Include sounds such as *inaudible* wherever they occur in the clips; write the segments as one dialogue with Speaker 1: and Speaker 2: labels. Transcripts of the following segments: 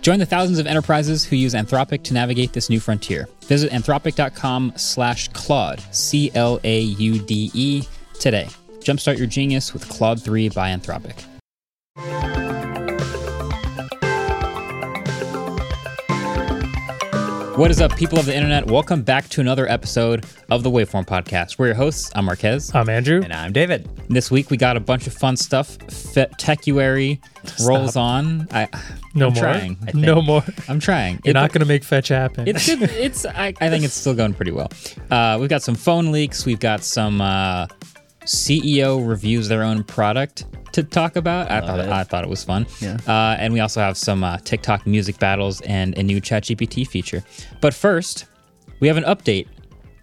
Speaker 1: Join the thousands of enterprises who use Anthropic to navigate this new frontier. Visit anthropic.com slash Claude, C L A U D E, today. Jumpstart your genius with Claude 3 by Anthropic. What is up, people of the internet? Welcome back to another episode of the Waveform Podcast. We're your hosts. I'm Marquez.
Speaker 2: I'm Andrew.
Speaker 3: And I'm David.
Speaker 1: This week we got a bunch of fun stuff. Fe-
Speaker 2: *laughs*
Speaker 1: Techuary rolls on. I,
Speaker 2: no
Speaker 1: I'm
Speaker 2: more.
Speaker 1: Trying, I think.
Speaker 2: no more.
Speaker 1: I'm trying.
Speaker 2: You're not going to make fetch happen.
Speaker 1: It's good. It's. *laughs* I, I think it's still going pretty well. Uh, we've got some phone leaks. We've got some uh, CEO reviews their own product to talk about. I thought
Speaker 3: it.
Speaker 1: I thought it was fun.
Speaker 3: Yeah.
Speaker 1: Uh, and we also have some uh, TikTok music battles and a new ChatGPT feature. But first, we have an update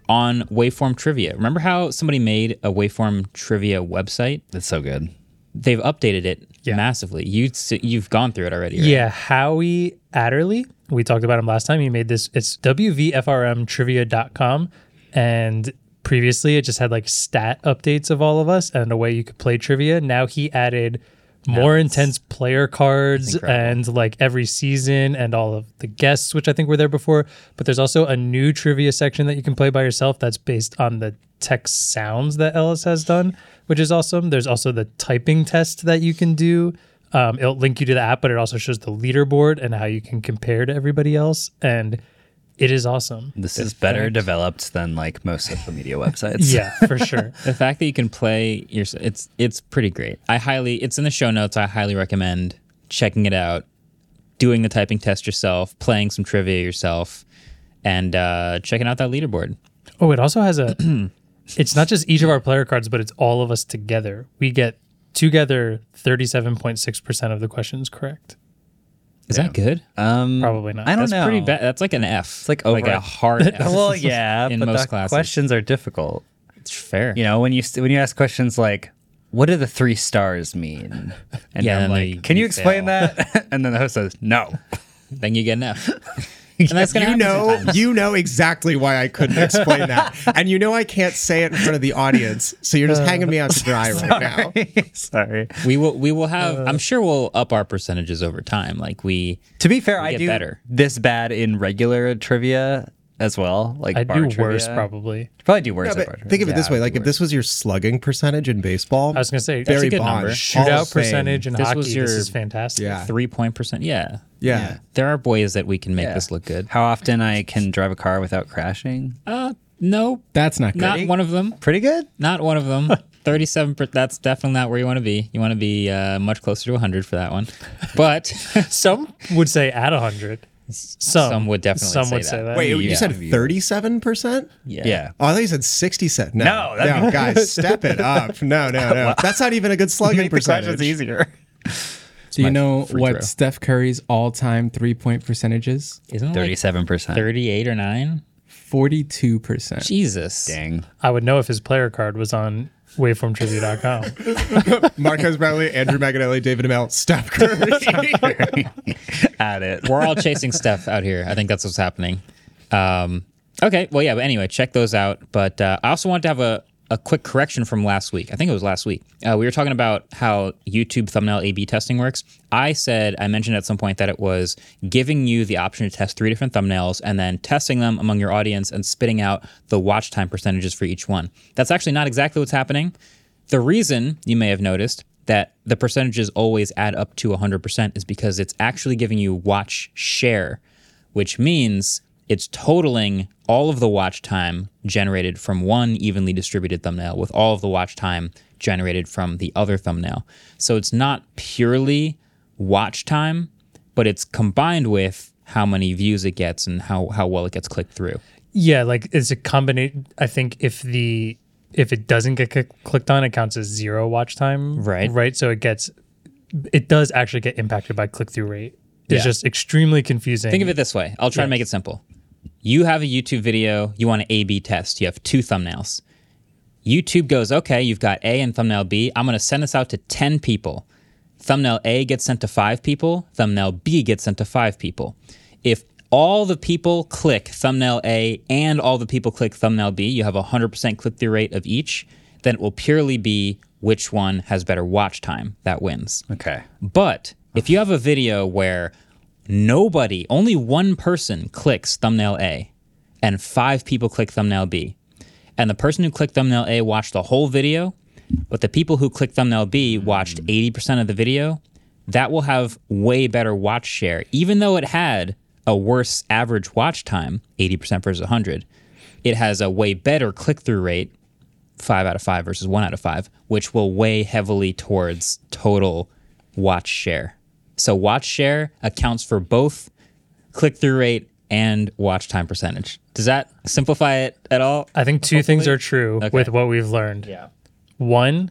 Speaker 1: on waveform trivia. Remember how somebody made a waveform trivia website?
Speaker 3: That's so good.
Speaker 1: They've updated it
Speaker 2: Yeah.
Speaker 1: massively. You s- you've gone through it already. Right?
Speaker 2: yeah, Howie Adderley. We talked about him last time. He made this. It's wvfrmtrivia.com. And previously it just had like stat updates of all of us and a way you could play trivia. Now he added more intense player cards
Speaker 1: incredible.
Speaker 2: and like every season and all of the guests, which I think were there before. But there's also a new trivia section that you can play by yourself that's based on the text sounds that Ellis has done, which is awesome. There's also the typing test that you can do. Um, it'll link you to the app, but it also shows the leaderboard and how you can compare to everybody else. And it is awesome.
Speaker 3: This is better developed than like most social media websites.
Speaker 2: Yeah, for sure.
Speaker 1: the fact that you can play your it's it's pretty great. I highly it's in the show notes. I highly recommend checking it out, doing the typing test yourself, playing some trivia yourself, and uh, checking out that leaderboard.
Speaker 2: Oh, it also has a. it's not just each of our player cards, but it's all of us together. We get together 37.6% of the questions correct.
Speaker 1: Is that good?
Speaker 3: Um,
Speaker 2: Probably not.
Speaker 3: I don't
Speaker 1: That's
Speaker 3: know.
Speaker 1: pretty bad. That's like an F. It's
Speaker 3: like
Speaker 1: like
Speaker 3: over-
Speaker 1: a hard *laughs* F.
Speaker 3: well, *laughs* yeah,
Speaker 1: *laughs* in
Speaker 3: but
Speaker 1: most
Speaker 3: the
Speaker 1: classes.
Speaker 3: questions are difficult.
Speaker 1: It's fair.
Speaker 3: You know, when you when you ask questions like, "What do the three stars mean?" And
Speaker 1: Yeah,
Speaker 3: yeah, I'm
Speaker 1: and
Speaker 3: like,
Speaker 1: they-
Speaker 3: "Can you
Speaker 1: you
Speaker 3: explain
Speaker 1: fail.
Speaker 3: that?" *laughs* and then the host says, "No." *laughs*
Speaker 1: Then you get an F. And that's gonna
Speaker 4: you
Speaker 1: happen
Speaker 4: know,
Speaker 1: sometimes.
Speaker 4: you know exactly why I couldn't explain that,
Speaker 5: *laughs*
Speaker 4: and you know I can't say it in front of the audience, so you're just
Speaker 5: Uh,
Speaker 4: hanging me out to dry right now.
Speaker 3: *laughs* Sorry.
Speaker 1: We will. We will
Speaker 3: Uh.
Speaker 1: have. I'm sure we'll up our percentages over time. Like we.
Speaker 3: To be fair, I
Speaker 1: get
Speaker 3: do
Speaker 1: better.
Speaker 3: this bad in regular trivia as well. Like
Speaker 2: I
Speaker 3: bar
Speaker 2: do worse,
Speaker 3: trivia.
Speaker 2: probably.
Speaker 3: Probably do worse.
Speaker 4: Yeah,
Speaker 3: at bar
Speaker 4: but
Speaker 3: trivia.
Speaker 4: think of it
Speaker 3: Yeah,
Speaker 4: this way:
Speaker 3: I
Speaker 4: like
Speaker 3: do
Speaker 4: if
Speaker 3: worse.
Speaker 4: this was your slugging percentage in baseball,
Speaker 2: I was going to say, that's
Speaker 4: Barry
Speaker 2: a good
Speaker 4: Bonds,
Speaker 2: number.
Speaker 4: Hall of
Speaker 2: Shootout
Speaker 4: Fame.
Speaker 2: percentage in
Speaker 1: This
Speaker 2: hockey.
Speaker 1: was your-
Speaker 2: this is fantastic.
Speaker 4: Yeah.
Speaker 1: Three point percent. Yeah.
Speaker 4: Yeah.
Speaker 1: There are ways that we can make
Speaker 3: Yeah.
Speaker 1: this look good.
Speaker 3: How often I can drive a car without crashing?
Speaker 1: Uh, no,
Speaker 4: that's not good.
Speaker 1: not one of them.
Speaker 3: Pretty good.
Speaker 1: Not one of
Speaker 3: *laughs*
Speaker 1: them. 37 per- that's definitely not where you want to be. You want to be uh, much closer to 100 for that one.
Speaker 3: *laughs*
Speaker 1: But
Speaker 2: Some *laughs* would say at 100. Some,
Speaker 1: Some would definitely
Speaker 2: some
Speaker 1: say
Speaker 2: would
Speaker 1: that.
Speaker 2: say that.
Speaker 4: Wait, you
Speaker 1: Yeah.
Speaker 4: said thirty-seven percent?
Speaker 1: yeah.
Speaker 3: Yeah.
Speaker 4: Oh, I thought you said sixty-seven. No,
Speaker 3: No, that'd be-
Speaker 4: guys, step it
Speaker 5: *laughs*
Speaker 4: up. No, no, no. That's not even a good slugging percentage.
Speaker 3: easier. *laughs*
Speaker 5: Do you know
Speaker 1: free
Speaker 5: what
Speaker 1: throw.
Speaker 5: Steph Curry's all-time three-point percentage is?
Speaker 1: Isn't it like
Speaker 3: Thirty-seven percent.
Speaker 1: 38 or 9?
Speaker 5: Forty-two
Speaker 3: Uh,
Speaker 5: percent.
Speaker 1: Jesus.
Speaker 3: Dang.
Speaker 2: I would know if his player card was on waveformtrivia.com.
Speaker 4: *laughs* Marcos Bradley, Andrew Maganelli, David Amell, Steph
Speaker 5: *laughs*
Speaker 4: Curry.
Speaker 3: *laughs* At it.
Speaker 1: We're all chasing stuff out here. I think that's what's happening. Um, okay. Well, yeah. But anyway, check those out. But uh, I also wanted to have a, a quick correction from last week. I think it was last week. Uh, we were talking about how YouTube thumbnail A B testing works. I said, I mentioned at some point that it was giving you the option to test three different thumbnails and then testing them among your audience and spitting out the watch time percentages for each one. That's actually not exactly what's happening. The reason you may have noticed that the percentages always add up to 100% is because it's actually giving you watch share, which means it's totaling all of the watch time generated from one evenly distributed thumbnail with all of the watch time generated from the other thumbnail. So it's not purely watch time, but it's combined with how many views it gets and how, how well it gets clicked through.
Speaker 2: yeah, like it's a combination. I think if the. If it doesn't get click- clicked on, it counts as zero watch time.
Speaker 1: Right.
Speaker 2: Right. So it gets, it does actually get impacted by click through rate. It's
Speaker 1: Yeah.
Speaker 2: just extremely confusing.
Speaker 1: Think of it this way. I'll try to make it simple. You have a YouTube video, you want to A B test, you have two thumbnails. YouTube goes, okay, you've got A and thumbnail B. I'm going to send this out to 10 people. Thumbnail A gets sent to five people, thumbnail B gets sent to five people. If all the people click thumbnail A and all the people click thumbnail B, you have a 100% click through rate of each, then it will purely be which one has better watch time that wins.
Speaker 3: Okay.
Speaker 1: But if you have a video where nobody, only one person clicks thumbnail A and five people click thumbnail B, and the person who clicked thumbnail A watched the whole video, but the people who clicked thumbnail B watched 80% of the video, that will have way better watch share, even though it had a worse average watch time, 80% versus 100. It has a way better click through rate, five out of five versus one out of five, which will weigh heavily towards total watch share. So watch share accounts for both click through rate and watch time percentage. Does that simplify it at all?
Speaker 2: I think two things are true with what we've learned.
Speaker 1: Yeah.
Speaker 2: One,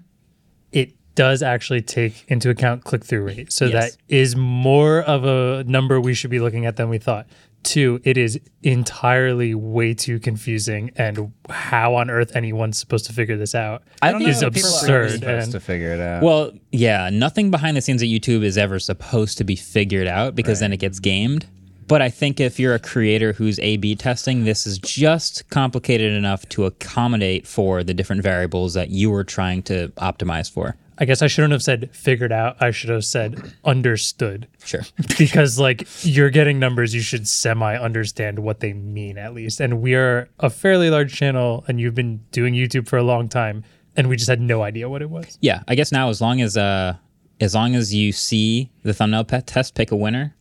Speaker 2: it does actually take into account click through rate. So
Speaker 1: Yes.
Speaker 2: that is more of a number we should be looking at than we thought. Two, it is entirely way too confusing. And how on earth anyone's supposed to figure this out
Speaker 3: I don't
Speaker 2: is
Speaker 3: know. if people are really
Speaker 2: absurd.
Speaker 3: supposed
Speaker 2: And
Speaker 3: to figure it out.
Speaker 1: Well, yeah, nothing behind the scenes at YouTube is ever supposed to be figured out because then it gets gamed. But I think if you're a creator who's A B testing, this is just complicated enough to accommodate for the different variables that you were trying to optimize for.
Speaker 2: I guess I shouldn't have said figured out. I should have said understood.
Speaker 1: Sure.
Speaker 2: *laughs* because like you're getting numbers you should semi understand what they mean at least and we are a fairly large channel and you've been doing youtube for a long time and we just had no idea what it was
Speaker 1: Yeah, I guess now as long as uh as long as you see the thumbnail pe- test pick a winner,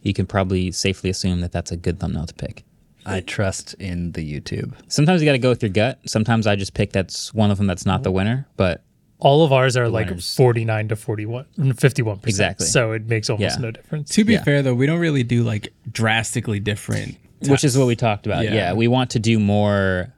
Speaker 1: you can probably safely assume that that's a good thumbnail to pick.
Speaker 3: I trust in the YouTube.
Speaker 1: Sometimes you got to go with your gut. Sometimes I just pick that's one of them that's not the winner, but
Speaker 2: all of ours are like
Speaker 1: winners.
Speaker 2: 49 to 41 51 percent
Speaker 1: Exactly.
Speaker 2: so it makes almost
Speaker 1: Yeah.
Speaker 2: no difference
Speaker 5: To be
Speaker 1: Yeah.
Speaker 5: fair though, we don't really do like drastically different.
Speaker 1: which is what we talked about. Yeah.
Speaker 5: Yeah.
Speaker 1: we want to do more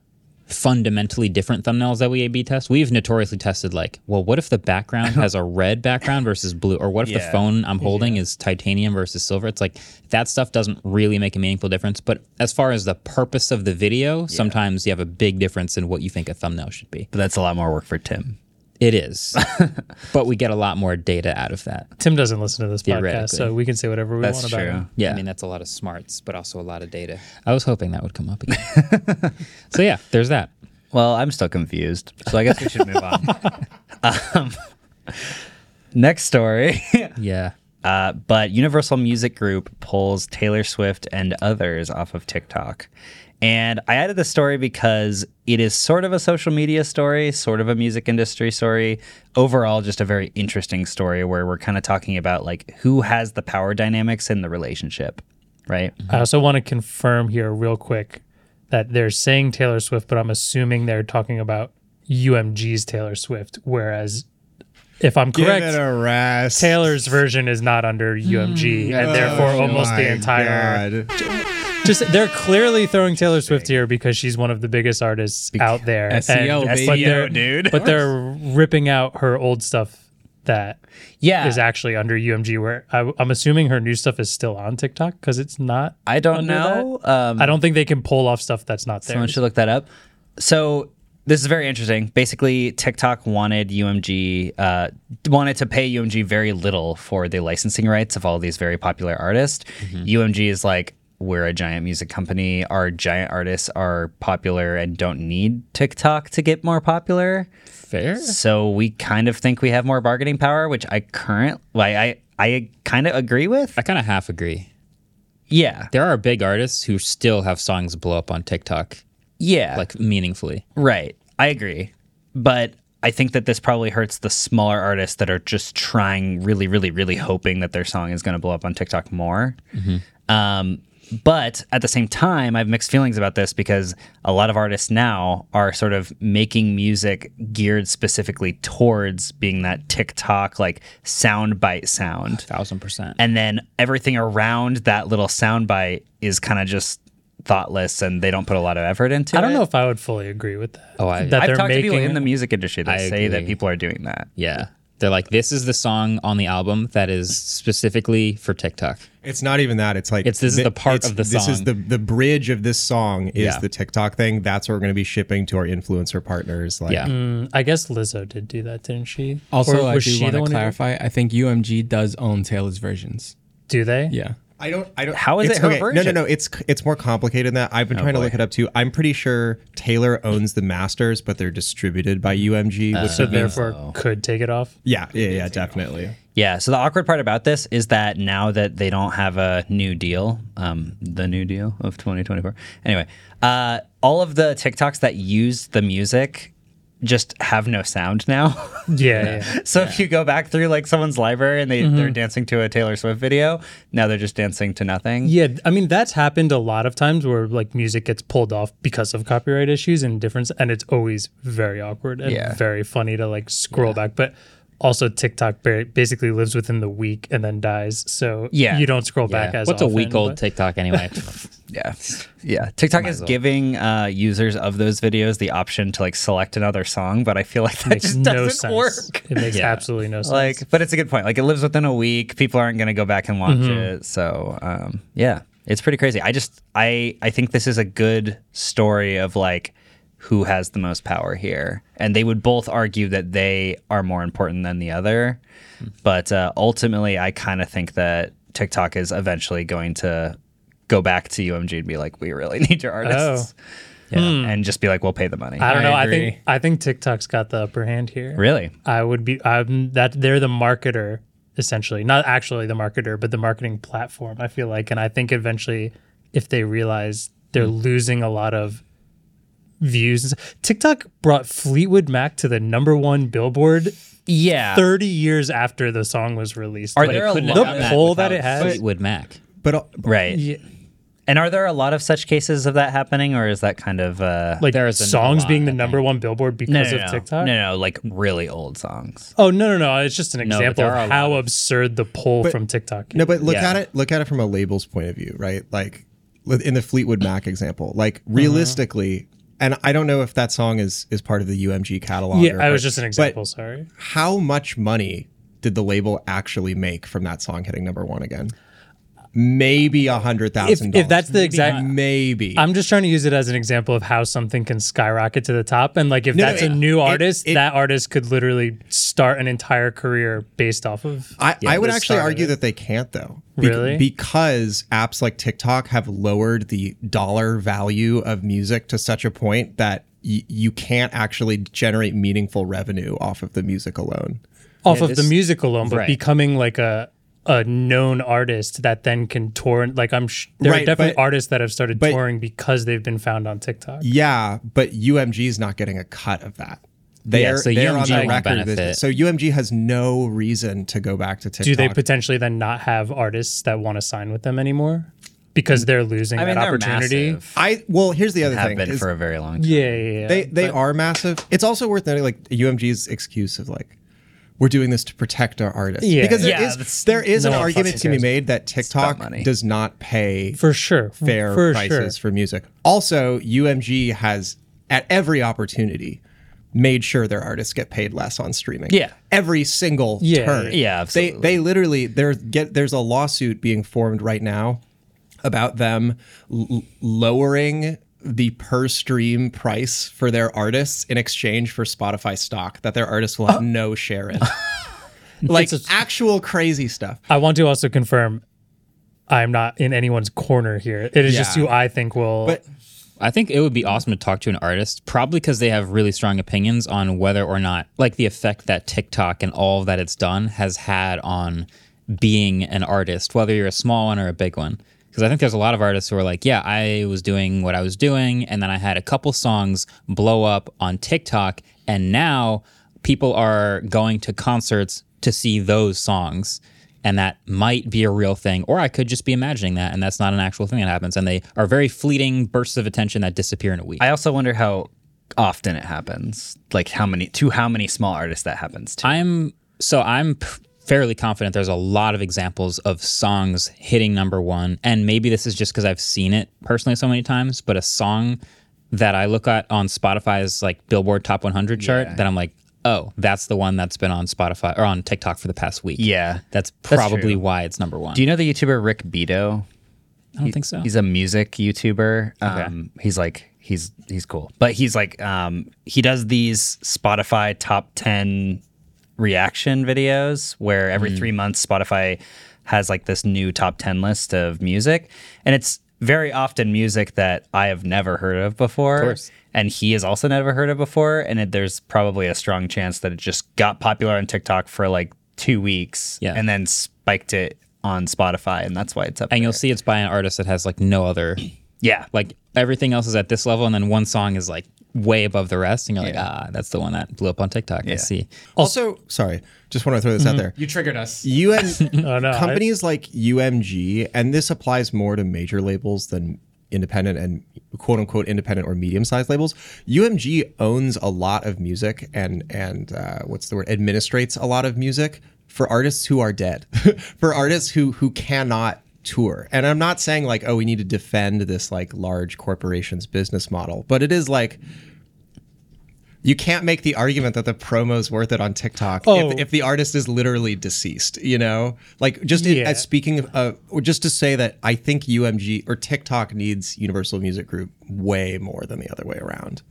Speaker 1: fundamentally different thumbnails that we A/B test. We've notoriously tested like, well, what if the *laughs* background has a red background versus blue, or what if the
Speaker 3: Yeah.
Speaker 1: phone I'm holding is titanium versus silver? It's like that stuff doesn't really make a meaningful difference. But as far as the purpose of the video, sometimes you have a big difference in what you think a thumbnail should be.
Speaker 3: But that's a lot more work for Tim.
Speaker 1: It *laughs* is, but we get a lot more data out of that.
Speaker 2: tim doesn't listen to this podcast
Speaker 1: Theoretically.
Speaker 2: so we can say whatever we
Speaker 3: That's
Speaker 2: want about
Speaker 3: true.
Speaker 2: him
Speaker 1: Yeah. I mean, that's a lot of smarts, but also a lot of data. I was hoping that would come up again. *laughs* so, yeah, there's that.
Speaker 3: Well, I'm still confused. So I guess we should move *laughs* on. um, *laughs* next story.
Speaker 1: Yeah.
Speaker 3: Uh, but Universal Music Group pulls Taylor Swift and others off of TikTok. And I added this story because it is sort of a social media story, sort of a music industry story. Overall, just a very interesting story where we're kind of talking about like who has the power dynamics in the relationship, right?
Speaker 2: i also want to confirm here real quick that they're saying taylor swift but i'm assuming they're talking about umg's taylor swift whereas if i'm
Speaker 4: Give
Speaker 2: correct
Speaker 4: it a rest.
Speaker 2: Taylor's version is not under UMG, and therefore
Speaker 4: Oh
Speaker 2: almost the
Speaker 4: my
Speaker 2: entire.
Speaker 4: God.
Speaker 2: Just they're clearly throwing Taylor Swift here because she's one of the biggest artists out there. and- E
Speaker 5: SEO,
Speaker 2: but
Speaker 5: baby.
Speaker 2: they're-
Speaker 3: dude.
Speaker 2: But they're ripping out her old stuff that
Speaker 3: Yeah.
Speaker 2: is actually under UMG. Where I, I'm assuming her new stuff is still on TikTok because it's not.
Speaker 3: I don't
Speaker 2: under that.
Speaker 3: know. Um,
Speaker 2: I don't think they can pull off stuff that's not there.
Speaker 3: Someone should look that up. So this is very interesting. Basically, TikTok wanted UMG uh, wanted to pay UMG very little for the licensing rights of all these very popular artists. UMG is like we're a giant music company. Our giant artists are popular and don't need TikTok to get more popular.
Speaker 1: Fair.
Speaker 3: So we kind of think we have more bargaining power, which I current like I I kind of agree with.
Speaker 1: I kind of half agree.
Speaker 3: Yeah,
Speaker 1: There are big artists who still have songs blow up on TikTok,
Speaker 3: yeah.
Speaker 1: like meaningfully.
Speaker 3: Right. I agree. But I think that this probably hurts the smaller artists that are just trying, really, really, really hoping that their song is going to blow up on TikTok more.
Speaker 2: Mm-hmm.
Speaker 3: Um, but at the same time, I have mixed feelings about this because a lot of artists now are sort of making music geared specifically towards being that TikTok like soundbite sound.
Speaker 1: Thousand percent.
Speaker 3: And then everything around that little soundbite is kind of just thoughtless and they don't put a lot of effort into
Speaker 2: I
Speaker 3: it.
Speaker 2: don't know if I would fully agree with that.
Speaker 1: Oh, I-
Speaker 2: that
Speaker 3: I've
Speaker 2: they're
Speaker 3: talked to
Speaker 2: making
Speaker 3: people in the music industry that
Speaker 1: I
Speaker 3: say that
Speaker 1: agree.
Speaker 3: people are doing that.
Speaker 1: yeah. They're like, this is the song on the album that is specifically for TikTok.
Speaker 4: It's not even that. It's like
Speaker 1: It's- this is the part
Speaker 4: it's-
Speaker 1: of the
Speaker 4: This is
Speaker 1: song.
Speaker 4: the the bridge of this song is
Speaker 1: Yeah.
Speaker 4: the TikTok thing. That's what we're going to be shipping to our influencer partners. Like,
Speaker 1: Yeah.
Speaker 2: I guess Lizzo did do that, didn't she?
Speaker 5: Also, I do want
Speaker 2: the
Speaker 5: to
Speaker 2: one who-
Speaker 5: clarify. I think UMG does own Taylor's versions.
Speaker 2: Do they?
Speaker 5: Yeah.
Speaker 4: I don't. I don't.
Speaker 3: How is
Speaker 4: it's-
Speaker 3: it her
Speaker 4: No, no,
Speaker 3: version?
Speaker 4: no. It's it's more complicated than that. I've
Speaker 1: Oh,
Speaker 4: been trying to look it up too. I'm pretty sure Taylor owns the masters, but they're distributed by UMG.
Speaker 1: Uh-huh.
Speaker 4: which
Speaker 2: So
Speaker 4: would mean-
Speaker 2: therefore, could take it off.
Speaker 4: yeah, yeah, yeah, definitely.
Speaker 3: Yeah. So the awkward part about this is that now that they don't have a new deal, um, the new deal of 2024. Anyway, uh, all of the TikToks that use the music just have no sound now. *laughs*
Speaker 2: Yeah, yeah. Mm-hmm.
Speaker 3: so if you go back through like someone's library and they, they're dancing to a Taylor Swift video, now they're just dancing to nothing.
Speaker 2: Yeah, I mean that's happened a lot of times where like music gets pulled off because of copyright issues and difference, and it's always very awkward and
Speaker 3: Yeah.
Speaker 2: very funny to like scroll back. But also TikTok ba- basically lives within the week and then dies, so
Speaker 3: Yeah.
Speaker 2: you don't scroll back
Speaker 1: Yeah.
Speaker 2: as
Speaker 1: What's a
Speaker 2: often,
Speaker 1: week old
Speaker 2: but-
Speaker 1: TikTok anyway?
Speaker 3: Yeah. Yeah. TikTok is giving uh, users of those videos the option to like select another song, but I feel like that
Speaker 2: makes
Speaker 3: just
Speaker 2: no
Speaker 3: doesn't
Speaker 2: sense.
Speaker 3: work.
Speaker 1: *laughs*
Speaker 2: It makes absolutely no sense.
Speaker 3: Like, but it's a good point. Like, it lives within a week. People aren't going to go back and watch it. So, um, yeah, it's pretty crazy. I just, I, I think this is a good story of like who has the most power here, and they would both argue that they are more important than the other. But uh, ultimately, I kind of think that TikTok is eventually going to go back to UMG and be like, we really *laughs* need your artists. Yeah. And just be like, we'll pay the money.
Speaker 2: I don't
Speaker 5: I
Speaker 2: know. I
Speaker 5: agree.
Speaker 2: think I think TikTok's got the upper hand here.
Speaker 3: really?
Speaker 2: I would be I'm that they're the marketer essentially, not actually the marketer, but the marketing platform. I feel like, and I think eventually, if they realize they're
Speaker 3: Hmm.
Speaker 2: losing a lot of views, TikTok brought Fleetwood Mac to the number one Billboard
Speaker 3: Yeah.
Speaker 2: 30 years after the song was released.
Speaker 3: Are
Speaker 2: Like,
Speaker 3: there a
Speaker 1: Couldn't have
Speaker 3: lot-
Speaker 1: done
Speaker 2: the pull that
Speaker 1: without
Speaker 2: it has-
Speaker 1: Fleetwood Mac.
Speaker 4: But uh,
Speaker 3: Right.
Speaker 2: yeah,
Speaker 3: And are there a lot of such cases of that happening, or is that kind of uh,
Speaker 2: like
Speaker 1: There is a
Speaker 2: songs
Speaker 1: lot,
Speaker 2: being the
Speaker 1: I
Speaker 2: number one Billboard because of TikTok?
Speaker 3: No, no, like really old songs.
Speaker 2: Oh no, no, no! It's just an
Speaker 1: but
Speaker 2: example
Speaker 1: there are
Speaker 2: of
Speaker 1: a
Speaker 2: how
Speaker 1: lot
Speaker 2: absurd the pull from TikTok.
Speaker 4: No, but look
Speaker 1: Yeah.
Speaker 4: at it. Look at it from a label's point of view, right? Like with- in the Fleetwood Mac
Speaker 2: Mm-hmm.
Speaker 4: example, like realistically, and I don't know if that song is is part of the UMG catalog.
Speaker 2: yeah,
Speaker 4: or-
Speaker 2: I was just
Speaker 4: but
Speaker 2: an example. sorry.
Speaker 4: How much money did the label actually make from that song hitting number one again? Maybe a hundred
Speaker 2: If,
Speaker 4: thousand.
Speaker 2: if that's the exact
Speaker 4: maybe.
Speaker 2: I'm just trying to use it as an example of how something can skyrocket to the top. And like, if
Speaker 4: No, no,
Speaker 2: that's
Speaker 4: it-
Speaker 2: a new
Speaker 4: it-
Speaker 2: artist,
Speaker 4: it-
Speaker 2: that artist could literally start an entire career based off of.
Speaker 4: I, I would
Speaker 2: the
Speaker 4: actually
Speaker 2: start of
Speaker 4: argue
Speaker 2: it.
Speaker 4: that they can't though.
Speaker 2: Really?
Speaker 4: Because apps like TikTok have lowered the dollar value of music to such a point that y- you can't actually generate meaningful revenue off of the music alone.
Speaker 2: off
Speaker 1: Yeah,
Speaker 2: of the
Speaker 1: this-
Speaker 2: music alone, but
Speaker 1: right.
Speaker 2: becoming like a a known artist that then can tour. and- Like, I'm sh- there are
Speaker 4: Right,
Speaker 2: definitely
Speaker 4: but-
Speaker 2: artists that have started
Speaker 4: but-
Speaker 2: touring because they've been found on TikTok.
Speaker 4: Yeah, but UMG is not getting a cut of that. They're,
Speaker 1: so
Speaker 4: they're
Speaker 1: UMG
Speaker 4: on
Speaker 1: won't
Speaker 4: the record.
Speaker 1: benefit.
Speaker 4: so UMG has no reason to go back to TikTok.
Speaker 2: Do they potentially then not have artists that want to sign with them anymore because they're losing
Speaker 3: I mean,
Speaker 2: that
Speaker 3: they're
Speaker 2: opportunity?
Speaker 3: massive.
Speaker 4: I well, here's the other
Speaker 3: Have
Speaker 4: thing.
Speaker 3: been
Speaker 4: is
Speaker 3: for a very long time.
Speaker 2: Yeah, yeah, yeah.
Speaker 4: they they are massive. It's also worth noting, like UMG's excuse of like we're doing this to protect our artists.
Speaker 2: Yeah.
Speaker 4: because there
Speaker 3: Yeah,
Speaker 4: is
Speaker 3: that's-
Speaker 4: there is
Speaker 2: no
Speaker 4: an
Speaker 2: one
Speaker 4: argument
Speaker 2: fucking
Speaker 4: to be
Speaker 2: cares.
Speaker 4: made that TikTok
Speaker 3: money.
Speaker 4: does not pay
Speaker 2: for sure.
Speaker 4: fair
Speaker 2: for
Speaker 4: prices
Speaker 2: Sure.
Speaker 4: for music. Also, UMG has at every opportunity made sure their artists get paid less on streaming.
Speaker 3: Yeah.
Speaker 4: Every single
Speaker 2: Yeah,
Speaker 4: turn.
Speaker 3: yeah,
Speaker 4: They
Speaker 3: absolutely.
Speaker 4: they literally there get there's a lawsuit being formed right now about them l- lowering the per stream price for their artists in exchange for Spotify stock that their artists will have no
Speaker 2: *laughs*
Speaker 4: share in. like
Speaker 2: Oh. It's a-
Speaker 4: actual crazy stuff.
Speaker 2: I want to also confirm I'm not in anyone's corner here. It is just
Speaker 4: Yeah.
Speaker 2: who I think will.
Speaker 4: But
Speaker 1: I think it would be awesome to talk to an artist, probably because they have really strong opinions on whether or not, like, the effect that TikTok and all that it's done has had on being an artist, whether you're a small one or a big one. Because I think there's a lot of artists who are like, yeah, I was doing what I was doing, and then I had a couple songs blow up on TikTok, and now people are going to concerts to see those songs and that might be a real thing or i could just be imagining that and that's not an actual thing that happens and they are very fleeting bursts of attention that disappear in a week
Speaker 3: I also wonder how often it happens. Like how many to how many small artists that happens to.
Speaker 1: i'm so i'm p- fairly confident there's a lot of examples of songs hitting number one and maybe this is just because i've seen it personally so many times but a song that i look at on spotify's like billboard top 100 chart that i'm like oh, that's the one that's been on Spotify or on TikTok for the past week.
Speaker 3: Yeah.
Speaker 1: That's
Speaker 3: That's
Speaker 1: probably
Speaker 3: true.
Speaker 1: why it's number one.
Speaker 3: Do you know the YouTuber Rick Beto?
Speaker 1: I don't think so.
Speaker 3: He's a music YouTuber. Um, He's like he's he's cool, but he's like um, he does these Spotify top ten reaction videos where every
Speaker 1: Hmm.
Speaker 3: three months Spotify has like this new top ten list of music, and it's very often music that I have never heard of before.
Speaker 1: course.
Speaker 3: And he has also never heard of before, and it, there's probably a strong chance that it just got popular on TikTok for like two weeks,
Speaker 1: Yeah.
Speaker 3: and then spiked it on Spotify, and that's why it's up.
Speaker 1: and
Speaker 3: there.
Speaker 1: you'll see it's by an artist that has like no other
Speaker 3: yeah,
Speaker 1: like everything else is at this level and then one song is like way above the rest and you're like, ah, that's the one that blew up on TikTok. I see.
Speaker 4: Also, sorry, just want to throw this
Speaker 2: Mm-hmm.
Speaker 4: out there.
Speaker 5: You triggered us.
Speaker 4: UN
Speaker 2: Oh, no, *laughs* I-
Speaker 4: companies like UMG, and this applies more to major labels than independent and quote unquote independent or medium sized labels. UMG owns a lot of music and and uh, what's the word administrates a lot of music for artists who are dead, *laughs* for artists who who cannot tour. And I'm not saying like oh we need to defend this like large corporation's business model, but it is like. You can't make the argument that the promo's worth it on TikTok
Speaker 2: Oh.
Speaker 4: if, if the artist is literally deceased, you know? Like just in-
Speaker 2: Yeah.
Speaker 4: as speaking of uh, or just to say that I think UMG or TikTok needs Universal Music Group way more than the other way around.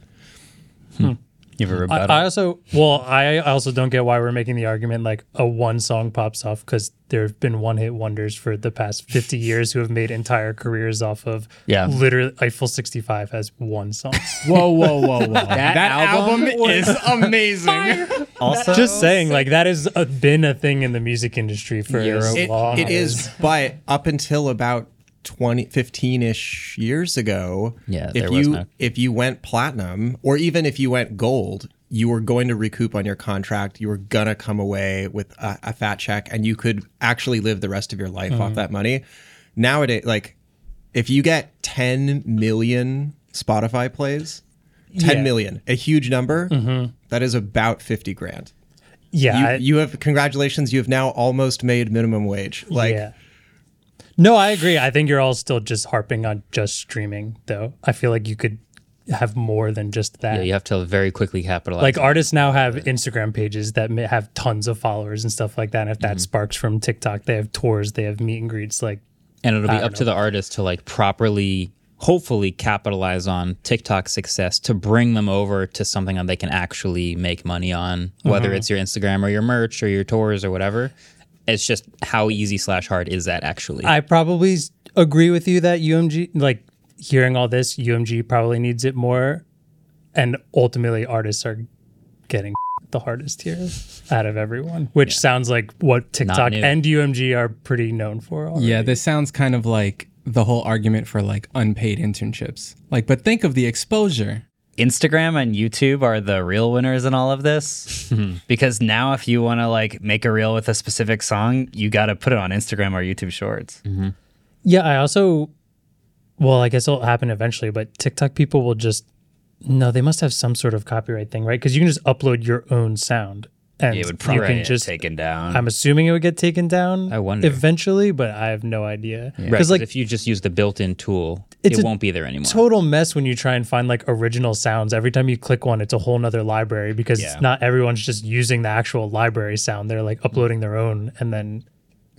Speaker 3: you have a rebuttal.
Speaker 2: I, I also well, I also don't get why we're making the argument like a one song pops off because there have been one hit wonders for the past fifty years who have made entire careers off of
Speaker 3: Yeah.
Speaker 2: Literally, Eiffel sixty five has one song.
Speaker 5: Whoa, whoa, whoa, whoa. that,
Speaker 1: album
Speaker 5: is amazing.
Speaker 3: also,
Speaker 2: Just saying, like that has uh been a thing in the music industry for
Speaker 1: Yes.
Speaker 2: a
Speaker 4: It,
Speaker 2: long.
Speaker 4: it is, but up until about 20, 15-ish years ago,
Speaker 1: Yeah,
Speaker 4: if
Speaker 1: there
Speaker 4: you
Speaker 1: was no-
Speaker 4: if you went platinum or even if you went gold, you were going to recoup on your contract. You were gonna come away with a, a fat check, and you could actually live the rest of your life off that money. Nowadays, like if you get 10 million Spotify plays, ten million,
Speaker 2: Yeah.
Speaker 4: a huge number. that is about 50 grand.
Speaker 2: Yeah,
Speaker 4: You,
Speaker 2: I-
Speaker 4: you have congratulations. You have now almost made minimum wage. Like
Speaker 2: yeah. No, I agree. I think you're all still just harping on just streaming, though. I feel like you could have more than just that.
Speaker 1: Yeah, you have to very quickly capitalize.
Speaker 2: like artists now have Instagram pages that may have tons of followers and stuff like that. And if that
Speaker 4: Mm-hmm.
Speaker 2: sparks from TikTok, they have tours, they have meet and greets. Like,
Speaker 1: and it'll be up to the artist to like properly hopefully capitalize on TikTok success to bring them over to something that they can actually make money on, whether
Speaker 2: Mm-hmm.
Speaker 1: it's your Instagram or your merch or your tours or whatever. It's just how easy slash hard is that actually?
Speaker 2: I probably s- agree with you that UMG, like hearing all this, UMG probably needs it more. And ultimately, artists are getting *laughs* the hardest here out of everyone, which sounds like what TikTok
Speaker 1: new.
Speaker 2: and UMG are pretty known for. Already.
Speaker 5: Yeah, this sounds kind of like the whole argument for like unpaid internships. Like, but think of the exposure.
Speaker 3: Instagram and YouTube are the real winners in all of this because now if you want to like make a reel with a specific song, you got to put it on Instagram or YouTube Shorts.
Speaker 2: Yeah, I also, well, I guess it'll happen eventually, but TikTok people will just, no, they must have some sort of copyright thing, right? Because you can just upload your own sound and
Speaker 3: It would probably
Speaker 2: you can
Speaker 3: get
Speaker 2: just.
Speaker 3: taken down.
Speaker 2: I'm assuming it would get taken down.
Speaker 1: I wonder.
Speaker 2: eventually, but I have no idea. Because
Speaker 1: Right, 'cause
Speaker 2: like
Speaker 1: if you just use the built-in tool,
Speaker 2: It's
Speaker 1: it
Speaker 2: a
Speaker 1: won't be there anymore.
Speaker 2: total mess when you try and find like original sounds. Every time you click one, it's a whole nother library because
Speaker 3: Yeah.
Speaker 2: not everyone's just using the actual library sound. They're like uploading their own, and then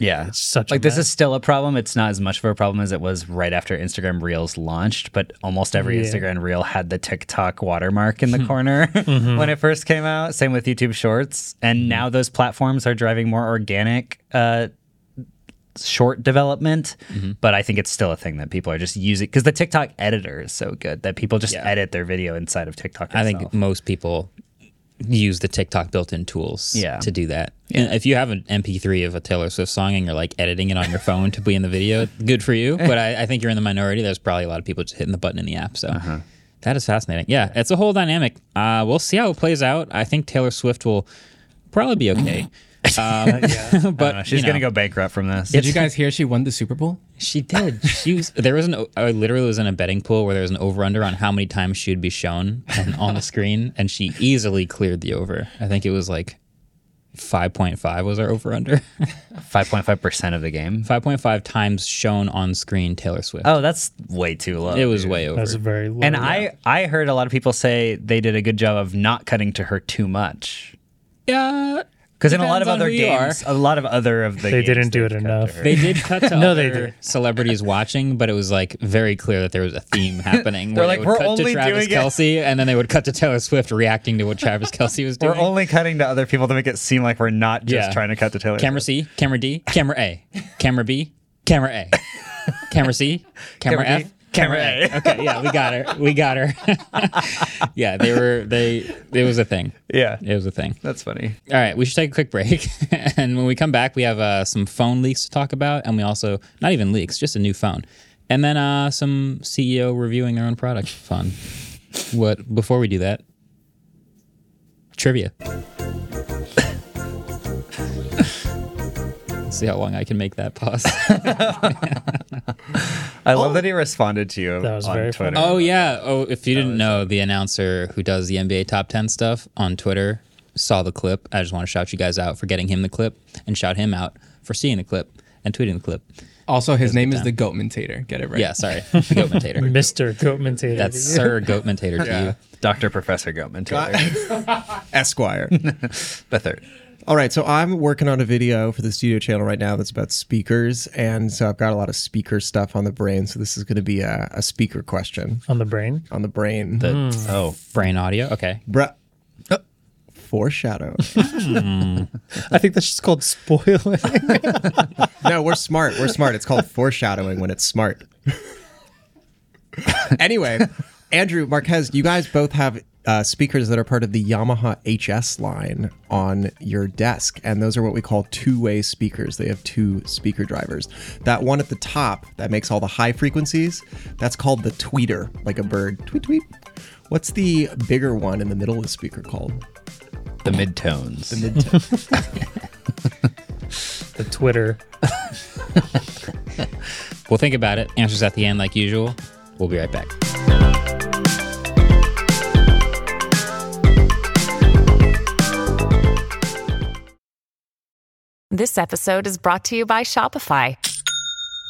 Speaker 3: yeah.
Speaker 2: such
Speaker 3: Like
Speaker 2: a
Speaker 3: this
Speaker 2: mess.
Speaker 3: is still a problem. It's not as much of a problem as it was right after Instagram Reels launched, but almost every Instagram Reel had the TikTok watermark
Speaker 1: Hmm.
Speaker 3: in the corner *laughs*
Speaker 1: Mm-hmm.
Speaker 3: when it first came out. Same with YouTube Shorts, and
Speaker 1: Hmm.
Speaker 3: now those platforms are driving more organic uh, short development.
Speaker 1: Mm-hmm.
Speaker 3: But I think it's still a thing that people are just using because the TikTok editor is so good that people just edit their video inside of TikTok.
Speaker 1: I
Speaker 3: itself.
Speaker 1: think most people use the TikTok built-in tools
Speaker 3: Yeah.
Speaker 1: to do that. And if you have an MP3 of a Taylor Swift song and you're like editing it on your phone to be in the video, good for you. But I, I think you're in the minority. There's probably a lot of people just hitting the button in the app. So
Speaker 3: Uh-huh.
Speaker 1: that is fascinating. Yeah, it's a whole dynamic. Uh, we'll see how it plays out. I think Taylor Swift will probably be okay.
Speaker 3: *laughs*
Speaker 1: Um,
Speaker 3: I
Speaker 1: *laughs* but
Speaker 3: don't know. she's
Speaker 1: you know,
Speaker 3: gonna go bankrupt from this.
Speaker 5: Did you guys hear she won the Super Bowl?
Speaker 1: She did. She was, there was an. o- I literally was in a betting pool where there was an over under on how many times she would be shown on, on the screen, and she easily cleared the over. I think it was like five point five was our over under.
Speaker 3: Five point five percent of the
Speaker 1: *laughs*
Speaker 3: game.
Speaker 1: five point five times shown on screen Taylor Swift.
Speaker 3: Oh, that's way too low.
Speaker 1: it was way over.
Speaker 2: that's very low.
Speaker 3: And I I heard a lot of people say they did a good job of not cutting to her too much.
Speaker 1: Yeah.
Speaker 3: Because in a lot of
Speaker 1: Depends on
Speaker 3: other
Speaker 1: who you are.
Speaker 3: games, a lot of other of
Speaker 2: They
Speaker 3: the
Speaker 2: didn't
Speaker 3: games
Speaker 2: do
Speaker 3: they've
Speaker 2: it
Speaker 3: cut to
Speaker 2: enough.
Speaker 3: her.
Speaker 1: They did cut
Speaker 3: *laughs*
Speaker 1: to
Speaker 2: No,
Speaker 1: other
Speaker 2: they
Speaker 1: celebrities watching, but it was like very clear that there was a
Speaker 3: *laughs*
Speaker 1: theme happening.
Speaker 3: They're
Speaker 1: where
Speaker 3: like,
Speaker 1: they would
Speaker 3: "We're
Speaker 1: cut
Speaker 3: only
Speaker 1: to Travis
Speaker 3: doing it."
Speaker 1: Kelsey, and then they would cut to Taylor Swift reacting to what Travis Kelsey was doing.
Speaker 3: *laughs* We're only cutting to other people to make it seem like we're not just
Speaker 1: Yeah.
Speaker 3: trying to cut to Taylor.
Speaker 1: camera
Speaker 3: Swift.
Speaker 1: C, camera D, camera A, camera B, camera A, camera C, camera,
Speaker 3: Camera
Speaker 1: F,
Speaker 3: B,
Speaker 1: camera
Speaker 3: camera
Speaker 1: A. Okay, yeah, we got her. We got her. *laughs* yeah, they were they. It was a thing.
Speaker 3: Yeah.
Speaker 1: It was a thing.
Speaker 3: *laughs* That's funny.
Speaker 1: All right, we should take a quick break. *laughs* and when we come back, we have uh, some phone leaks to talk about. And we also, not even leaks, just a new phone. And then uh, some CEO reviewing their own product fun. What, before we do that, trivia. *laughs* Let's see how long I can make that pause. *laughs*
Speaker 3: I love that he responded to you
Speaker 2: That was
Speaker 3: on
Speaker 2: very
Speaker 3: Twitter.
Speaker 1: oh, yeah. Oh, if you didn't know, the announcer who does the NBA top 10 stuff on Twitter saw the clip. I just want to shout you guys out for getting him the clip and shout him out for seeing the clip and tweeting the clip.
Speaker 5: Also, his name is the Goatmentator. Get it right.
Speaker 1: Yeah, sorry. Goatmentator.
Speaker 2: Mr. Goatman Tater.
Speaker 1: That's Sir Goatmentator to you.
Speaker 3: Dr. Oh. Professor Gutman Taylor.
Speaker 2: *laughs*
Speaker 4: Esquire.
Speaker 3: the third.
Speaker 4: All right, so I'm working on a video for the studio channel right now that's about speakers, and so I've got a lot of speaker stuff on the brain. So this is going to be a, a speaker question
Speaker 2: on the brain.
Speaker 4: on the brain.
Speaker 1: The
Speaker 2: Hmm.
Speaker 1: oh. brain audio. Okay.
Speaker 4: Bruh. Foreshadow.
Speaker 2: I think that's just called spoiling.
Speaker 4: no, we're smart. We're smart. It's called foreshadowing when it's smart. anyway, Andrew Marquez, you guys both have uh, speakers that are part of the Yamaha HS line on your desk, and those are what we call two-way speakers. They have two speaker drivers. That one at the top that makes all the high frequencies, that's called the tweeter, like a bird. Tweet tweet. What's the bigger one in the middle of the speaker called?
Speaker 3: The midtones. The mid-
Speaker 2: the Twitter.
Speaker 1: We'll think about it. Answers at the end, like usual. We'll be right back.
Speaker 6: This episode is brought to you by Shopify.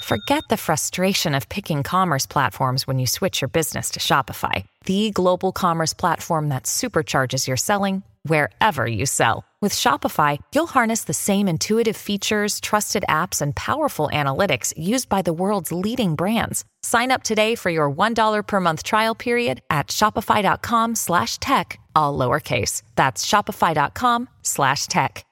Speaker 6: Forget the frustration of picking commerce platforms when you switch your business to Shopify, the global commerce platform that supercharges your selling wherever you sell. With Shopify, you'll harness the same intuitive features, trusted apps, and powerful analytics used by the world's leading brands. Sign up today for your $1 per month trial period at shopify.com slash tech, all lowercase. That's shopify.com slash tech.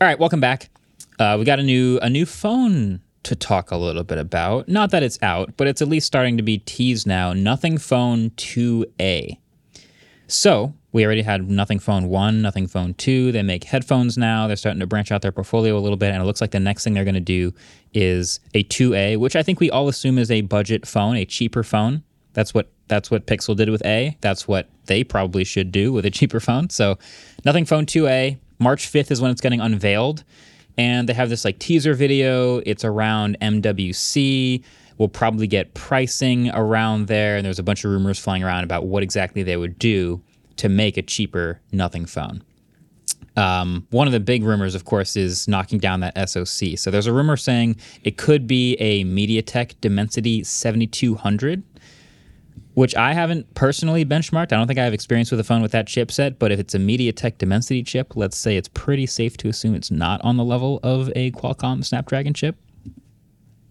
Speaker 1: All right, welcome back. Uh, we got a new a new phone to talk a little bit about. Not that it's out, but it's at least starting to be teased now. Nothing Phone 2A. So we already had Nothing Phone 1, Nothing Phone 2. They make headphones now. They're starting to branch out their portfolio a little bit, and it looks like the next thing they're going to do is a 2A, which I think we all assume is a budget phone, a cheaper phone. That's what that's what Pixel did with A. That's what they probably should do with a *laughs* cheaper phone. So Nothing Phone 2A, March 5th is when it's getting unveiled. And they have this like teaser video. It's around MWC. We'll probably get pricing around there. And there's a bunch of rumors flying around about what exactly they would do to make a cheaper nothing phone. Um, one of the big rumors, of course, is knocking down that SoC. So there's a rumor saying it could be a MediaTek Dimensity 7200 which I haven't personally benchmarked. I don't think I have experience with a phone with that chipset, but if it's a MediaTek Dimensity chip, let's say it's pretty safe to assume it's not on the level of a Qualcomm Snapdragon chip,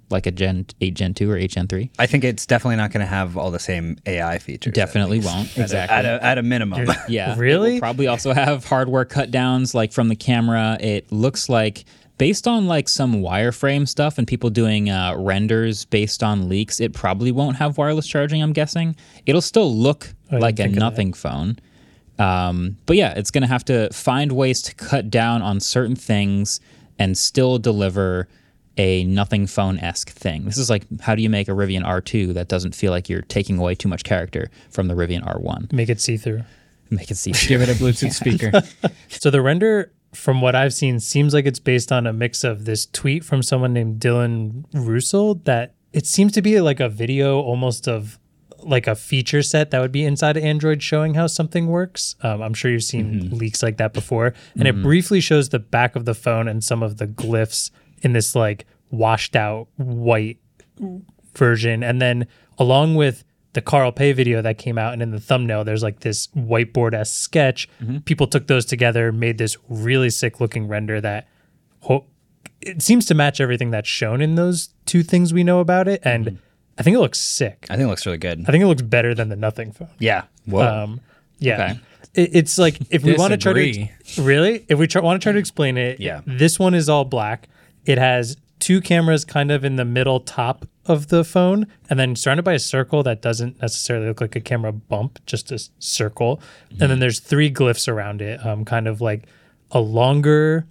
Speaker 1: like a Gen 8 Gen 2 or 8 Gen 3.
Speaker 3: I think it's definitely not going to have all the same AI features.
Speaker 1: Definitely won't. Exactly.
Speaker 3: At a, at a minimum.
Speaker 1: Yeah. it
Speaker 2: Really?
Speaker 1: will probably also have hardware cut downs like from the camera. It looks like based on like some wireframe stuff and people doing uh, renders based on leaks, it probably won't have wireless charging, I'm guessing. It'll still look like a nothing phone. Um, but yeah, it's going to have to find ways to cut down on certain things and still deliver a nothing phone esque thing. This is like how do you make a Rivian R2 that doesn't feel like you're taking away too much character from the Rivian R1?
Speaker 2: Make it see through.
Speaker 1: Make it see
Speaker 5: Give it a
Speaker 2: *laughs*
Speaker 5: Bluetooth speaker.
Speaker 2: So the render, from what I've seen, seems like it's based on a mix of this tweet from someone named Dylan Russell that it seems to be like a video almost of like a feature set that would be inside of Android showing how something works. Um, I'm sure you've seen leaks like that before. And it briefly shows the back of the phone and some of the glyphs in this like washed out white version. And then along with the Carl Pay video that came out, and in the thumbnail, there's like this whiteboard esque sketch. People took those together, made this really sick looking render that ho- it seems to match everything that's shown in those two things we know about it. And I think it looks sick.
Speaker 3: *laughs* I think it looks really good.
Speaker 2: I think it looks better than the Nothing phone.
Speaker 3: Yeah. Whoa.
Speaker 2: Um, yeah. It, it's like if we want to try to ex- really, if we try, want to try to explain it,
Speaker 3: Yeah.
Speaker 2: This one is all black. It has two cameras kind of in the middle top of the phone, and then surrounded by a circle that doesn't necessarily look like a camera bump, just a s- circle. And
Speaker 1: Mm-hmm.
Speaker 2: then there's three glyphs around it, um, kind of like a longer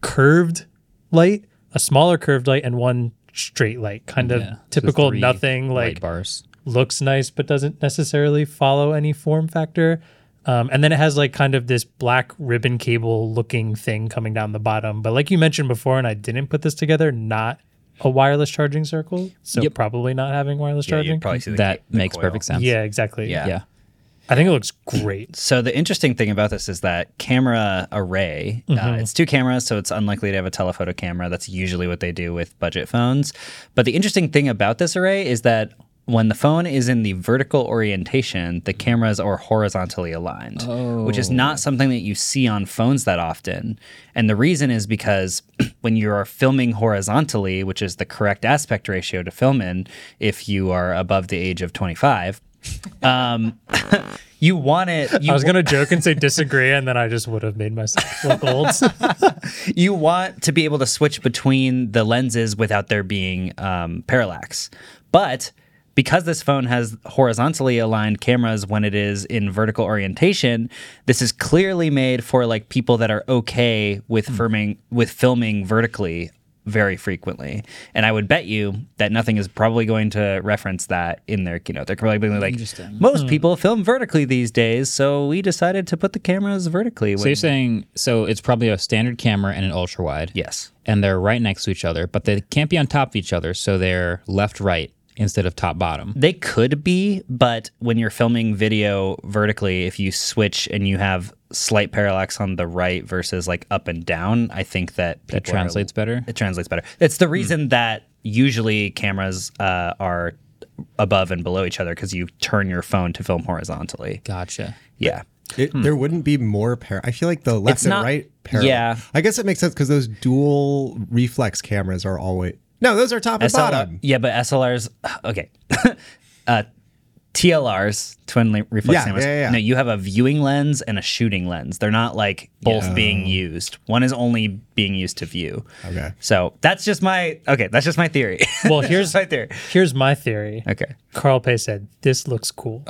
Speaker 2: curved light, a smaller curved light, and one straight light. Kind of
Speaker 1: Yeah. So
Speaker 2: typical
Speaker 1: three
Speaker 2: nothing
Speaker 1: light
Speaker 2: like
Speaker 1: bars.
Speaker 2: looks nice but doesn't necessarily follow any form factor. Um, and then it has like kind of this black ribbon cable looking thing coming down the bottom. But like you mentioned before, and I didn't put this together, not a wireless charging circle. So
Speaker 1: Yep.
Speaker 2: probably not having wireless
Speaker 3: yeah,
Speaker 2: charging.
Speaker 3: you'd probably see the
Speaker 1: That
Speaker 3: ca- the
Speaker 1: makes
Speaker 3: coil.
Speaker 1: perfect sense.
Speaker 2: yeah, exactly.
Speaker 3: Yeah.
Speaker 1: Yeah.
Speaker 2: I think it looks great.
Speaker 3: So the interesting thing about this is that camera array, uh, it's two cameras, so it's unlikely to have a telephoto camera. That's usually what they do with budget phones. But the interesting thing about this array is that when the phone is in the vertical orientation, the cameras are horizontally aligned, which is not something that you see on phones that often. And the reason is because *clears throat* when you are filming horizontally, which is the correct aspect ratio to film in if you are above the age of 25, um, you want it. You
Speaker 2: I was going to joke
Speaker 3: *laughs*
Speaker 2: and say disagree, and then I just would have made myself look old.
Speaker 3: you want to be able to switch between the lenses without there being um, parallax. But because this phone has horizontally aligned cameras when it is in vertical orientation, this is clearly made for like people that are okay with filming with filming vertically very frequently. And I would bet you that nothing is probably going to reference that in their keynote. They're probably going to be like most people film vertically these days, so we decided to put the cameras vertically.
Speaker 1: So you're saying so it's probably a standard camera and an ultra wide.
Speaker 3: yes.
Speaker 1: And they're right next to each other, but they can't be on top of each other, so they're left right instead of top bottom.
Speaker 3: They could be, but when you're filming video vertically, if you switch and you have slight parallax on the right versus like up and down, I think that
Speaker 1: That
Speaker 3: people are-
Speaker 1: translates better. Hmm.
Speaker 3: It translates better. It's the reason that usually cameras uh, are above and below each other because you turn your phone to film horizontally. *laughs*
Speaker 1: Gotcha.
Speaker 3: Yeah.
Speaker 4: It, There wouldn't be more pair. I feel like the left
Speaker 3: It's
Speaker 4: and
Speaker 3: not-
Speaker 4: right parallel.
Speaker 3: yeah.
Speaker 4: I guess it makes sense because those dual reflex cameras are always. No, those are top and
Speaker 3: SLR
Speaker 4: bottom.
Speaker 3: Yeah, but SLRs. *sighs* Okay. *laughs* uh, TLRs, twin le- reflex
Speaker 4: Yeah,
Speaker 3: cameras.
Speaker 4: yeah, yeah.
Speaker 3: No, you have a viewing lens and a shooting lens. They're not like both being used. One is only being used to view.
Speaker 4: Okay.
Speaker 3: So that's just my okay. That's just my theory. *laughs*
Speaker 2: Well, here's
Speaker 3: my theory.
Speaker 2: here's my theory.
Speaker 3: Okay.
Speaker 2: Carl Pay said, This looks
Speaker 3: *laughs*
Speaker 2: cool.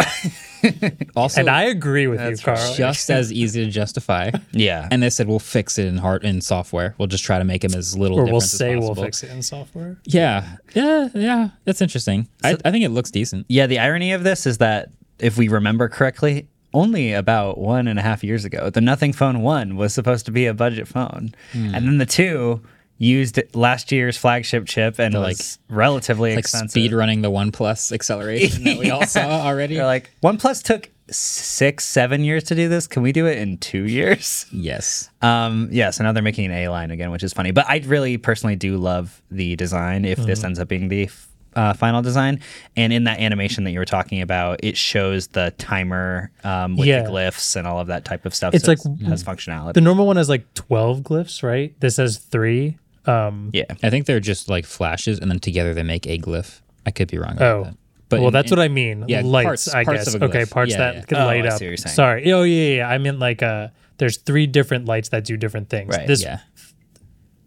Speaker 1: Also
Speaker 2: And I agree with you, Carl.
Speaker 1: just as easy to justify.
Speaker 3: *laughs* Yeah.
Speaker 1: And they said we'll fix it in hard in software. We'll just try to make them as little
Speaker 2: Or
Speaker 1: difference
Speaker 2: we'll
Speaker 1: as
Speaker 2: say we'll
Speaker 1: possible.
Speaker 2: fix it in software.
Speaker 1: Yeah. Yeah. Yeah. That's interesting. I, I think it looks decent.
Speaker 3: yeah. The irony of this is that if we remember correctly. Only about one and a half years ago, the Nothing Phone 1 was supposed to be a budget phone.
Speaker 1: Hmm.
Speaker 3: And then the 2 used last year's flagship chip and
Speaker 1: like-
Speaker 3: was relatively
Speaker 1: Like
Speaker 3: expensive.
Speaker 1: speed running the One Plus acceleration that we
Speaker 3: *laughs*
Speaker 1: all saw already.
Speaker 3: They're like, OnePlus took six, seven years to do this. Can we do it in two years? *laughs*
Speaker 1: yes.
Speaker 3: Um, yeah, so now they're making an A line again, which is funny. But I really personally do love the design if
Speaker 2: Mm-hmm.
Speaker 3: this ends up being the f- uh, final design. And in that animation that you were talking about, it shows the timer um, with
Speaker 2: Yeah.
Speaker 3: the glyphs and all of that type of stuff.
Speaker 2: It's
Speaker 3: so
Speaker 2: like-
Speaker 3: it has functionality.
Speaker 2: The normal one has like 12 glyphs, right? This has three. Um,
Speaker 3: yeah.
Speaker 1: I think they're just like flashes, and then together they make a glyph. I could be wrong. About
Speaker 2: oh.
Speaker 1: that.
Speaker 2: But well,
Speaker 1: in-
Speaker 2: that's
Speaker 1: in-
Speaker 2: what I mean.
Speaker 1: yeah,
Speaker 2: Lights,
Speaker 1: parts-
Speaker 2: I
Speaker 1: parts
Speaker 2: guess.
Speaker 1: of a
Speaker 2: Okay,
Speaker 1: glyph.
Speaker 2: parts
Speaker 1: Yeah,
Speaker 2: that
Speaker 1: yeah.
Speaker 2: can
Speaker 3: Oh,
Speaker 2: light
Speaker 3: I
Speaker 2: up.
Speaker 3: see what you're saying.
Speaker 2: Sorry. Oh, yeah, yeah, yeah. I meant like uh, there's three different lights that do different things.
Speaker 3: Right,
Speaker 2: This,
Speaker 1: Yeah.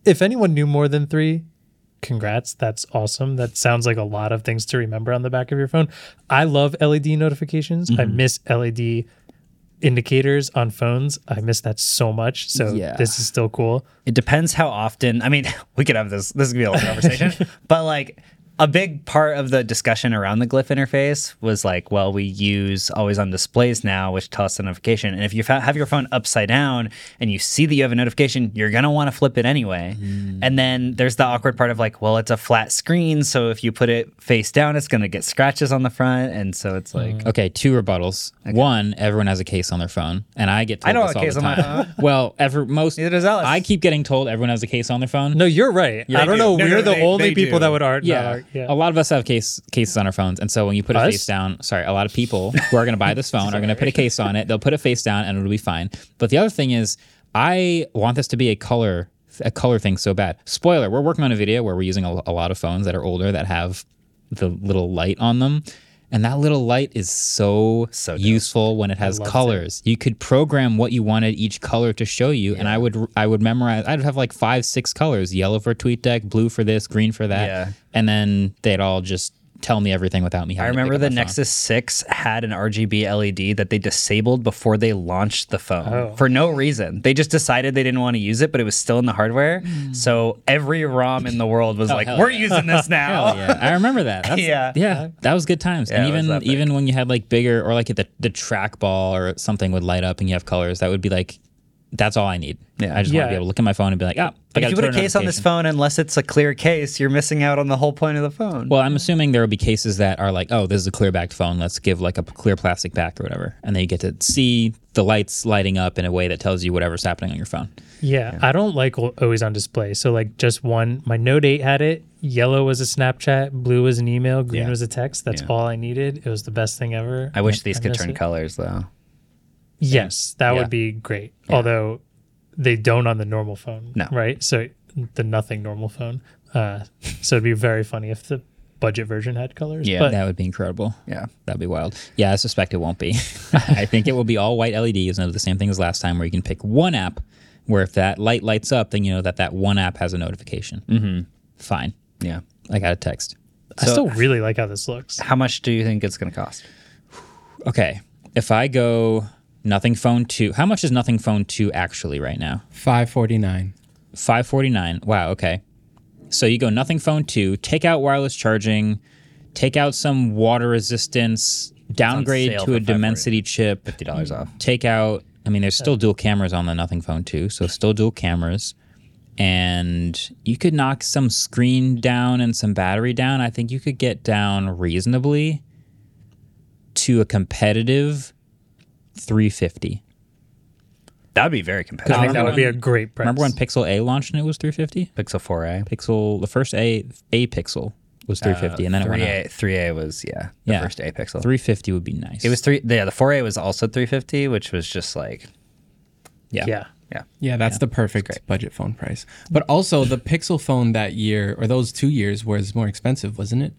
Speaker 2: If anyone knew more than three, congrats. That's awesome. That sounds like a lot of things to remember on the back of your phone. I love LED notifications. I
Speaker 1: Mm-hmm.
Speaker 2: miss LED indicators on phones. I miss that so much. So
Speaker 1: Yeah.
Speaker 2: this is still cool.
Speaker 3: It depends how often. I mean, *laughs* we could have this. This could be a whole conversation. but like a big part of the discussion around the glyph interface was like, well, we use always on displays now, which tell us the notification. And if you fa- have your phone upside down and you see that you have a notification, you're gonna want to flip it anyway. And then there's the awkward part of like, well, it's a flat screen, so if you put it face down, it's gonna get scratches on the front, and so it's like.
Speaker 1: Okay, two rebuttals. One, everyone has a case on their phone, and I get told
Speaker 3: I don't
Speaker 1: this
Speaker 3: have a
Speaker 1: all
Speaker 3: case
Speaker 1: the
Speaker 3: on my
Speaker 1: time. well, ever most
Speaker 3: Neither does Alice.
Speaker 1: I keep getting told everyone has a case on their phone.
Speaker 2: No, you're right. I don't
Speaker 4: do.
Speaker 2: know.
Speaker 4: No,
Speaker 2: We're
Speaker 4: no,
Speaker 2: the
Speaker 4: they-
Speaker 2: only
Speaker 4: they
Speaker 2: people
Speaker 4: do.
Speaker 2: that would art. Oh,
Speaker 1: Yeah,
Speaker 2: hurt. Yeah.
Speaker 1: a lot of us have case cases on our phones, and so when you put a
Speaker 2: Us?
Speaker 1: face down, sorry, a lot of people who are going to buy this phone are going to put a case on it. They'll put a face down, and it'll be fine. But the other thing is, I want this to be a color a color thing so bad. Spoiler: We're working on a video where we're using a, a lot of phones that are older that have the little light on them. And that little light is so,
Speaker 3: So dope.
Speaker 1: useful when it has colors. You could program what you wanted each color to show you, and I would I would memorize. I'd have like five, six colors: yellow for tweet deck, blue for this, green for that
Speaker 3: Yeah.
Speaker 1: and then they'd all just tell me everything without me.
Speaker 3: I
Speaker 1: Having
Speaker 3: remember
Speaker 1: to pick
Speaker 3: the
Speaker 1: up my phone.
Speaker 3: Nexus 6 had an RGB LED E that they disabled before they launched the phone
Speaker 2: Oh.
Speaker 3: for no reason. They just decided they didn't want to use it, but it was still in the hardware. So every ROM in the world was like,
Speaker 1: Hmm. hell
Speaker 3: we're using this
Speaker 1: *laughs*
Speaker 3: now.
Speaker 1: Hell yeah, I remember
Speaker 3: *laughs*
Speaker 1: that. That's,
Speaker 3: Yeah.
Speaker 1: yeah, that was good times.
Speaker 3: Yeah,
Speaker 1: and
Speaker 3: it was
Speaker 1: even
Speaker 3: epic.
Speaker 1: even when you had like bigger or like the the trackball or something would light up and you have colors, that would be like, that's all I need. Yeah, I just want
Speaker 2: Yeah.
Speaker 1: to be able to look at my phone and be like, oh, I
Speaker 3: But
Speaker 1: got
Speaker 3: if you put a case on this phone, unless it's a clear case, you're missing out on the whole point of the phone.
Speaker 1: Well, I'm assuming there will be cases that are like, oh, this is a clear backed phone. Let's give like a p- clear plastic back or whatever, and then you get to see the lights lighting up in a way that tells you whatever's happening on your phone.
Speaker 2: Yeah, I don't like al- always on display. So like just one, my Note 8 had it. Yellow was a Snapchat, blue was an email, green
Speaker 3: Yeah.
Speaker 2: was a text. That's
Speaker 3: Yeah.
Speaker 2: all I needed. It was the best thing ever.
Speaker 3: I wish these could
Speaker 2: miss
Speaker 3: turn
Speaker 2: it.
Speaker 3: colors though.
Speaker 2: Yes, that
Speaker 1: Yeah.
Speaker 2: would be great. Although they don't on the normal phone.
Speaker 3: No.
Speaker 2: Right? So the nothing normal phone. Uh, so it'd be very funny if the budget version had colors.
Speaker 3: Yeah.
Speaker 2: But
Speaker 1: That would be incredible.
Speaker 3: Yeah.
Speaker 1: That'd be wild. Yeah, I suspect it won't be. *laughs* I think it will be all white E LEDs, and it'll be the same thing as last time, where you can pick one app. Where if that light lights up, then you know that that one app has a notification. Mm-hmm. Fine,
Speaker 3: Yeah.
Speaker 1: I got a text.
Speaker 2: I still really like how this looks.
Speaker 3: How much do you think it's going to cost?
Speaker 1: Okay, if I go Nothing Phone Two, how much is Nothing Phone Two actually right now?
Speaker 5: 549.
Speaker 1: Five forty nine. Wow. Okay. So you go Nothing Phone Two, take out wireless charging, take out some water resistance, downgrade
Speaker 3: sale
Speaker 1: to
Speaker 3: for
Speaker 1: a Dimensity chip,
Speaker 3: Fifty dollars off.
Speaker 1: take out i mean there's still dual cameras on the nothing phone too so still dual cameras and you could knock some screen down and some battery down i think you could get down reasonably to a competitive 350
Speaker 3: That'd be very
Speaker 2: I
Speaker 3: competitive.
Speaker 2: think that would be a great price.
Speaker 1: remember when pixel a launched and it was 350
Speaker 3: Pixel 4a.
Speaker 1: pixel the first a a pixel was 350 and then it went up
Speaker 3: 3a, 3a was yeah Uh, the
Speaker 1: Yeah.
Speaker 3: first a pixel.
Speaker 1: 350 would be nice
Speaker 3: It was three. Yeah, the 4A was also 350, which was just like
Speaker 1: yeah,
Speaker 2: Yeah.
Speaker 3: yeah.
Speaker 5: Yeah, that's the perfect budget phone price. But also, the Pixel phone that year or those two years was more expensive, wasn't it?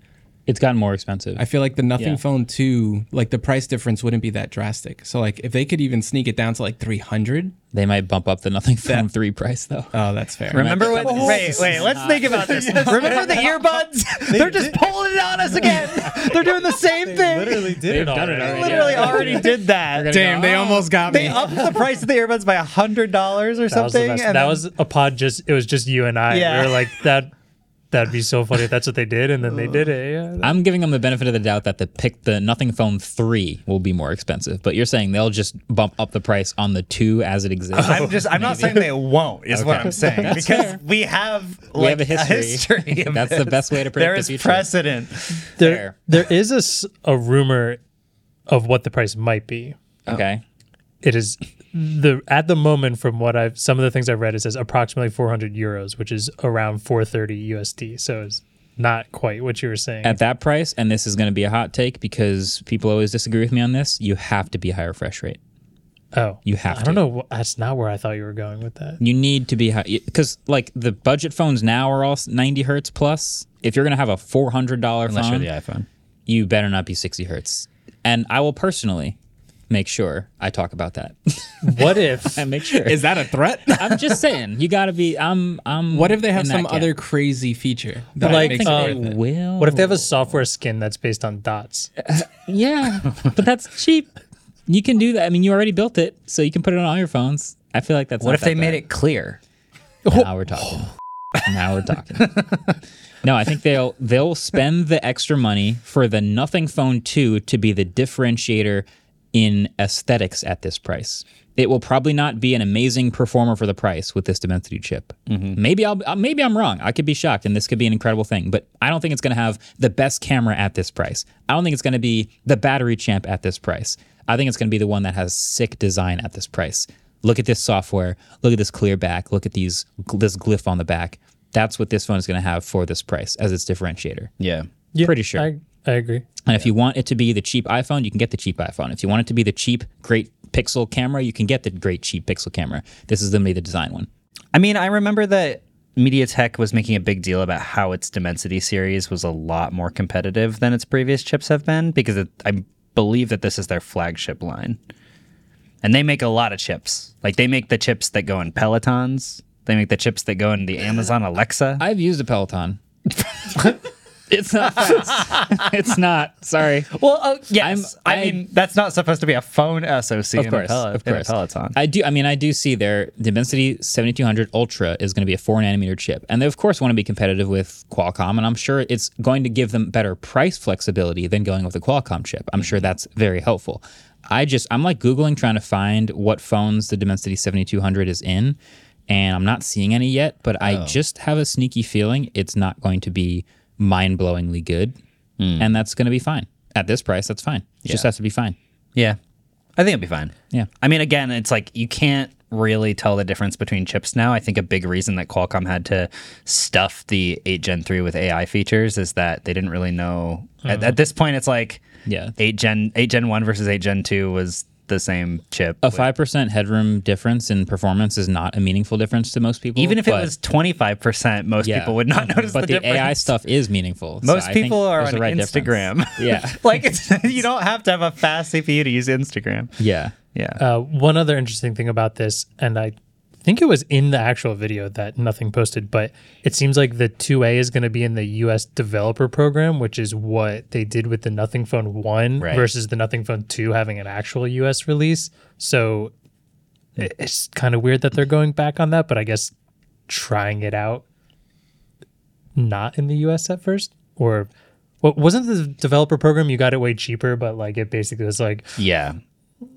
Speaker 1: it's gotten more expensive
Speaker 5: I feel like the Nothing
Speaker 1: Yeah.
Speaker 5: Phone 2, like the price difference wouldn't be that drastic. So, like, if they could even sneak it down to like 300,
Speaker 1: they might bump up the nothing phone 3 price though
Speaker 5: oh, that's fair.
Speaker 3: Remember when? Wait, wait. Let's think about this. *laughs* Remember the earbuds?
Speaker 1: *laughs*
Speaker 3: They're just pulling it on us again. *laughs* They're doing the same thing.
Speaker 2: Literally did it
Speaker 1: done it
Speaker 2: already.
Speaker 1: already.
Speaker 3: Literally *laughs* already did that.
Speaker 5: Damn,
Speaker 1: "Oh."
Speaker 5: they almost got
Speaker 3: They
Speaker 5: me.
Speaker 3: upped the price of the earbuds by hundred dollars or
Speaker 2: That was, the
Speaker 3: something.
Speaker 2: best.
Speaker 3: and
Speaker 2: that
Speaker 3: then-
Speaker 2: was a pod. Just it was just you and I.
Speaker 3: Yeah.
Speaker 2: We were like that. That'd be so funny if that's what they did, and then they did it. Yeah.
Speaker 1: I'm giving them the benefit of the doubt that the pick the Nothing Phone three will be more expensive, but you're saying they'll just bump up the price on the two as it exists.
Speaker 3: I'm just. I'm not saying they won't. Is what
Speaker 1: Okay.
Speaker 3: I'm saying
Speaker 1: That's
Speaker 3: because
Speaker 1: fair.
Speaker 3: we have like,
Speaker 1: have a history. *laughs*
Speaker 3: of
Speaker 1: That's the
Speaker 3: this.
Speaker 1: best way to predict
Speaker 3: There
Speaker 1: the
Speaker 3: is
Speaker 1: future.
Speaker 3: precedent.
Speaker 2: There, there is a, s- a rumor of what the price might be.
Speaker 1: okay,
Speaker 2: It is the at the moment from what I've some of the things I've read it says approximately 400 euros, which is around 430 USD. So it's not quite what you were saying.
Speaker 1: at that price, and this is going to be a hot take because people always disagree with me on this. You have to be higher fresh rate.
Speaker 2: oh,
Speaker 1: you have
Speaker 2: I don't
Speaker 1: to.
Speaker 2: know. wh- That's not where I thought you were going with that.
Speaker 1: You need to be high because like the budget phones now are all 90 hertz plus. If you're going to have a four hundred dollar phone,
Speaker 3: iPhone.
Speaker 1: you better not be 60 hertz. And I will personally make sure I talk about that. *laughs*
Speaker 2: What if?
Speaker 1: and make sure.
Speaker 5: Is that a threat?
Speaker 1: *laughs* I'm just saying, you got to be. I'm. I'm.
Speaker 5: what if they have
Speaker 1: in that
Speaker 5: some
Speaker 1: camp.
Speaker 5: other crazy feature? That
Speaker 2: like,
Speaker 5: makes it
Speaker 2: um,
Speaker 5: worth it?
Speaker 1: Will.
Speaker 2: *laughs* What if they have a software skin that's based on dots?
Speaker 1: Yeah, but that's cheap. You can do that. I mean, you already built it, so you can put it on all your phones. I feel like that's.
Speaker 3: What
Speaker 1: not
Speaker 3: if they
Speaker 1: that
Speaker 3: made
Speaker 1: bad.
Speaker 3: it clear?
Speaker 1: Now we're talking. now we're talking. No, I think they'll they'll spend the extra money for the Nothing Phone 2 to be the differentiator in aesthetics at this price. It will probably not be an amazing performer for the price with this Dimensity chip. Maybe I'll uh, maybe I'm wrong. I could be shocked, and this could be an incredible thing. But I don't think it's going to have the best camera at this price. I don't think it's going to be the battery champ at this price. I think it's going to be the one that has sick design at this price. Look at this software. Look at this clear back. Look at these this glyph on the back That's what this phone is going to have for this price as its differentiator.
Speaker 3: Yeah.
Speaker 2: Yeah,
Speaker 1: Pretty sure.
Speaker 2: I, I agree.
Speaker 1: And if you want it to be the cheap iPhone, you can get the cheap iPhone. If you want it to be the cheap, great Pixel camera, you can get the great cheap Pixel camera. This is going to be the design one.
Speaker 3: I mean, I remember that MediaTek was making a big deal about how its Dimensity series was a lot more competitive than its previous chips have been because it, I believe that this is their flagship line. And they make a lot of chips. Like they make the chips that go in Pelotons, they make the chips that go in the Amazon Alexa.
Speaker 1: I've used a Peloton. *laughs* it's not fast. *laughs* it's not. Sorry.
Speaker 3: well, uh, yes. i
Speaker 1: I'm- I-
Speaker 3: mean, that's not supposed to be a phone SoC
Speaker 1: Of
Speaker 3: in,
Speaker 1: course,
Speaker 3: a Pel-
Speaker 1: of
Speaker 3: in a
Speaker 1: course.
Speaker 3: Peloton.
Speaker 1: I do. I mean, I do see their Dimensity 7200 Ultra is going to be a four nanometer chip, and they of course want to be competitive with Qualcomm, and I'm sure it's going to give them better price flexibility than going with a Qualcomm chip. I'm sure that's very helpful. I just I'm like googling trying to find what phones the Dimensity 7200 is in, and I'm not seeing any yet. But I just have a sneaky feeling it's not going to be mind blowingly good, and that's going to be fine at this price. That's fine. It just has to be fine.
Speaker 3: Yeah. I think it'll be fine.
Speaker 1: Yeah.
Speaker 3: I mean, again, it's like you can't really tell the difference between chips now. I think a big reason that Qualcomm had to stuff the 8 Gen 3 with AI features is that they didn't really know. At,
Speaker 2: Uh-huh.
Speaker 3: at this point, it's like
Speaker 1: Yeah.
Speaker 3: 8 Gen 8 Gen 1 versus 8 Gen 2 was the same chip.
Speaker 2: Oh,
Speaker 1: a five percent headroom difference in performance is not a meaningful difference to most people.
Speaker 3: Even if
Speaker 1: but-
Speaker 3: it was 25%, most
Speaker 1: yeah.
Speaker 3: people would not *laughs* notice
Speaker 1: But the,
Speaker 3: difference.
Speaker 1: AI stuff is meaningful. so
Speaker 3: Most
Speaker 1: I think
Speaker 3: people are
Speaker 1: there's
Speaker 3: on
Speaker 1: a right difference. *laughs*
Speaker 3: Instagram.
Speaker 1: Yeah.
Speaker 3: *laughs* like it's you don't have to have a fast CPU to use Instagram.
Speaker 1: Yeah,
Speaker 3: Yeah.
Speaker 2: Uh, one other interesting thing about this, and I think it was in the actual video that nothing posted, but it seems like the 2A is going to be in the US developer program, which is what they did with the Nothing Phone 1
Speaker 3: Right.
Speaker 2: versus the Nothing Phone 2 having an actual US release. So i- it's kind of weird that they're going back on that, but I guess trying it out not in the US at first or. What wasn't the developer program you got it way cheaper, but like it basically was like
Speaker 3: Yeah.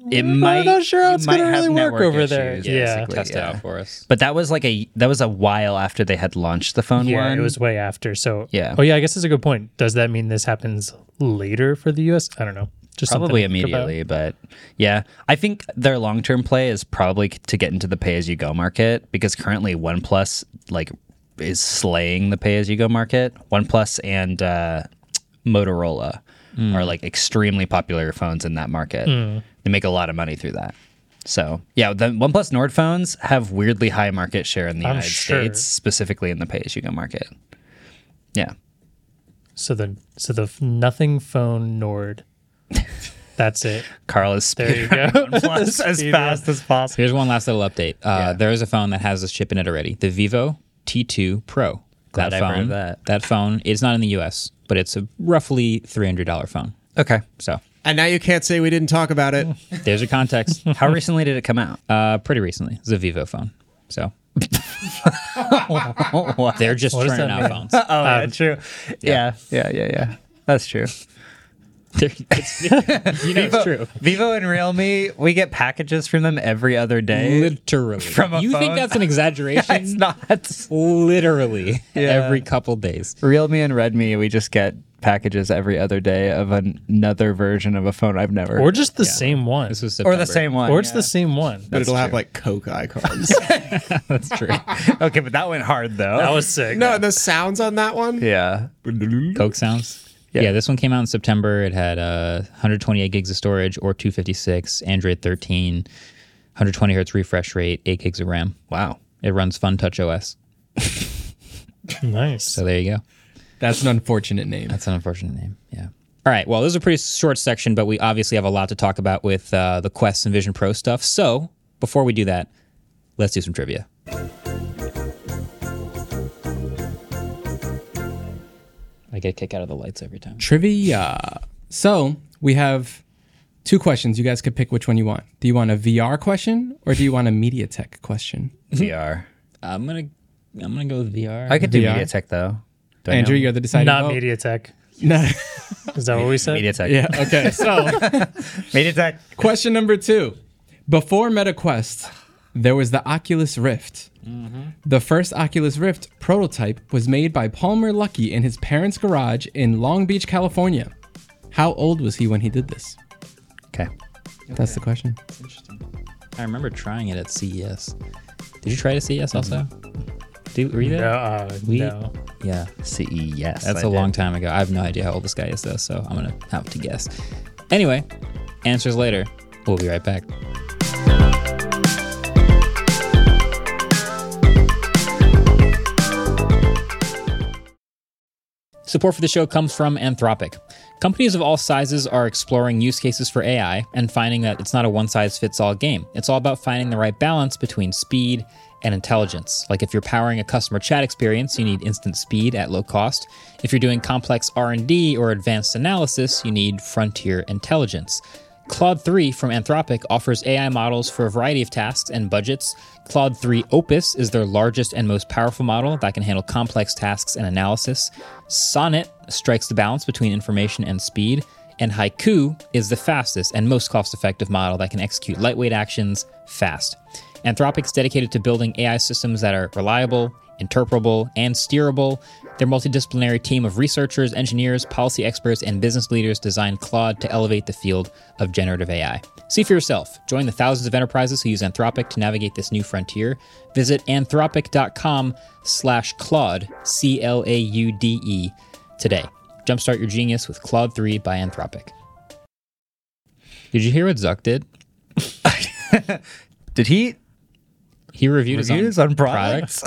Speaker 3: It might.
Speaker 2: not sure how
Speaker 3: you
Speaker 2: it's gonna
Speaker 3: might have
Speaker 2: really work
Speaker 3: network
Speaker 2: over there. Yeah.
Speaker 3: basically,
Speaker 1: test it
Speaker 3: yeah.
Speaker 1: out for us.
Speaker 3: But that was like a that was a while after they had launched the phone
Speaker 2: Yeah,
Speaker 3: one.
Speaker 2: it was way after. So
Speaker 3: Yeah.
Speaker 2: Oh yeah, I guess that's a good point. Does that mean this happens later for the U.S.? I don't know. Just something
Speaker 3: probably
Speaker 2: to think about.
Speaker 3: immediately, but yeah, I think their long term play is probably c- to get into the pay as you go market because currently OnePlus like is slaying the pay as you go market. OnePlus and uh, Motorola
Speaker 2: Hmm.
Speaker 3: are like extremely popular phones in that market. They make a lot of money through that. So yeah, the OnePlus Nord phones have weirdly high market share in the
Speaker 2: I'm
Speaker 3: United
Speaker 2: sure.
Speaker 3: States, specifically in the pay as you go market. Yeah.
Speaker 2: So the so the f- nothing phone
Speaker 3: *laughs*
Speaker 2: Nord. That's it.
Speaker 3: Carl is
Speaker 2: There
Speaker 3: speeding
Speaker 2: you go. *laughs*
Speaker 3: OnePlus as
Speaker 2: Speed
Speaker 3: fast
Speaker 2: round.
Speaker 3: as possible.
Speaker 1: Here's one last little update. Uh, There is a phone that has this chip in it already. The Vivo T2 Pro.
Speaker 3: Glad
Speaker 1: that
Speaker 3: I've
Speaker 1: phone.
Speaker 3: heard of that.
Speaker 1: phone is not in the U.S., but it's a roughly three hundred dollar phone.
Speaker 3: Okay.
Speaker 1: So
Speaker 4: And now you can't say we didn't talk about it.
Speaker 1: there's your
Speaker 3: *laughs*
Speaker 1: context.
Speaker 3: How recently did it come out?
Speaker 1: uh, pretty recently, it's a Vivo phone. So they're just
Speaker 2: does
Speaker 1: turning
Speaker 2: that
Speaker 1: out
Speaker 2: mean?
Speaker 1: phones.
Speaker 3: *laughs* Oh, that's true. Yeah. yeah, yeah, yeah, That's true.
Speaker 1: They're- it's- *laughs* you know it's true.
Speaker 3: Vivo and Realme, we get packages from them every other day.
Speaker 1: Literally.
Speaker 3: From a
Speaker 1: you think
Speaker 3: phone?
Speaker 1: that's
Speaker 3: *laughs*
Speaker 1: an exaggeration?
Speaker 3: it's not.
Speaker 1: Literally every couple days.
Speaker 3: Realme and Redmi, we just get packages every other day of an- another version of a phone I've never
Speaker 2: Or just the same one.
Speaker 1: This was
Speaker 3: or
Speaker 1: September.
Speaker 3: the same one.
Speaker 2: or it's
Speaker 3: yeah.
Speaker 2: the same one.
Speaker 4: but it'll have like Coke icons.
Speaker 1: That's true.
Speaker 3: Okay, but that went hard though.
Speaker 2: That was sick.
Speaker 4: no, and the sounds on that
Speaker 3: *laughs*
Speaker 4: one.
Speaker 3: yeah. *laughs*
Speaker 1: Coke sounds. Yeah. this one came out in September. It had uh, 128 gigs of storage or 256, Android 13, 120 hertz refresh rate, 8 gigs of RAM.
Speaker 3: Wow.
Speaker 1: It runs Fun Touch OS.
Speaker 2: Nice.
Speaker 1: So there you go.
Speaker 5: That's an unfortunate name.
Speaker 1: That's an unfortunate name. Yeah. All right. Well, this is a pretty short section, but we obviously have a lot to talk about with uh, the Quest and Vision Pro stuff. So before we do that, let's do some trivia. I get a kick out of the lights every time.
Speaker 5: Trivia. So we have two questions. You guys could pick which one you want. Do you want a VR question or do you want a MediaTek question?
Speaker 3: VR.
Speaker 1: I'm gonna, I'm gonna go with VR.
Speaker 3: I could do
Speaker 5: VR.
Speaker 3: MediaTek though. Do I
Speaker 5: Andrew,
Speaker 3: know?
Speaker 5: you're the deciding
Speaker 2: Not
Speaker 5: vote.
Speaker 2: MediaTek.
Speaker 5: No.
Speaker 2: Is that what we said?
Speaker 3: MediaTek.
Speaker 5: yeah. *laughs* Okay.
Speaker 3: MediaTek.
Speaker 5: Question number two. Before MetaQuest, there was the Oculus Rift. The first Oculus Rift prototype was made by Palmer Lucky in his parents' garage in Long Beach, California. How old was he when he did this?
Speaker 3: *laughs* Okay.
Speaker 5: That's the question.
Speaker 1: E I remember trying it at CES. Did you try it at CES E also? Did, were you there?
Speaker 2: No, uh,
Speaker 1: We-
Speaker 2: no.
Speaker 1: Yeah.
Speaker 3: CES.
Speaker 1: That's
Speaker 3: a
Speaker 1: a long time ago. I have no idea how old this guy is, though, so I'm going to have to guess. Anyway, answers later. We'll be right back. Support for the show comes from Anthropic. Companies of all sizes are exploring use cases for AI and finding that it's not a one size fits all game. It's all about finding the right balance between speed and intelligence. Like if you're powering a customer chat experience, you need instant speed at low cost. If you're doing complex R&D or advanced analysis, you need frontier intelligence. Claude 3 from Anthropic offers AI models for a variety of tasks and budgets. Claude 3 Opus is their largest and most powerful model that can handle complex tasks and analysis. Sonnet strikes the balance between information and speed. And Haiku is the fastest and most cost effective model that can execute lightweight actions fast. Anthropic's dedicated to building AI systems that are reliable, interpretable, and steerable. Their multidisciplinary team of researchers, engineers, policy experts, and business leaders designed Claude to elevate the field of generative AI. See for yourself. Join the thousands of enterprises who use Anthropic to navigate this new frontier. Visit anthropic.com slash Claude, C-L-A-U-D-E, E, today. Jumpstart your genius with Claude 3 by Anthropic. Did you hear what Zuck did?
Speaker 3: Did he?
Speaker 1: He reviewed,
Speaker 3: Reviewed his own products?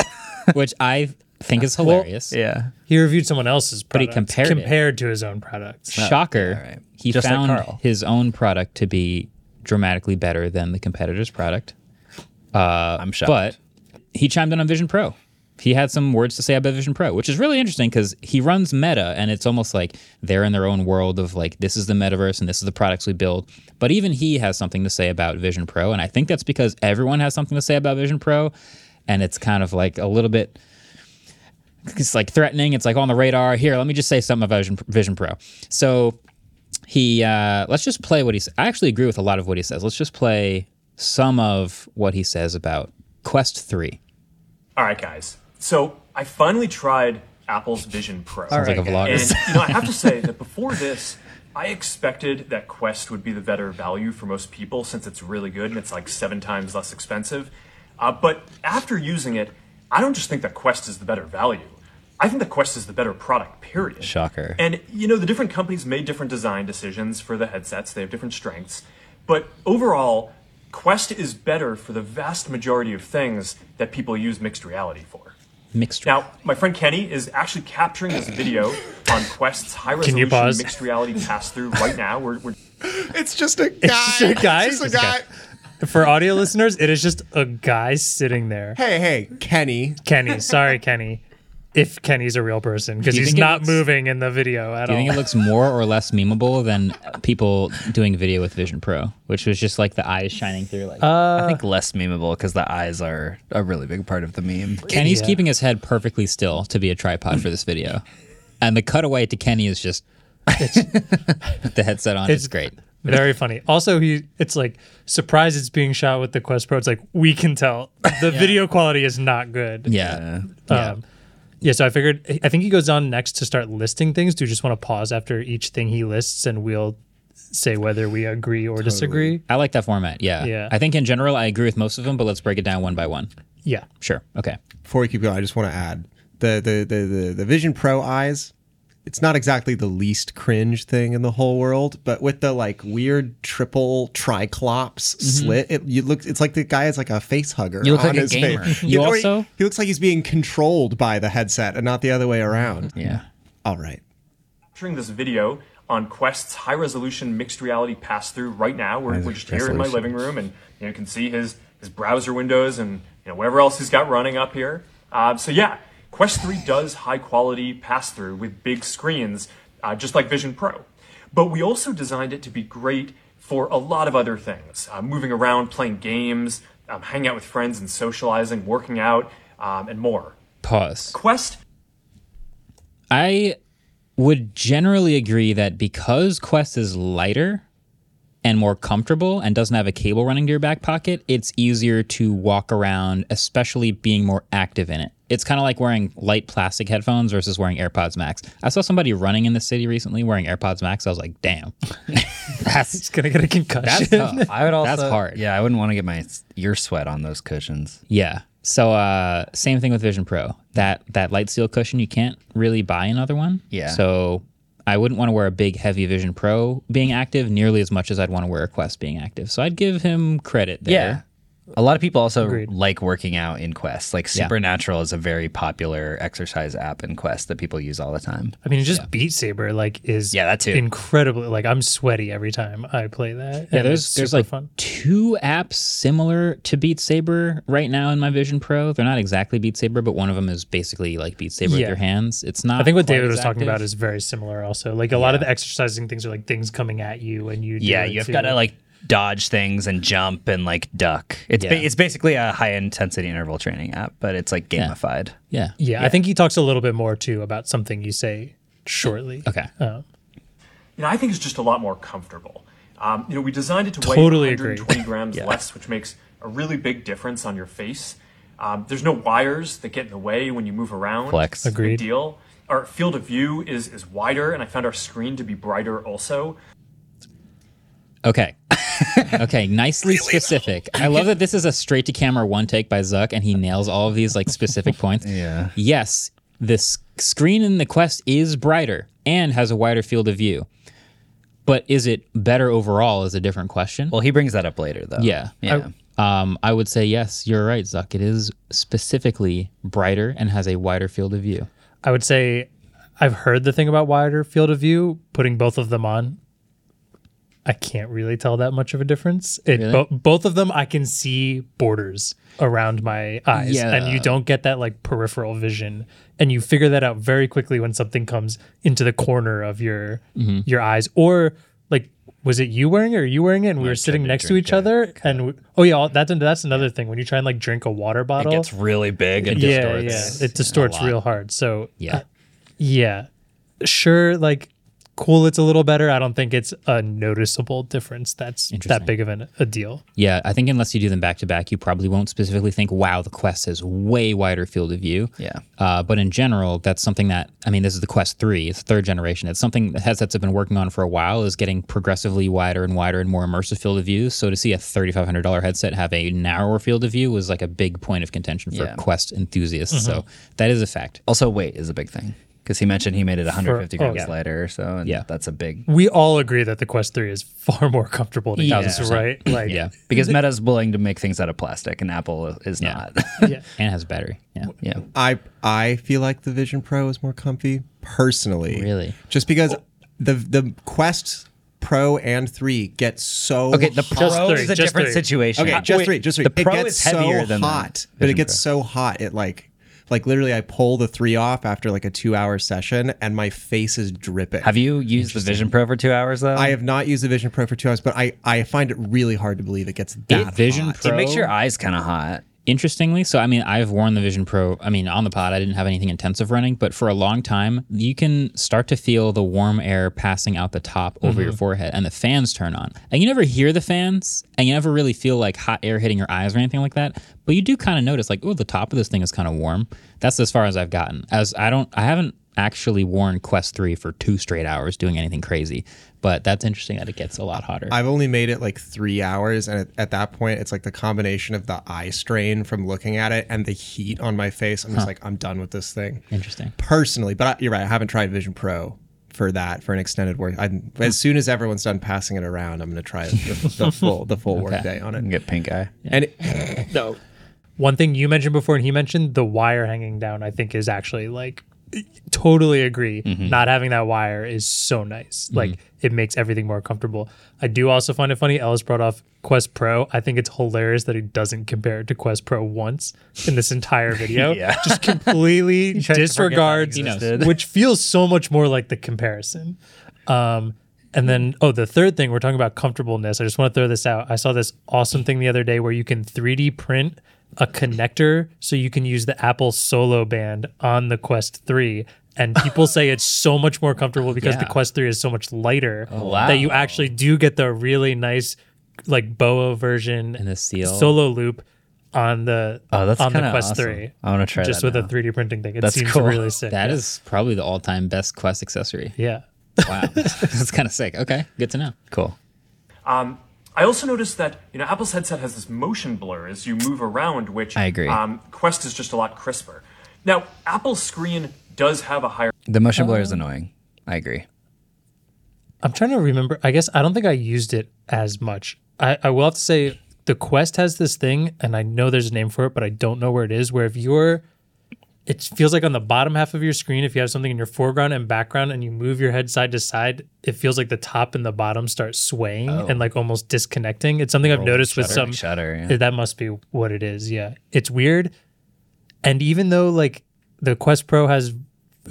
Speaker 1: which I think is hilarious.
Speaker 3: Yeah.
Speaker 2: He reviewed someone else's
Speaker 1: he
Speaker 2: product
Speaker 1: compared it.
Speaker 2: compared to his own products.
Speaker 1: Shocker.
Speaker 3: all right.
Speaker 1: He
Speaker 3: Just like
Speaker 1: found
Speaker 3: Carl.
Speaker 1: his own product to be dramatically better than the competitor's product. Uh,
Speaker 3: I'm shocked.
Speaker 1: But he chimed in on Vision Pro. He had some words to say about Vision Pro, which is really interesting because he runs Meta, and it's almost like they're in their own world of like this is the metaverse and this is the products we build. But even he has something to say about Vision Pro, and I think that's because everyone has something to say about Vision Pro, and it's kind of like a little bit. It's like threatening. It's like on the radar. Here, let me just say something about Vision, Vision Pro. So he uh, let's just play what he says. I actually agree with a lot of what he says. Let's just play some of what he says about Quest Three.
Speaker 7: All right, guys. So I finally tried Apple's Vision Pro.
Speaker 1: Sounds like a vlog.
Speaker 7: And you know, I have to say that before this, I expected that Quest would be the better value for most people since it's really good and it's like seven times less expensive. Uh, but after using it, I don't just think that Quest is the better value. I think that Quest is the better product, period.
Speaker 3: Shocker.
Speaker 7: And you know, the different companies made different design decisions for the headsets. They have different strengths. But overall, Quest is better for the vast majority of things that people use mixed reality for.
Speaker 1: Mixed.
Speaker 7: Now, my friend Kenny is actually capturing this video on Quest's high
Speaker 2: you
Speaker 7: resolution
Speaker 2: pause?
Speaker 7: mixed reality pass through right now. We're, we're
Speaker 4: It's just a guy.
Speaker 2: just a guy?
Speaker 4: It's just
Speaker 2: Just
Speaker 4: a
Speaker 2: a
Speaker 4: guy.
Speaker 2: For audio listeners, it is just a guy sitting there.
Speaker 4: Hey, hey, Kenny.
Speaker 2: Kenny, sorry, Kenny. If Kenny's a real person, because
Speaker 1: you
Speaker 2: he's
Speaker 1: think it
Speaker 2: not
Speaker 1: looks-
Speaker 2: moving in the video at
Speaker 1: Do you
Speaker 2: all.
Speaker 1: think it looks more or less memeable than people doing video with Vision Pro, which was just like the eyes shining through? Like
Speaker 3: I think less memeable because the eyes are a really big part of the *laughs* meme.
Speaker 1: *laughs* Kenny's keeping his head perfectly still to be a tripod for this video, and the cutaway to Kenny is just *laughs* the headset on. It's, great.
Speaker 2: Very funny. Also, he it's like surprised it's being shot with the Quest Pro. It's like we can tell the video quality is not good.
Speaker 1: Yeah.
Speaker 2: Um, yeah, so I figured I think he goes on next to start listing things. Do you just want to pause after each thing he lists and we'll say whether we agree or disagree?
Speaker 1: I like that format. Yeah.
Speaker 2: Yeah.
Speaker 1: I think in general I agree with most of them, but let's break it down one by one.
Speaker 2: Yeah. *laughs*
Speaker 1: Sure. Okay.
Speaker 4: Before we keep going, I just want to add the the, the the the Vision Pro eyes. It's not exactly the least cringe thing in the whole world, but with the like weird triple triclops slit, it you look. It's like the guy is like a face hugger.
Speaker 1: Mm-hmm. You look
Speaker 4: on
Speaker 1: like a
Speaker 4: his
Speaker 1: gamer.
Speaker 4: face.
Speaker 1: You
Speaker 4: know, *laughs* or
Speaker 1: also-
Speaker 4: he, he looks like he's being controlled by the headset and not the other way around.
Speaker 1: Yeah.
Speaker 4: All right.
Speaker 7: capturing this video on Quest's high resolution mixed reality pass through right now. We're, we're just here in my living room, and you, know, you can see his his browser windows and you know whatever else he's got running up here. Uh, so yeah, Quest 3 does high quality pass through with big screens, uh, just like Vision Pro. But we also designed it to be great for a lot of other things: uh, moving around, playing games, um, hanging out with friends and socializing, working out, um, and more.
Speaker 1: Pause.
Speaker 7: Quest
Speaker 1: I would generally agree that because Quest is lighter and more comfortable and doesn't have a cable running to your back pocket, it's easier to walk around, especially being more active in it. It's kind of like wearing light plastic headphones versus wearing AirPods Max. I saw somebody running in the city recently wearing AirPods Max. I was like, damn, *laughs* that's *laughs*
Speaker 2: He's gonna get a concussion.
Speaker 1: that's tough.
Speaker 3: I would also.
Speaker 1: That's hard.
Speaker 3: Yeah, I wouldn't want to get my s- ear sweat on those cushions.
Speaker 1: Yeah. So uh, same thing with Vision Pro. That that light seal cushion, you can't really buy another one.
Speaker 3: Yeah.
Speaker 1: So I wouldn't want to wear a big heavy Vision Pro being active nearly as much as I'd want to wear a Quest being active. So I'd give him credit there.
Speaker 3: Yeah. A lot of people also
Speaker 2: Agreed.
Speaker 3: like working out in Quest. Like Supernatural is a very popular exercise app in Quest that people use all the time.
Speaker 2: I mean, just Beat Saber like is
Speaker 3: Yeah, that too.
Speaker 2: incredibly like I'm sweaty every time I play that.
Speaker 1: Yeah,
Speaker 2: and
Speaker 1: there's
Speaker 2: it's
Speaker 1: there's
Speaker 2: super
Speaker 1: like two apps similar to Beat Saber right now in my Vision Pro. They're not exactly Beat Saber, but one of them is basically like Beat Saber with
Speaker 2: Yeah.
Speaker 1: your hands. It's not.
Speaker 2: I think what
Speaker 1: quite
Speaker 2: David
Speaker 1: as
Speaker 2: was talking
Speaker 1: active.
Speaker 2: about is very similar. Also, like a lot of the exercising things are like things coming at you, and you. do
Speaker 3: yeah,
Speaker 2: it
Speaker 3: you've
Speaker 2: too.
Speaker 3: got to like dodge things and jump and like duck. It's ba-
Speaker 1: Yeah.
Speaker 3: it's basically a high intensity interval training app, but it's like gamified.
Speaker 1: yeah.
Speaker 2: Yeah, I think he talks a little bit more too about something you say shortly.
Speaker 1: Okay.
Speaker 2: Uh,
Speaker 7: you know, I think it's just a lot more comfortable. Um, you know, we designed it to
Speaker 2: Totally
Speaker 7: weigh
Speaker 2: agree.
Speaker 7: 120
Speaker 2: *laughs*
Speaker 7: grams less, which makes a really big difference on your face. Um, there's no wires that get in the way when you move around.
Speaker 3: Flex.
Speaker 7: Big
Speaker 2: Agreed.
Speaker 7: deal. Our field of view is is wider, and I found our screen to be brighter also.
Speaker 3: *laughs*
Speaker 1: Okay. okay. Nicely specific. I love that this is a straight to camera one take by Zuck, and he nails all of these like specific points.
Speaker 3: *laughs* Yeah.
Speaker 1: Yes, this screen in the Quest is brighter and has a wider field of view, but is it better overall? Is a different question.
Speaker 3: Well, he brings that up later though.
Speaker 1: yeah.
Speaker 3: Yeah.
Speaker 1: Um, I would say yes. You're right, Zuck. It is specifically brighter and has a wider field of view.
Speaker 2: I would say I've heard the thing about wider field of view. Putting both of them on, I can't really tell that much of a difference. It, bo- both of them, I can see borders around my eyes, and
Speaker 1: Yeah.
Speaker 2: you don't get that like peripheral vision, and you figure that out very quickly when something comes into the corner of your your eyes or like. Was it you wearing it or you wearing it? And we were sitting next to each other. And w oh yeah, that's that's another thing. When you try and like drink a water bottle,
Speaker 3: Gets really big and
Speaker 2: yeah,
Speaker 3: distorts.
Speaker 2: yeah, it distorts real hard. So
Speaker 1: Yeah.
Speaker 2: uh, yeah, sure. Like, cool. It's a little better. I don't think it's a noticeable difference. That's that
Speaker 1: Interesting.
Speaker 2: big of an, a deal.
Speaker 1: Yeah, I think unless you do them back to back, you probably won't specifically think, wow, the Quest has way wider field of view.
Speaker 3: Yeah.
Speaker 1: Uh, but in general, that's something that, I mean, this is the Quest 3, it's third generation. It's something that headsets have been working on for a while, is getting progressively wider and wider and more immersive field of view. So to see a $3,500 headset have a narrower field of view was like a big point of contention for
Speaker 3: Yeah. Mm-hmm.
Speaker 1: Quest enthusiasts. So that is a fact.
Speaker 3: Also, weight is a big thing because he mentioned he made it 150
Speaker 2: For- oh,
Speaker 3: grams
Speaker 2: yeah.
Speaker 3: lighter or so, and
Speaker 1: Yeah.
Speaker 3: that's a big
Speaker 2: We all agree that the Quest Three is far more comfortable to
Speaker 1: Yeah.
Speaker 2: use, right? Like,
Speaker 1: Yeah.
Speaker 3: because Meta's willing to make things out of plastic, and Apple is
Speaker 2: *laughs*
Speaker 3: not. *laughs*
Speaker 2: yeah.
Speaker 1: And it has a battery. Yeah.
Speaker 3: yeah,
Speaker 4: I I feel like the Vision Pro is more comfy personally.
Speaker 1: Really? Oh.
Speaker 4: Just because the the Quest Pro and 3 get so
Speaker 3: Okay, the Pro
Speaker 2: three,
Speaker 3: is a
Speaker 2: just
Speaker 3: different
Speaker 2: three.
Speaker 3: situation. Uh,
Speaker 4: Okay, just 3, just 3.
Speaker 3: The Pro
Speaker 4: it gets
Speaker 3: is heavier
Speaker 4: so
Speaker 3: than the
Speaker 4: hot, but it
Speaker 3: Vision
Speaker 4: gets so hot it like like literally I pull the 3 off after like a 2-hour session and my face is dripping.
Speaker 3: Have you used the Vision Pro for two hours though?
Speaker 4: I have not used the Vision Pro for 2 hours, but I I find it really hard to believe it gets that hot.
Speaker 1: Vision Pro.
Speaker 3: it makes your eyes kind of hot.
Speaker 1: interestingly so i mean i've worn the vision pro i mean on the pod i didn't have anything intensive running but for a long time you can start to feel the warm air passing out the top over your forehead and the fans turn on and you never hear the fans and you never really feel like hot air hitting your eyes or anything like that but you do kind of notice like oh the top of this thing is kind of warm that's as far as i've gotten as i don't i haven't actually worn quest 3 for two straight hours doing anything crazy but that's interesting that it gets a lot hotter
Speaker 4: I've only made it like three hours, and at, at that point, it's like the combination of the eye strain from looking at it and the heat on my face. I'm just like, I'm done with this thing.
Speaker 1: interesting
Speaker 4: Personally, but I, you're right. I haven't tried Vision Pro for that for an extended work. I'm, as soon as everyone's done passing it around, I'm going to try the, the full the full work day on it.
Speaker 3: You get pink eye.
Speaker 4: And it, no,
Speaker 2: One thing you mentioned before, and he mentioned the wire hanging down. I think is actually like totally agree.
Speaker 3: Mm-hmm.
Speaker 2: Not having that wire is so nice. Like it makes everything more comfortable. I do also find it funny. Ellis brought off Quest Pro. I think it's hilarious that he doesn't compare it to Quest Pro once in this
Speaker 3: *laughs*
Speaker 2: entire video.
Speaker 3: Yeah.
Speaker 2: Just
Speaker 3: *laughs*
Speaker 2: completely
Speaker 3: tried to forget that
Speaker 2: disregards,
Speaker 3: existed.
Speaker 2: which feels so much more like the comparison. Um, and then, oh, the third thing we're talking about comfortableness. I just want to throw this out. I saw this awesome thing the other day where you can 3D print a connector so you can use the Apple Solo Band on the Quest 3. And people say it's so much more comfortable because the
Speaker 1: Yeah.
Speaker 2: Quest 3 is so much lighter
Speaker 3: Oh, wow.
Speaker 2: that you actually do get the really nice, like boa version and
Speaker 1: the seal.
Speaker 2: solo loop on the
Speaker 3: Oh, that's
Speaker 2: on the
Speaker 3: kinda
Speaker 2: Quest
Speaker 3: awesome.
Speaker 2: 3.
Speaker 3: I wanna try
Speaker 2: just with
Speaker 3: that now.
Speaker 2: a 3D printing thing. It
Speaker 3: That's
Speaker 2: seems
Speaker 3: cool.
Speaker 2: really sick.
Speaker 1: That is probably the all-time best quest accessory
Speaker 2: yeah.
Speaker 1: Wow. That's kind of sick. Okay. Good to know.
Speaker 3: Cool.
Speaker 7: I also noticed that you know Apple's headset has this motion blur as you move around, which
Speaker 3: I agree.
Speaker 7: Um, Quest is just a lot crisper. Now, Apple's screen does have a higher
Speaker 3: The motion blur
Speaker 2: Um,
Speaker 3: is annoying. I agree.
Speaker 2: I'm trying to remember. I guess I don't think I used it as much. I, I will have to say the Quest has this thing, and I know there's a name for it, but I don't know where it is. Where if you're, it feels like on the bottom half of your screen, if you have something in your foreground and background, and you move your head side to side, it feels like the top and the bottom start swaying and like almost disconnecting. It's something I've noticed with some
Speaker 3: shutter, yeah.
Speaker 2: Th- That must be what it is. Yeah, it's weird. And even though like the Quest Pro has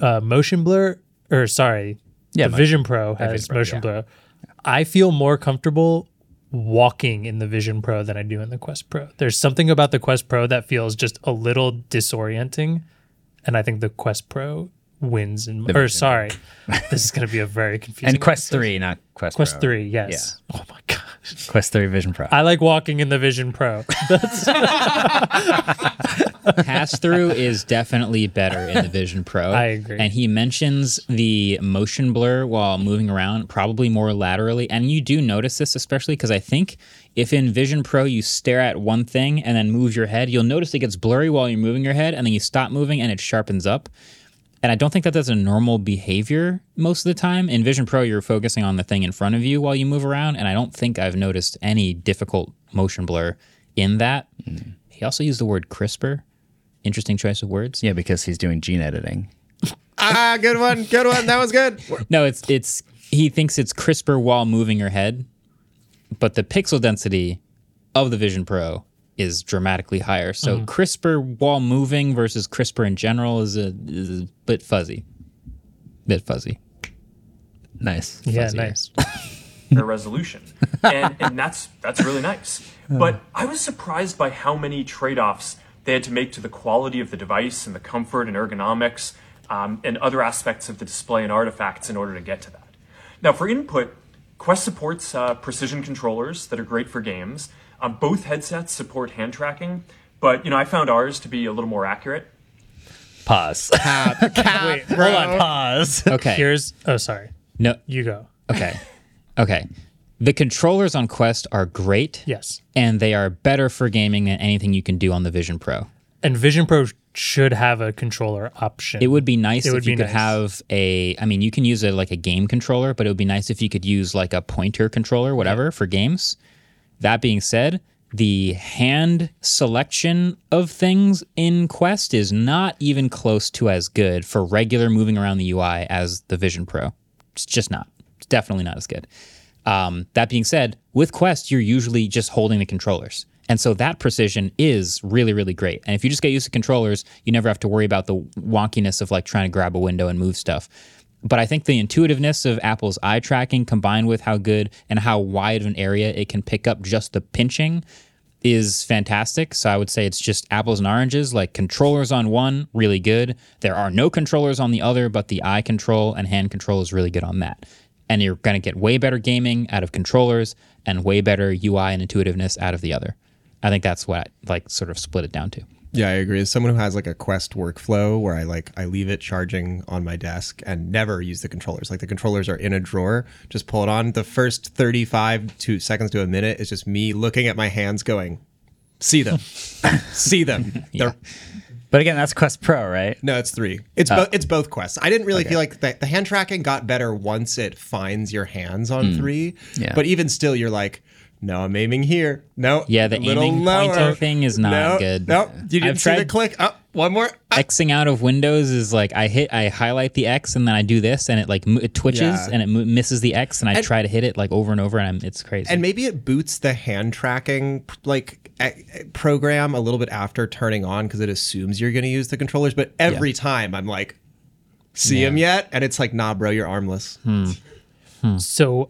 Speaker 2: uh, motion blur, or sorry,
Speaker 3: Yeah,
Speaker 2: the
Speaker 3: mo-
Speaker 2: Vision Pro has motion blur. I feel more comfortable walking in the Vision Pro than I do in the Quest Pro. There's something about the Quest Pro that feels just a little disorienting, and I think the Quest Pro wins. In or
Speaker 3: *laughs*
Speaker 2: sorry, this is going to be a very confusing.
Speaker 3: And Quest
Speaker 2: episode.
Speaker 3: Three, not Quest.
Speaker 2: Quest
Speaker 3: Pro.
Speaker 2: Three, yes. Oh my gosh.
Speaker 3: Quest Three Vision Pro.
Speaker 2: I like walking in the Vision
Speaker 3: *laughs*
Speaker 2: Pro.
Speaker 1: Pass
Speaker 2: *laughs*
Speaker 1: through is definitely better in the Vision Pro.
Speaker 2: I agree.
Speaker 1: And he mentions the motion blur while moving around, probably more laterally. And you do notice this, especially because I think if in Vision Pro you stare at one thing and then move your head, you'll notice it gets blurry while you're moving your head, and then you stop moving and it sharpens up. And I don't think that that's a normal behavior most of the time. In Vision Pro, you're focusing on the thing in front of you while you move around. And I don't think I've noticed any difficult motion blur in that. He also used the word crisper. Interesting choice of words.
Speaker 3: yeah, because he's doing gene editing.
Speaker 4: Ah, good one, good one. That was good.
Speaker 1: No, it's it's he thinks it's crisper while moving your head, but the pixel density of the Vision Pro is dramatically higher. So
Speaker 2: Mm-hmm.
Speaker 1: crisper while moving versus crisper in general is a, is a bit fuzzy. Bit fuzzy.
Speaker 3: Nice.
Speaker 2: yeah,
Speaker 1: Fuzzy.
Speaker 2: nice.
Speaker 7: their resolution, and, and that's that's really nice. But I was surprised by how many trade-offs they had to make to the quality of the device and the comfort and ergonomics um, and other aspects of the display and artifacts in order to get to that. Now, for input, Quest supports uh, precision controllers that are great for games. Um, both headsets support hand tracking, but you know I found ours to be a little more accurate.
Speaker 3: Pause.
Speaker 2: Wait, hold on.
Speaker 3: Pause.
Speaker 1: *laughs*
Speaker 2: *laughs*
Speaker 1: Okay.
Speaker 2: Here's oh sorry,
Speaker 1: no
Speaker 2: you go.
Speaker 1: okay. Okay. The controllers on Quest are great.
Speaker 2: Yes.
Speaker 1: And they are better for gaming than anything you can do on the Vision Pro.
Speaker 2: And Vision Pro should have a controller option.
Speaker 1: It would be nice
Speaker 2: It
Speaker 1: if
Speaker 2: would
Speaker 1: you
Speaker 2: be
Speaker 1: could
Speaker 2: nice.
Speaker 1: have a. I mean, you can use it like a game controller, but it would be nice if you could use like a pointer controller, whatever, for games. That being said, the hand selection of things in Quest is not even close to as good for regular moving around the UI as the Vision Pro. It's just not. It's definitely not as good. Um, that being said, with Quest, you're usually just holding the controllers. And so that precision is really, really great. And if you just get used to controllers, you never have to worry about the wonkiness of like trying to grab a window and move stuff. But I think the intuitiveness of Apple's eye tracking combined with how good and how wide of an area it can pick up just the pinching is fantastic. So I would say it's just apples and oranges, like controllers on one, really good. There are no controllers on the other, but the eye control and hand control is really good on that. And you're going to get way better gaming out of controllers and way better UI and intuitiveness out of the other. I think that's what I like sort of split it down to.
Speaker 4: Yeah, I agree. As someone who has like a Quest workflow where I like I leave it charging on my desk and never use the controllers. Like the controllers are in a drawer, just pull it on. The first 35 to seconds to a minute is just me looking at my hands going, "See them. *laughs* See them." They're
Speaker 3: But again, that's Quest Pro, right?
Speaker 4: No, it's 3.
Speaker 1: Oh.
Speaker 4: It's both it's both quests. I didn't really feel like the, the hand tracking got better once it finds your hands on
Speaker 1: Hmm.
Speaker 4: 3.
Speaker 3: Yeah.
Speaker 4: But even still you're like no, I'm aiming here. No,
Speaker 1: Yeah, the
Speaker 4: a little
Speaker 1: aiming
Speaker 4: lower.
Speaker 1: pointer thing is not
Speaker 4: no,
Speaker 1: good.
Speaker 4: No, you didn't
Speaker 1: I've
Speaker 4: see the
Speaker 1: tried-
Speaker 4: click. Up, one more. Up.
Speaker 1: Xing out of Windows is like I hit, I highlight the X and then I do this and it like mo- it twitches
Speaker 4: Yeah.
Speaker 1: and it mo- misses the X and I try to hit it like over and over and I'm, it's crazy.
Speaker 4: and maybe it boots the hand tracking like eh, eh, program a little bit after turning on because it assumes you're going to use the controllers but every time i'm like see him yet and it's like nah bro you're armless
Speaker 2: Um, So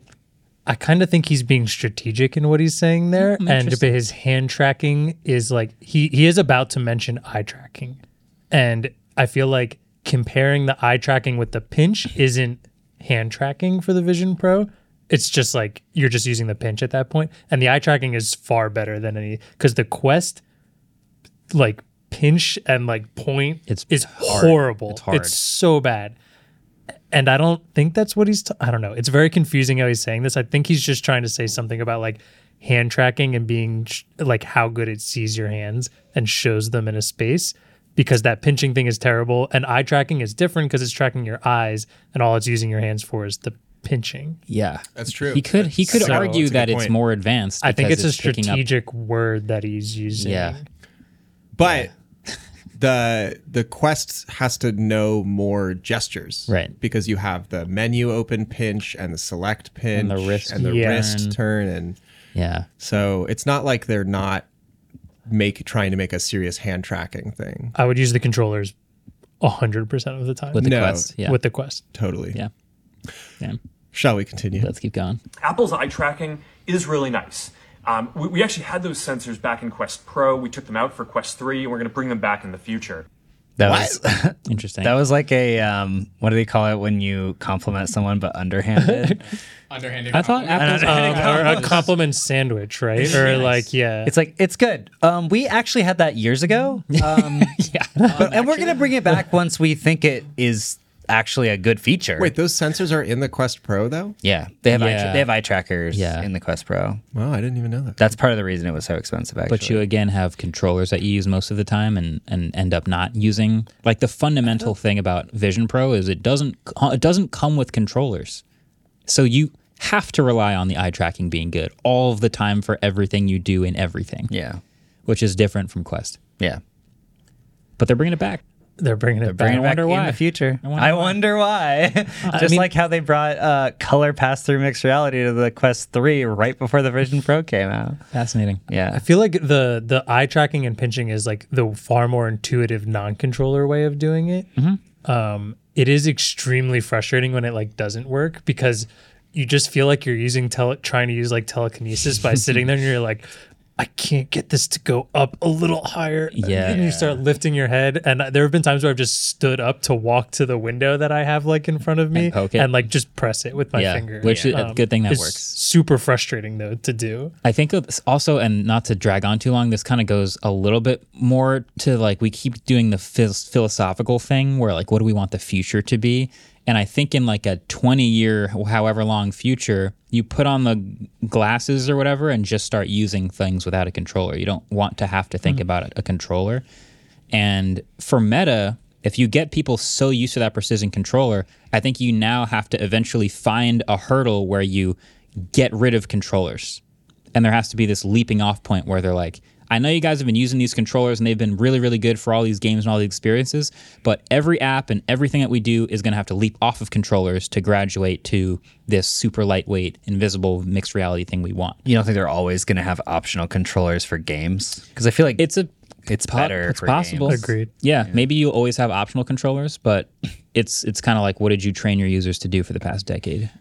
Speaker 2: I kind of think he's being strategic in what he's saying there. and but his hand tracking is like he he is about to mention eye tracking. And I feel like comparing the eye tracking with the pinch isn't hand tracking for the Vision Pro. It's just like you're just using the pinch at that point. And the eye tracking is far better than any because the quest like pinch and like point
Speaker 1: It's
Speaker 2: is horrible. It's, so bad. And I don't think that's what he's. T- I don't know. It's very confusing how he's saying this. I think he's just trying to say something about like hand tracking and being sh- like how good it sees your hands and shows them in a space because that pinching thing is terrible and eye tracking is different because it's tracking your eyes and all it's using your hands for is the pinching.
Speaker 1: Yeah,
Speaker 4: That's true.
Speaker 1: He could he could
Speaker 4: So,
Speaker 1: argue
Speaker 4: that's a good
Speaker 1: that it's
Speaker 4: point.
Speaker 1: more advanced.
Speaker 2: I think it's,
Speaker 1: because
Speaker 2: a
Speaker 1: picking up-
Speaker 2: strategic word that he's using.
Speaker 1: Yeah,
Speaker 4: But *laughs* the the quest has to know more gestures,
Speaker 1: Right.
Speaker 4: Because you have the menu open pinch and the select pinch
Speaker 1: the wrist
Speaker 4: and the
Speaker 2: Yeah.
Speaker 4: wrist turn, and
Speaker 1: yeah.
Speaker 4: so it's not like they're not make trying to make a serious hand tracking thing.
Speaker 2: I would use the controllers 100% of the time
Speaker 1: With the
Speaker 4: No.
Speaker 1: quest, yeah,
Speaker 2: with the quest.
Speaker 4: Totally.
Speaker 1: yeah. Yeah.
Speaker 4: Shall we continue?
Speaker 1: Let's keep going.
Speaker 7: Apple's eye tracking is really nice. Um, we, we actually had those sensors back in Quest Pro. We took them out for Quest 3, and we're going to bring them back in the future.
Speaker 3: That
Speaker 4: What?
Speaker 3: was
Speaker 1: Interesting.
Speaker 3: that was like a um, what do they call it when you compliment someone
Speaker 1: *laughs*
Speaker 3: but underhanded?
Speaker 5: Underhanded.
Speaker 1: I thought Apple's
Speaker 2: Um, or a compliment sandwich, right? Or like, yeah.
Speaker 3: it's like it's good. Um, we actually had that
Speaker 1: *laughs*
Speaker 3: years ago. Um, yeah, and we're gonna bring it back once we think it is actually a good feature.
Speaker 4: Wait, those sensors are in the Quest Pro though?
Speaker 3: yeah, they have Eye
Speaker 1: Yeah.
Speaker 3: tra- they have eye trackers
Speaker 1: Yeah.
Speaker 3: in the Quest Pro.
Speaker 4: Wow, I didn't even know that.
Speaker 3: That's part of the reason it was so expensive. Actually,
Speaker 1: but you again have controllers that you use most of the time and, and end up not using like the fundamental thing about vision pro is it doesn't it doesn't come with controllers so you have to rely on the eye tracking being good all of the time for everything you do in everything
Speaker 3: yeah,
Speaker 1: which is different from quest
Speaker 3: yeah.
Speaker 1: but they're bringing it back
Speaker 2: They're bringing it
Speaker 3: Bring
Speaker 2: back.
Speaker 3: it back
Speaker 1: wonder
Speaker 3: in
Speaker 1: why.
Speaker 3: the future.
Speaker 1: I
Speaker 3: I
Speaker 1: wonder *laughs*
Speaker 3: wonder, why. *laughs* Just
Speaker 1: mean-
Speaker 3: like how they brought uh, color pass through mixed reality to the Quest 3 right before the Vision Pro came out.
Speaker 1: fascinating
Speaker 3: Yeah.
Speaker 2: I feel like the the eye tracking and pinching is like the far more intuitive non-controller way of doing it.
Speaker 1: Mm-hmm.
Speaker 2: Um, it is extremely frustrating when it like doesn't work because you just feel like you're using tele- trying to use like telekinesis by sitting there and you're like, I can't get this to go up a little higher.
Speaker 1: Yeah.
Speaker 2: and you start lifting your head, and there have been times where I've just stood up to walk to the window that I have like in front of me
Speaker 1: And poke it.
Speaker 2: like just press it with my
Speaker 1: Yeah,
Speaker 2: finger. Um,
Speaker 1: which is a good thing that
Speaker 2: it's
Speaker 1: works.
Speaker 2: Super frustrating though to do.
Speaker 1: I think it's also, and not to drag on too long, this kind of goes a little bit more to like we keep doing the phil- philosophical thing where like, what do we want the future to be? And I think in like a 20 year, however long future, you put on the glasses or whatever and just start using things without a controller. You don't want to have to think about a- a controller. And for Meta, if you get people so used to that precision controller, I think you now have to eventually find a hurdle where you get rid of controllers. And there has to be this leaping off point where they're like, I know you guys have been using these controllers and they've been really, really good for all these games and all the experiences, but every app and everything that we do is going to have to leap off of controllers to graduate to this super lightweight, invisible mixed reality thing we want.
Speaker 3: You don't think they're always going to have optional controllers for games? Because I feel like
Speaker 1: It's a
Speaker 3: it's better.
Speaker 1: It's
Speaker 3: for
Speaker 1: possible.
Speaker 3: games.
Speaker 2: Agreed.
Speaker 1: Yeah, maybe you always have optional controllers, but it's it's kind of like what did you train your users to do for the past decade?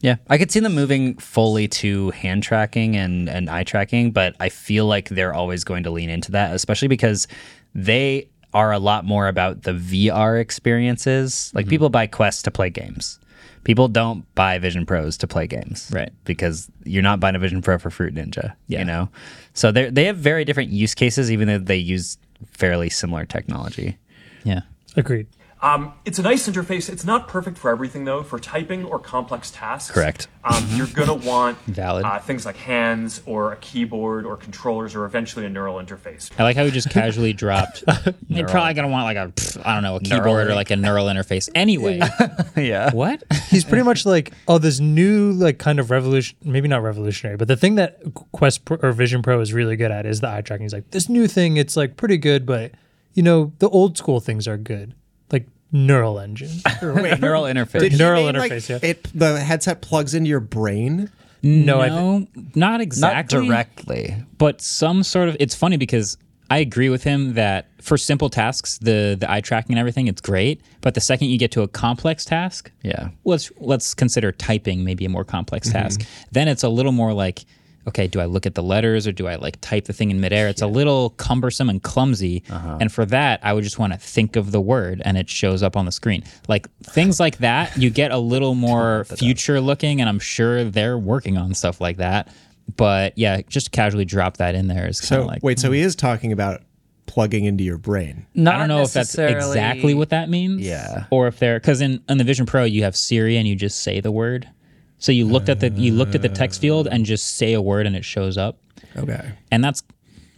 Speaker 3: Yeah. I could see them moving fully to hand tracking and, and eye tracking, but I feel like they're always going to lean into that, especially because they are a lot more about the VR experiences.
Speaker 1: Mm-hmm.
Speaker 3: Like people buy Quest to play games. People don't buy Vision Pros to play games.
Speaker 1: Right.
Speaker 3: Because you're not buying a Vision Pro for Fruit Ninja.
Speaker 1: Yeah.
Speaker 3: You know? So they they have very different use cases, even though they use fairly similar technology.
Speaker 1: Yeah.
Speaker 2: Agreed.
Speaker 7: Um, it's a nice interface. It's not perfect for everything, though. For typing or complex tasks,
Speaker 3: Correct.
Speaker 7: Um, you're gonna want
Speaker 1: Valid.
Speaker 7: uh, things like hands or a keyboard or controllers or eventually a neural interface.
Speaker 1: I like how we just casually dropped. *laughs* You're probably gonna want like a pff, I don't know a keyboard or like a neural interface anyway.
Speaker 3: *laughs* yeah.
Speaker 1: what?
Speaker 2: He's pretty much like, oh, this new like kind of revolution, maybe not revolutionary, but the thing that Quest Pro, or Vision Pro is really good at is the eye tracking. He's like, this new thing, it's like pretty good, but you know, the old school things are good, like neural engine.
Speaker 3: *laughs* Neural interface.
Speaker 4: Did he
Speaker 2: Neural
Speaker 4: mean, like,
Speaker 2: interface, yeah.
Speaker 4: It the headset plugs into your brain.
Speaker 2: no, I think
Speaker 1: No, not
Speaker 3: not
Speaker 1: exactly.
Speaker 3: directly.
Speaker 1: but some sort of. It's funny because I agree with him that for simple tasks, the the eye tracking and everything, it's great. But the second you get to a complex task,
Speaker 3: Yeah.
Speaker 1: let's let's consider typing maybe a more complex task. Then it's a little more like, okay, do I look at the letters or do I like type the thing in midair? It's a little cumbersome and clumsy. And for that, I would just want to think of the word and it shows up on the screen. Like things like that, you get a little more future looking, and I'm sure they're working on stuff like that. But yeah, just casually drop that in there is kind
Speaker 4: So
Speaker 1: of like
Speaker 4: wait, so he is talking about plugging into your brain.
Speaker 3: Not
Speaker 1: I don't know if that's exactly what that means.
Speaker 3: Yeah.
Speaker 1: Or if they're because in, in the Vision Pro you have Siri and you just say the word. So you looked at the you looked at the text field and just say a word and it shows up.
Speaker 4: Okay.
Speaker 1: And that's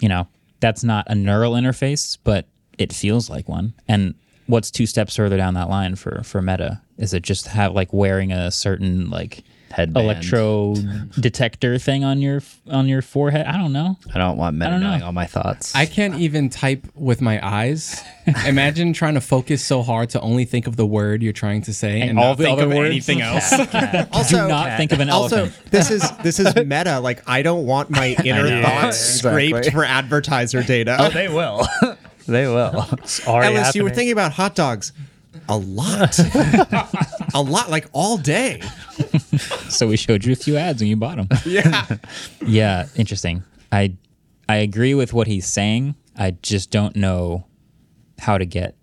Speaker 1: you know, that's not a neural interface, but it feels like one. And what's two steps further down that line for for Meta is it just have like wearing a certain like
Speaker 3: Headband.
Speaker 1: electro detector thing on your on your forehead? I don't know.
Speaker 3: I don't want Meta
Speaker 1: don't know.
Speaker 3: knowing all my thoughts.
Speaker 5: I can't even type with my *laughs* eyes. Imagine trying to focus so hard to only think of the word you're trying to say and,
Speaker 1: all
Speaker 5: not
Speaker 1: the
Speaker 5: think
Speaker 1: other
Speaker 5: of
Speaker 1: words.
Speaker 5: anything else.
Speaker 4: Also,
Speaker 1: Do not think of an
Speaker 4: also,
Speaker 1: elephant.
Speaker 4: *laughs* this is this is meta. Like, I don't
Speaker 1: *laughs*
Speaker 4: want my inner thoughts
Speaker 3: *laughs* Exactly. Oh,
Speaker 4: scraped for advertiser data.
Speaker 3: they will. *laughs* they will.
Speaker 2: It's already
Speaker 4: Ellis, you were
Speaker 2: happening.
Speaker 4: thinking about hot dogs
Speaker 3: *laughs*
Speaker 4: a lot, a lot, like all day.
Speaker 1: so we showed you a few ads and you bought them. Yeah. yeah, interesting. I I agree with what he's saying. I just don't know how to get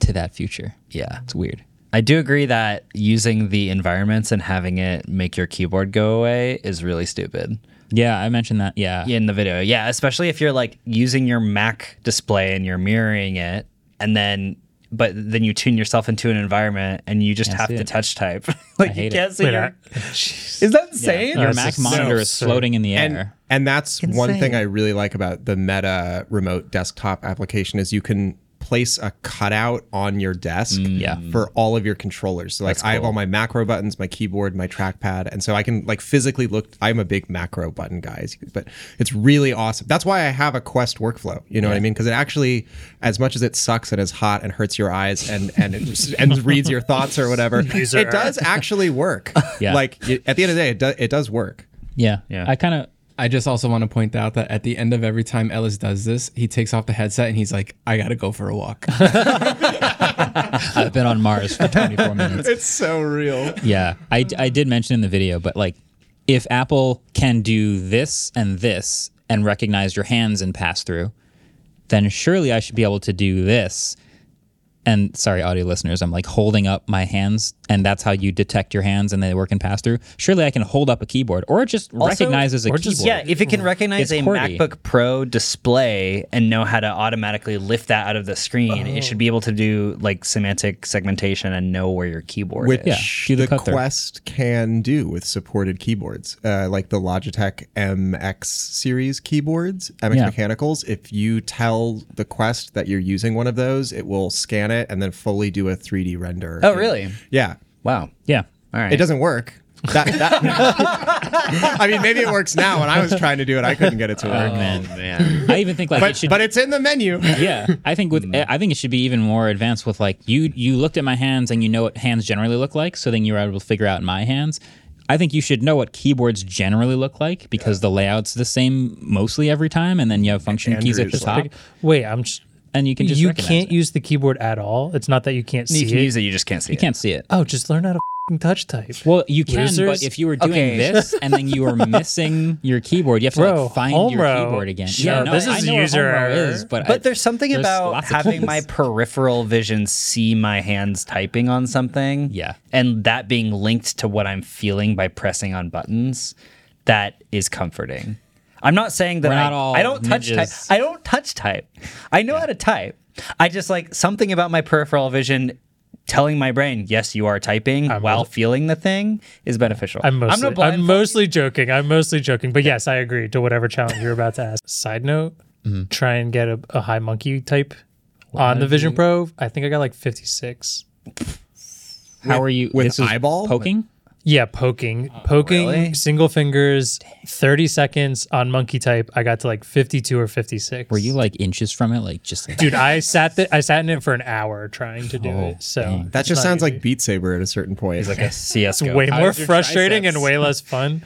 Speaker 1: to that future.
Speaker 3: Yeah.
Speaker 1: It's weird.
Speaker 3: I do agree that using the environments and having it make your keyboard go away is really stupid
Speaker 1: Yeah, I mentioned that. Yeah.
Speaker 3: in the video. Yeah, especially if you're like using your Mac display and you're mirroring it and then but then you tune yourself into an environment and you just have
Speaker 1: see
Speaker 3: to
Speaker 1: it.
Speaker 3: touch type. *laughs* like you
Speaker 1: hate it.
Speaker 3: can't see
Speaker 2: Wait,
Speaker 3: your
Speaker 2: I-
Speaker 3: Is that insane?
Speaker 1: Your
Speaker 2: That's
Speaker 1: Mac
Speaker 2: just
Speaker 1: monitor
Speaker 2: so
Speaker 1: is floating in the air.
Speaker 4: And and that's one
Speaker 3: Insane.
Speaker 4: thing I really like about the Meta remote desktop application is you can place a cutout on your desk
Speaker 1: Mm. Yeah.
Speaker 4: for all of your controllers. So like I have all my macro buttons, my keyboard, my trackpad, and so I can like physically look I'm a big macro button guy, as you- but it's really awesome. That's why I have a Quest workflow, you know what I mean? Cuz it actually as much as it sucks and is hot and hurts your eyes and and it, and reads your thoughts or
Speaker 1: *laughs*
Speaker 4: whatever,
Speaker 2: User
Speaker 4: it does actually work.
Speaker 1: Yeah.
Speaker 4: Like it, at the end of the day it, do, it does work.
Speaker 1: yeah.
Speaker 3: Yeah.
Speaker 1: I kind of
Speaker 5: I just also want to point out that at the end of every time Ellis does this, he takes off the headset and he's like, I got to go for a walk.
Speaker 1: I've been on Mars for *laughs* 24 minutes.
Speaker 4: It's so real.
Speaker 1: Yeah, I, I did mention in the video, but like, if Apple can do this and this and recognize your hands and pass through, then surely I should be able to do this. And sorry, audio listeners, I'm like holding up my hands, and that's how you detect your hands and they work in pass through. Surely I can hold up a keyboard, or it just recognizes a
Speaker 2: or
Speaker 1: keyboard.
Speaker 2: just-
Speaker 3: Yeah, if it can recognize
Speaker 1: It's
Speaker 3: a
Speaker 1: QWERTY.
Speaker 3: MacBook Pro display and know how to automatically lift that out of the screen, it should be able to do like semantic segmentation and know where your keyboard
Speaker 4: which
Speaker 3: is.
Speaker 1: do the
Speaker 4: the,
Speaker 1: cut through.
Speaker 4: Quest can do with supported keyboards, uh, like the Logitech MX series keyboards, MX
Speaker 1: Yeah.
Speaker 4: Mechanicals. If you tell the Quest that you're using one of those, it will scan it and then fully do a 3D render.
Speaker 3: Oh, really?
Speaker 4: Yeah,
Speaker 3: Wow.
Speaker 1: yeah.
Speaker 3: All right.
Speaker 4: it doesn't work. That, *laughs* that- I mean, maybe it works now. When I was trying to do it, I couldn't get it to
Speaker 2: Oh,
Speaker 1: *laughs*
Speaker 4: work.
Speaker 3: man.
Speaker 1: I even think like it
Speaker 4: but,
Speaker 1: should
Speaker 4: but it's in
Speaker 2: *laughs*
Speaker 4: the menu.
Speaker 1: yeah, I think with I think it should be even more advanced with like you you looked at my hands and you know what hands generally look like, so then you were able to figure out my hands. I think you should know what keyboards generally look like because the layout's the same mostly every time, and then you have function keys at the
Speaker 4: Andrew's
Speaker 1: top,
Speaker 2: Wait, I'm. Just,
Speaker 1: and you can just
Speaker 2: you
Speaker 1: recognize
Speaker 2: can't
Speaker 1: it.
Speaker 2: use the keyboard at all. It's not that you can't see
Speaker 3: you can
Speaker 2: it.
Speaker 3: use it, you just can't see
Speaker 1: you can't see it.
Speaker 2: oh, just learn how to f***ing touch type.
Speaker 1: Well, you can,
Speaker 2: Losers.
Speaker 1: but if you were doing
Speaker 3: Okay.
Speaker 1: this and then you were missing your keyboard, you have to
Speaker 2: Bro,
Speaker 1: like find
Speaker 2: home
Speaker 1: your
Speaker 2: row.
Speaker 1: keyboard again.
Speaker 2: Sure,
Speaker 1: yeah, no,
Speaker 2: this
Speaker 1: I
Speaker 2: is
Speaker 1: know what
Speaker 2: user
Speaker 1: home row
Speaker 2: error.
Speaker 1: is, but,
Speaker 3: But
Speaker 1: I-
Speaker 3: there's something
Speaker 1: there's
Speaker 3: about
Speaker 1: lots of
Speaker 3: having
Speaker 1: keys.
Speaker 3: my peripheral vision see my hands typing on something.
Speaker 1: Yeah.
Speaker 3: And that being linked to what I'm feeling by pressing on buttons. That is comforting. I'm not saying that
Speaker 1: We're
Speaker 3: I,
Speaker 1: not all
Speaker 3: I don't touch type.
Speaker 1: ninjas.
Speaker 3: I don't touch type. I know how to type. I just like something about my peripheral vision telling my brain, yes, you are typing while feeling the thing is beneficial.
Speaker 2: I'm mostly,
Speaker 3: not
Speaker 2: I'm,
Speaker 3: blind.
Speaker 2: mostly joking. I'm mostly joking. But yes, I agree to whatever challenge you're about to ask. *laughs* Side note,
Speaker 1: Mm-hmm.
Speaker 2: try and get a, a high monkey type on the Vision Pro. I think I got like 56.
Speaker 1: how are you
Speaker 4: with
Speaker 1: this is
Speaker 4: eyeball?
Speaker 1: poking?
Speaker 2: Yeah,
Speaker 1: Oh,
Speaker 2: poking, poking,
Speaker 3: really?
Speaker 2: single fingers, 30 seconds on monkey type. I got to like 52 or 56.
Speaker 1: Were you like inches from it, like just
Speaker 2: *laughs* Dude, I sat th- I sat in it for an hour trying to do
Speaker 1: Oh,
Speaker 2: it. So
Speaker 4: That just sounds like Beat Saber at a certain point.
Speaker 3: like a CS
Speaker 2: way more
Speaker 1: is your
Speaker 2: frustrating
Speaker 1: triceps?
Speaker 2: and way
Speaker 1: *laughs*
Speaker 2: less fun.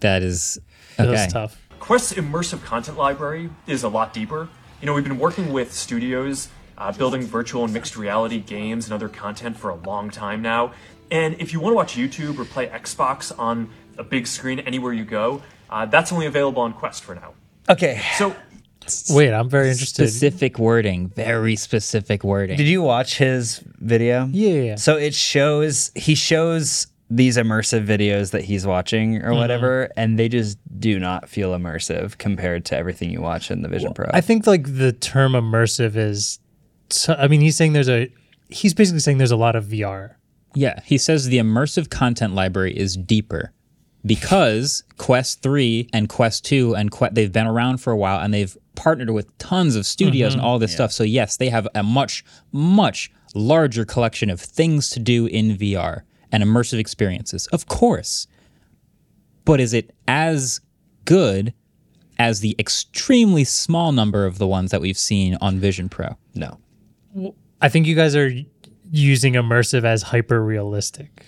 Speaker 1: that is
Speaker 2: It
Speaker 1: okay.
Speaker 2: was tough.
Speaker 7: Quest's immersive content library is a lot deeper. You know, we've been working with studios uh, building virtual and mixed reality games and other content for a long time now. And if you want to watch YouTube or play Xbox on a big screen anywhere you go, uh, that's only available on Quest for now.
Speaker 3: Okay.
Speaker 7: So
Speaker 2: Wait, I'm very interested.
Speaker 1: specific wording, very specific wording.
Speaker 3: Did you watch his video?
Speaker 2: Yeah.
Speaker 3: So it shows he shows these immersive videos that he's watching
Speaker 2: Mm-hmm.
Speaker 3: or whatever, and they just do not feel immersive compared to everything you watch in the Vision Pro.
Speaker 2: I think like the term immersive is. so- I mean, he's saying there's a. He's basically saying there's a lot of VR
Speaker 1: Yeah, he says the immersive content library is deeper because Quest 3 and Quest 2 and que- they've been around for a while and they've partnered with tons of studios
Speaker 3: Mm-hmm.
Speaker 1: and all this stuff. So yes, they have a much much larger collection of things to do in VR and immersive experiences. Of course. But is it as good as the extremely small number of the ones that we've seen on Vision Pro?
Speaker 3: No.
Speaker 2: I think you guys are y- using immersive as hyper realistic.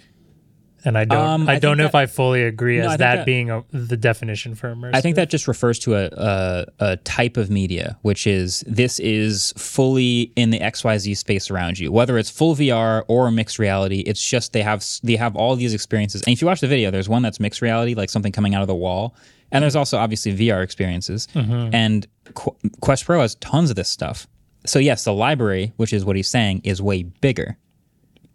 Speaker 2: And I don't
Speaker 1: Um,
Speaker 2: I,
Speaker 1: I
Speaker 2: don't
Speaker 1: think
Speaker 2: know if
Speaker 1: that-
Speaker 2: I fully agree
Speaker 1: I
Speaker 2: as
Speaker 1: think
Speaker 2: that,
Speaker 1: that-
Speaker 2: being a, the definition for immersive.
Speaker 1: I think that just refers to a, a a type of media, which is this is fully in the XYZ space around you. Whether it's full VR or mixed reality, it's just they have s- they have all these experiences. And if you watch the video, there's one that's mixed reality, like something coming out of the wall, and there's also obviously VR experiences. And Qu- Quest Pro has tons of this stuff. So yes, the library, which is what he's saying, is way bigger.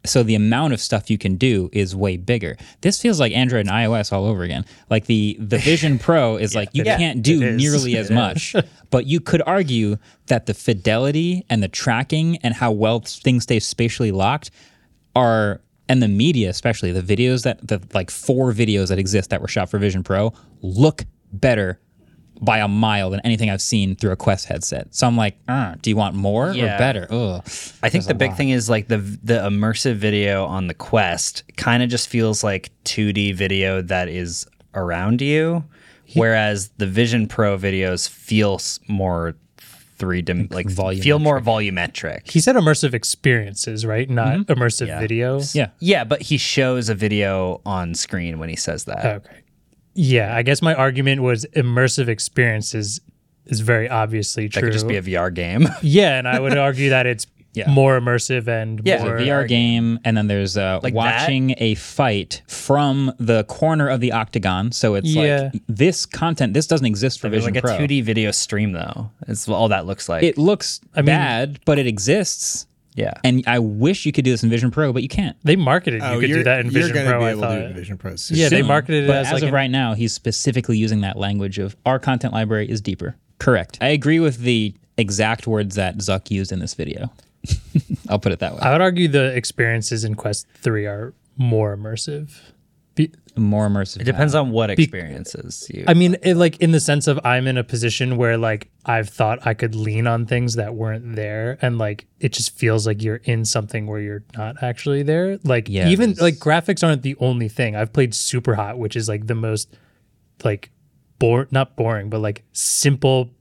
Speaker 1: So the amount of stuff you can do is way bigger. This feels like Android and iOS all over again. Like the the Vision
Speaker 3: *laughs*
Speaker 1: Pro is like you can't do
Speaker 3: is. *laughs*
Speaker 1: nearly as much, but you could argue that the fidelity and the tracking and how well things stay spatially locked are and the media especially the videos that the like four videos that exist that were shot for Vision Pro look better by a mile than anything I've seen through a Quest headset. So I'm like, uh, do you want more
Speaker 3: Yeah.
Speaker 1: or better? Ugh.
Speaker 3: I think the big thing is like the the immersive video on the Quest kind of just feels like 2D video that is around you, whereas the Vision Pro videos feel s- more three dim like feel more volumetric.
Speaker 2: he said immersive experiences, right? Not immersive video.
Speaker 1: Mm-hmm. Yeah.
Speaker 3: Yeah, but he shows a video on screen when he says that.
Speaker 2: Okay. Yeah, I guess my argument was immersive experiences is very obviously true.
Speaker 3: that could just be a VR game. *laughs*
Speaker 2: yeah, and I would argue that
Speaker 1: *laughs*
Speaker 2: it's more immersive and
Speaker 3: Yeah.
Speaker 2: more
Speaker 1: a VR game, and then there's uh,
Speaker 3: Like
Speaker 1: watching a fight from the corner of the octagon. So it's
Speaker 2: Yeah.
Speaker 1: like this content. This doesn't exist for
Speaker 3: It's
Speaker 1: Vision
Speaker 3: like a
Speaker 1: Pro.
Speaker 3: 2D video stream though. It's all that looks like.
Speaker 1: It looks
Speaker 2: mean-
Speaker 1: bad, but it exists.
Speaker 3: yeah.
Speaker 1: And I wish you could do this in Vision Pro, but you can't.
Speaker 2: They marketed
Speaker 4: Oh,
Speaker 2: you could do
Speaker 8: Oh, you're-
Speaker 2: that in Vision
Speaker 8: you're gonna
Speaker 2: Pro.
Speaker 8: be
Speaker 2: I
Speaker 8: able to do it in
Speaker 2: thought.
Speaker 8: Vision Pro. soon.
Speaker 2: Yeah, they
Speaker 1: Soon.
Speaker 2: marketed it
Speaker 1: But
Speaker 2: as,
Speaker 1: as
Speaker 2: like
Speaker 1: of
Speaker 2: an-
Speaker 1: right now, he's specifically using that language of our content library is deeper. Correct. I agree with the exact words that Zuck used in this video. *laughs* I'll put it that way.
Speaker 2: I would argue the experiences in Quest 3 are more immersive. Be-
Speaker 1: More immersive.
Speaker 3: it depends on what experiences you
Speaker 2: I mean, it, like in the sense of I'm in a position where like I've thought I could lean on things that weren't there, and like it just feels like you're in something where you're not actually there. Like
Speaker 1: Yeah,
Speaker 2: even
Speaker 1: there's-
Speaker 2: like graphics aren't the only thing. I've played Super Hot, which is like the most like bore not boring, but like simple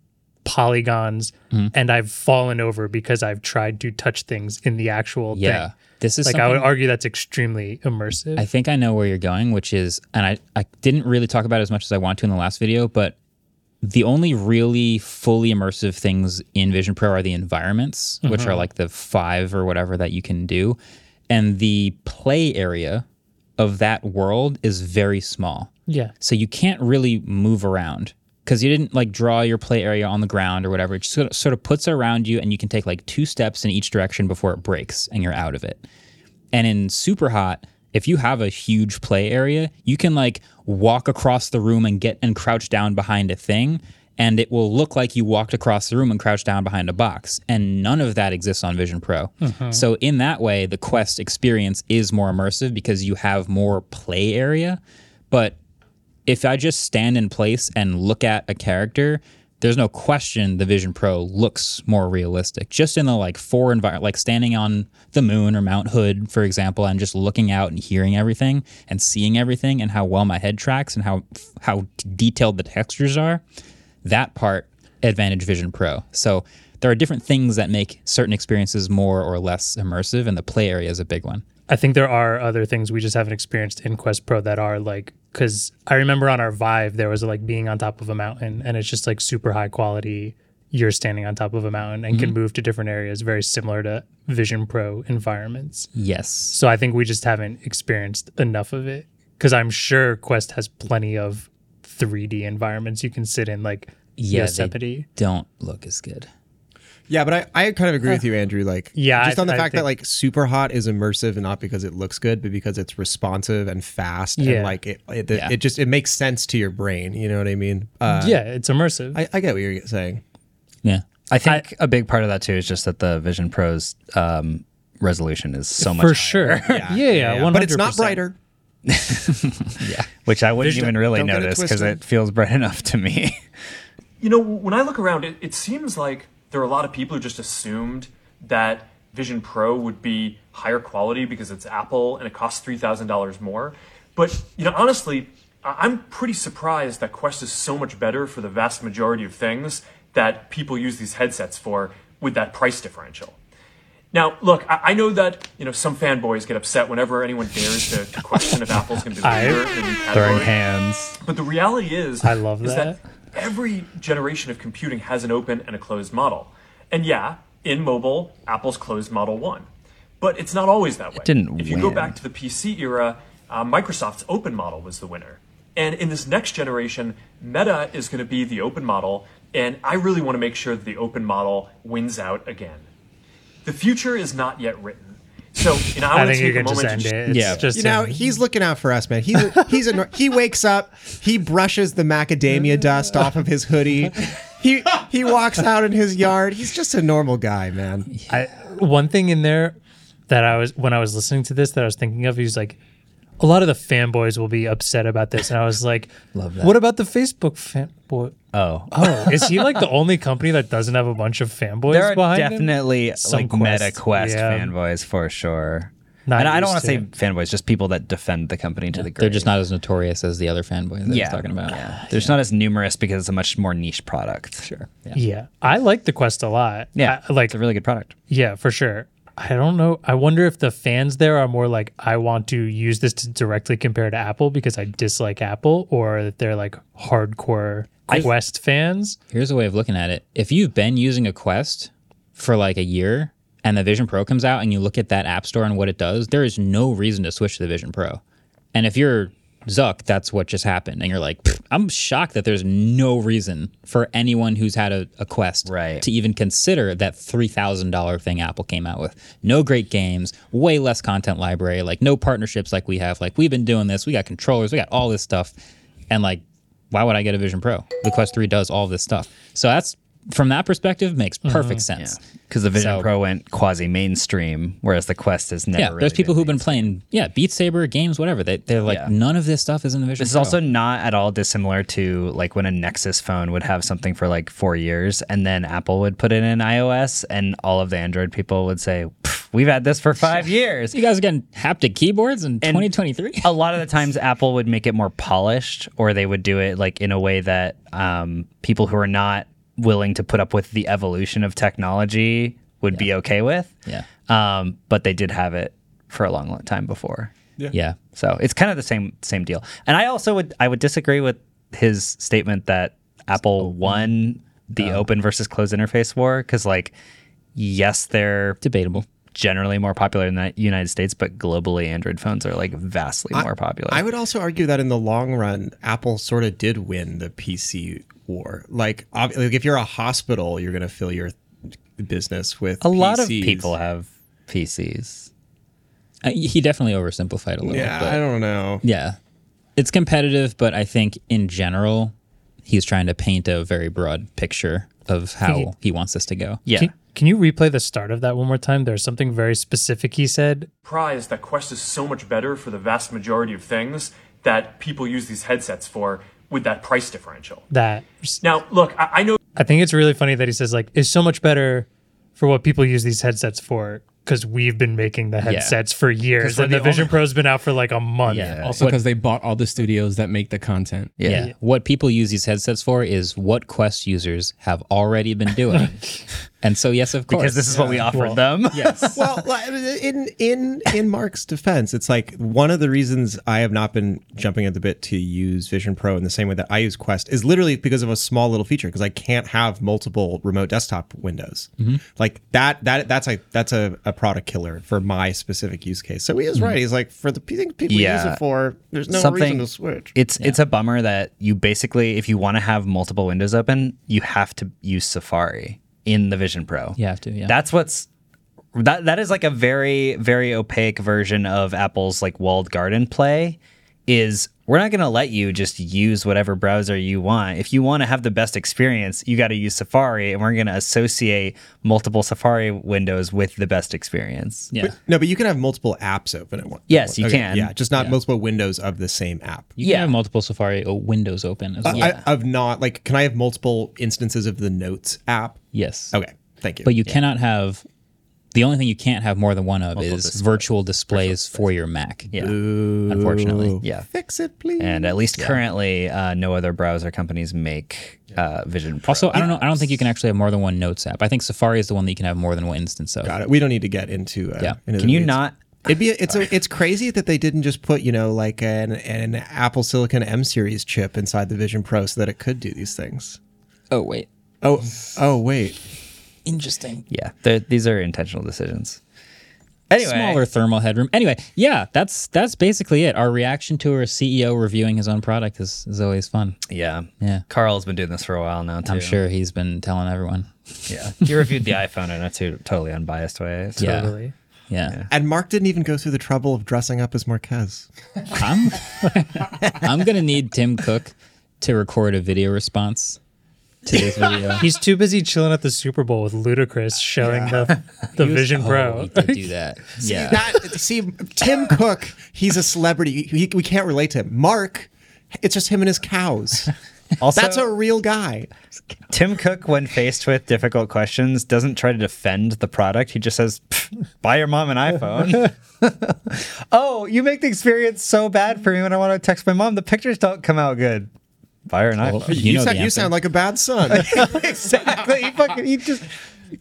Speaker 2: polygons,
Speaker 1: Mm-hmm.
Speaker 2: and I've fallen over because I've tried to touch things in the actual
Speaker 1: Yeah.
Speaker 2: thing.
Speaker 1: This is
Speaker 2: Like I would
Speaker 1: something-
Speaker 2: argue that's extremely immersive.
Speaker 1: I think I know where you're going, which is, and I, I didn't really talk about it as much as I want to in the last video, but the only really fully immersive things in Vision Pro are the environments, which are like the five or whatever that you can do. And the play area of that world is very small.
Speaker 2: yeah.
Speaker 1: So you can't really move around because you didn't like draw your play area on the ground or whatever. It just sort of, sort of puts it around you, and you can take like two steps in each direction before it breaks, and you're out of it. And in Super Hot, if you have a huge play area, you can like walk across the room and get and crouch down behind a thing. And it will look like you walked across the room and crouched down behind a box. And none of that exists on Vision Pro. So, in that way, the Quest experience is more immersive because you have more play area. But if I just stand in place and look at a character, there's no question the Vision Pro looks more realistic. Just in the like four environment, like standing on the moon or Mount Hood, for example, and just looking out and hearing everything and seeing everything and how well my head tracks and how how detailed the textures are. That part advantage Vision Pro. So there are different things that make certain experiences more or less immersive, and the play area is a big one.
Speaker 2: I think there are other things we just haven't experienced in Quest Pro that are like because I remember on our Vive there was like being on top of a mountain and it's just like super high quality. You're standing on top of a mountain and can move to different areas, very similar to Vision Pro environments.
Speaker 1: Yes.
Speaker 2: So I think we just haven't experienced enough of it because I'm sure Quest has plenty of 3D environments you can sit in, like
Speaker 1: Yeah, they-
Speaker 2: Yosemite.
Speaker 1: Don't look as good.
Speaker 8: Yeah, but I, I kind of agree with you, Andrew. Like,
Speaker 2: Yeah,
Speaker 8: just
Speaker 2: I-
Speaker 8: on the
Speaker 2: I
Speaker 8: fact
Speaker 2: think-
Speaker 8: that like super hot is immersive, and not because it looks good, but because it's responsive and fast,
Speaker 2: Yeah.
Speaker 8: and like it, it, it just it makes sense to your brain. You know what I mean? Uh,
Speaker 2: yeah, it's immersive.
Speaker 8: I, I get what you're saying.
Speaker 1: Yeah.
Speaker 3: I think a big part of that too is just that the Vision Pro's um, resolution is so much
Speaker 2: for
Speaker 3: higher,
Speaker 2: sure. *laughs* Yeah, yeah, one hundred.
Speaker 4: But it's not brighter.
Speaker 3: which I wouldn't
Speaker 4: There's no-
Speaker 3: even really
Speaker 4: don't get it
Speaker 3: notice because
Speaker 4: twisted.
Speaker 3: it feels bright *laughs* enough to me.
Speaker 7: you know, when I look around, it, it seems like there are a lot of people who just assumed that Vision Pro would be higher quality because it's Apple and it costs three thousand dollars more. But you know, honestly, I- I'm pretty surprised that Quest is so much better for the vast majority of things that people use these headsets for with that price differential. Now, look, I, I know that you know some fanboys get upset whenever anyone dares to, to question if Apple's going to be leader in the new
Speaker 3: Throwing
Speaker 7: category.
Speaker 3: hands.
Speaker 7: But the reality is,
Speaker 2: I love
Speaker 7: is
Speaker 2: that.
Speaker 7: every generation of computing has an open and a closed model. And yeah, in mobile, Apple's closed model won. But it's not always that way.
Speaker 3: didn't
Speaker 7: if you go
Speaker 3: win.
Speaker 7: back to the PC era, uh, Microsoft's open model was the winner. And in this next generation, Meta is going to be the open model. And I really want to make sure that the open model wins out again. The future is not yet written. So, you know, I,
Speaker 2: I
Speaker 7: want to
Speaker 2: think you
Speaker 7: take a
Speaker 2: can just
Speaker 7: moment to
Speaker 2: end it.
Speaker 7: just
Speaker 2: It's
Speaker 1: Yeah.
Speaker 2: just
Speaker 8: You know,
Speaker 2: him.
Speaker 8: he's looking out for us, man. He's a, he's a, he wakes up, he brushes the macadamia dust off of his hoodie. He he walks out in his yard. He's just a normal guy, man.
Speaker 2: I, one thing in there that I was when I was listening to this that I was thinking of, he was like, a lot of the fanboys will be upset about this, and I was like,
Speaker 1: Love that.
Speaker 2: What about the Facebook fanboy?
Speaker 3: Oh,
Speaker 2: Oh, is he like the only company that doesn't have a bunch of fanboys
Speaker 3: there are
Speaker 2: behind him?
Speaker 3: definitely
Speaker 2: Some
Speaker 3: like
Speaker 2: Quest,
Speaker 3: Meta Quest
Speaker 2: yeah.
Speaker 3: fanboys for sure.
Speaker 2: Not
Speaker 3: and I don't want
Speaker 2: used
Speaker 3: to
Speaker 2: to
Speaker 3: say
Speaker 2: it.
Speaker 3: fanboys, just people that defend the company to the grave.
Speaker 1: They're just not as notorious as the other fanboys that he's talking about.
Speaker 3: Yeah. They're just not as numerous because it's a much more niche product. Sure. Yeah.
Speaker 2: Yeah, I like the Quest a lot.
Speaker 3: Yeah.
Speaker 2: I- like
Speaker 3: it's a really good product.
Speaker 2: Yeah, for sure. I don't know. I wonder if the fans there are more like, I want to use this to directly compare to Apple because I dislike Apple, or that they're like hardcore Quest fans.
Speaker 1: Here's a way of looking at it. If you've been using a Quest for like a year and the Vision Pro comes out and you look at that App Store and what it does, there is no reason to switch to the Vision Pro. And if you're Zuck, that's what just happened. And you're like, "Pfft, I'm shocked that there's no reason for anyone who's had a, a Quest
Speaker 3: Right.
Speaker 1: to even consider that $3,000 thing Apple came out with. No great games, way less content library, like no partnerships like we have. Like, we've been doing this, we got controllers, we got all this stuff. And like, why would I get a Vision Pro? The Quest 3 does all this stuff. So that's from that perspective makes
Speaker 3: Mm-hmm.
Speaker 1: perfect sense.
Speaker 3: Because the Vision
Speaker 1: So-
Speaker 3: Pro went quasi mainstream, whereas the Quest is never.
Speaker 1: Yeah,
Speaker 3: really
Speaker 1: there's people
Speaker 3: been
Speaker 1: who've been playing yeah, Beat Saber games, whatever. They they're like
Speaker 3: Yeah.
Speaker 1: none of this stuff is in the Vision
Speaker 3: This is
Speaker 1: Pro.
Speaker 3: also not at all dissimilar to like when a Nexus phone would have something for like four years and then Apple would put it in iOS and all of the Android people would say, "Pff, We've had this for *laughs* five years.
Speaker 1: you guys are getting haptic keyboards in
Speaker 3: *laughs*
Speaker 1: 2023.
Speaker 3: a lot of the times Apple would make it more polished or they would do it like in a way that um, people who are not willing to put up with the evolution of technology would be okay with.
Speaker 1: Yeah.
Speaker 3: Um, but they did have it for a long, long time before.
Speaker 1: Yeah.
Speaker 3: So it's kind of the same same deal. And I also would I would disagree with his statement that Apple won the
Speaker 1: Oh.
Speaker 3: open versus closed interface war because like yes they're
Speaker 1: Debatable.
Speaker 3: generally more popular in the United States, but globally Android phones are like vastly more popular.
Speaker 8: I would also argue that in the long run, Apple sort of did win the PC war. Like, ob- like if you're a hospital, you're going to fill your business with
Speaker 3: a lot of
Speaker 8: PCs.
Speaker 3: people have PCs.
Speaker 1: Uh, he definitely oversimplified a little
Speaker 8: Yeah,
Speaker 1: bit.
Speaker 8: I don't know.
Speaker 1: Yeah. It's competitive, but I think in general, he's trying to paint a very broad picture of how he wants this to go.
Speaker 3: Yeah.
Speaker 2: Can, can you replay the start of that one more time? There's something very specific he said.
Speaker 7: surprised that Quest is so much better for the vast majority of things that people use these headsets for with that price differential.
Speaker 2: That
Speaker 7: Now, look, I, I know
Speaker 2: I think it's really funny that he says like, "Is so much better for what people use these headsets for." Because we've been making the headsets for years,
Speaker 5: we're
Speaker 2: and the,
Speaker 5: the
Speaker 2: Vision
Speaker 5: only-
Speaker 2: Pro's been out for like a month.
Speaker 5: Also, because they bought all the studios that make the content.
Speaker 1: Yeah. What people use these headsets for is what Quest users have already been
Speaker 3: *laughs*
Speaker 1: doing. and so, yes, of course.
Speaker 3: Because this is what we offered them. Yes.
Speaker 8: well, like, in in in Mark's defense, it's like one of the reasons I have not been jumping at the bit to use Vision Pro in the same way that I use Quest is literally because of a small little feature because I can't have multiple remote desktop windows.
Speaker 3: Mm-hmm.
Speaker 8: Like that that that's like that's a, a product killer for my specific use case. So he is right. He's like for the p- things people
Speaker 3: Mm-hmm. Yeah.
Speaker 8: use it for, there's no reason
Speaker 3: Something
Speaker 8: to switch.
Speaker 3: It's it's a bummer that you basically if you want to have multiple windows open, you have to use Safari in the Vision Pro.
Speaker 1: You have to, yeah.
Speaker 3: That's what's that that is like a very very opaque version of Apple's like walled garden play is we're not going to let you just use whatever browser you want. If you want to have the best experience, you got to use Safari, and we're going to associate multiple Safari windows with the best experience.
Speaker 1: Yeah.
Speaker 4: No, but you can have multiple apps open at once.
Speaker 3: Yes, you can.
Speaker 4: Yeah, just not multiple windows of the same app.
Speaker 1: You can
Speaker 3: Yeah.
Speaker 1: have multiple Safari uh, windows open as well.
Speaker 4: I, I've not like. Can I have multiple instances of the Notes app?
Speaker 1: yes.
Speaker 4: Okay, thank you.
Speaker 1: But you cannot have the only thing you can't have more than one of is
Speaker 3: displays.
Speaker 1: virtual displays for your Mac.
Speaker 3: Yeah.
Speaker 1: Unfortunately.
Speaker 3: Yeah.
Speaker 4: fix it, please.
Speaker 1: uh,
Speaker 3: And at least currently, uh, no other browser companies make uh, Vision Pro.
Speaker 1: Also, I don't know. I don't think you can actually have more than one Notes app. I think Safari is the one that you can have more than one instance of.
Speaker 4: Got it. We don't need to get into. Uh,
Speaker 1: Yeah.
Speaker 4: into
Speaker 3: can
Speaker 4: the
Speaker 3: you
Speaker 4: weeds.
Speaker 3: not?
Speaker 4: It'd be it's a, it's crazy that they didn't just put you know like an an Apple Silicon M series chip inside the Vision Pro so that it could do these things.
Speaker 1: Oh wait,
Speaker 4: Oh oh wait,
Speaker 1: interesting.
Speaker 3: Yeah, they're- these are intentional decisions. Anyway,
Speaker 1: Smaller thermal headroom. Anyway, yeah, that's that's basically it. Our reaction to our CEO reviewing his own product is, is always fun.
Speaker 3: Yeah.
Speaker 1: Yeah.
Speaker 3: Carl's been doing this for a while now, too.
Speaker 1: I'm sure he's been telling everyone.
Speaker 3: Yeah. He reviewed the iPhone in a too, totally unbiased way. So.
Speaker 1: Yeah.
Speaker 2: Totally.
Speaker 1: Yeah,
Speaker 4: and Mark didn't even go through the trouble of dressing up as Marquez.
Speaker 1: I'm *laughs* I'm gonna need Tim Cook to record a video response to this video. *laughs*
Speaker 2: He's too busy chilling at the Super Bowl with Ludacris showing the the Vision
Speaker 1: Oh,
Speaker 2: Pro.
Speaker 1: he did do that. Yeah.
Speaker 4: Not, see, Tim Cook, he's a celebrity. He, we can't relate to him. Mark, it's just him and his cows.
Speaker 3: Also,
Speaker 4: That's a real guy.
Speaker 3: Tim Cook, when faced with difficult questions, doesn't try to defend the product. He just says, "Pff, buy your mom
Speaker 1: *laughs*
Speaker 3: an iPhone. oh, you make the experience so bad for me when I want to text my mom. The pictures don't come out good. Buy her an *laughs* iPhone.
Speaker 1: you know
Speaker 4: sound,
Speaker 1: the
Speaker 4: you
Speaker 1: answer.
Speaker 4: sound like a bad *laughs* son.
Speaker 3: exactly. He fucking, he just,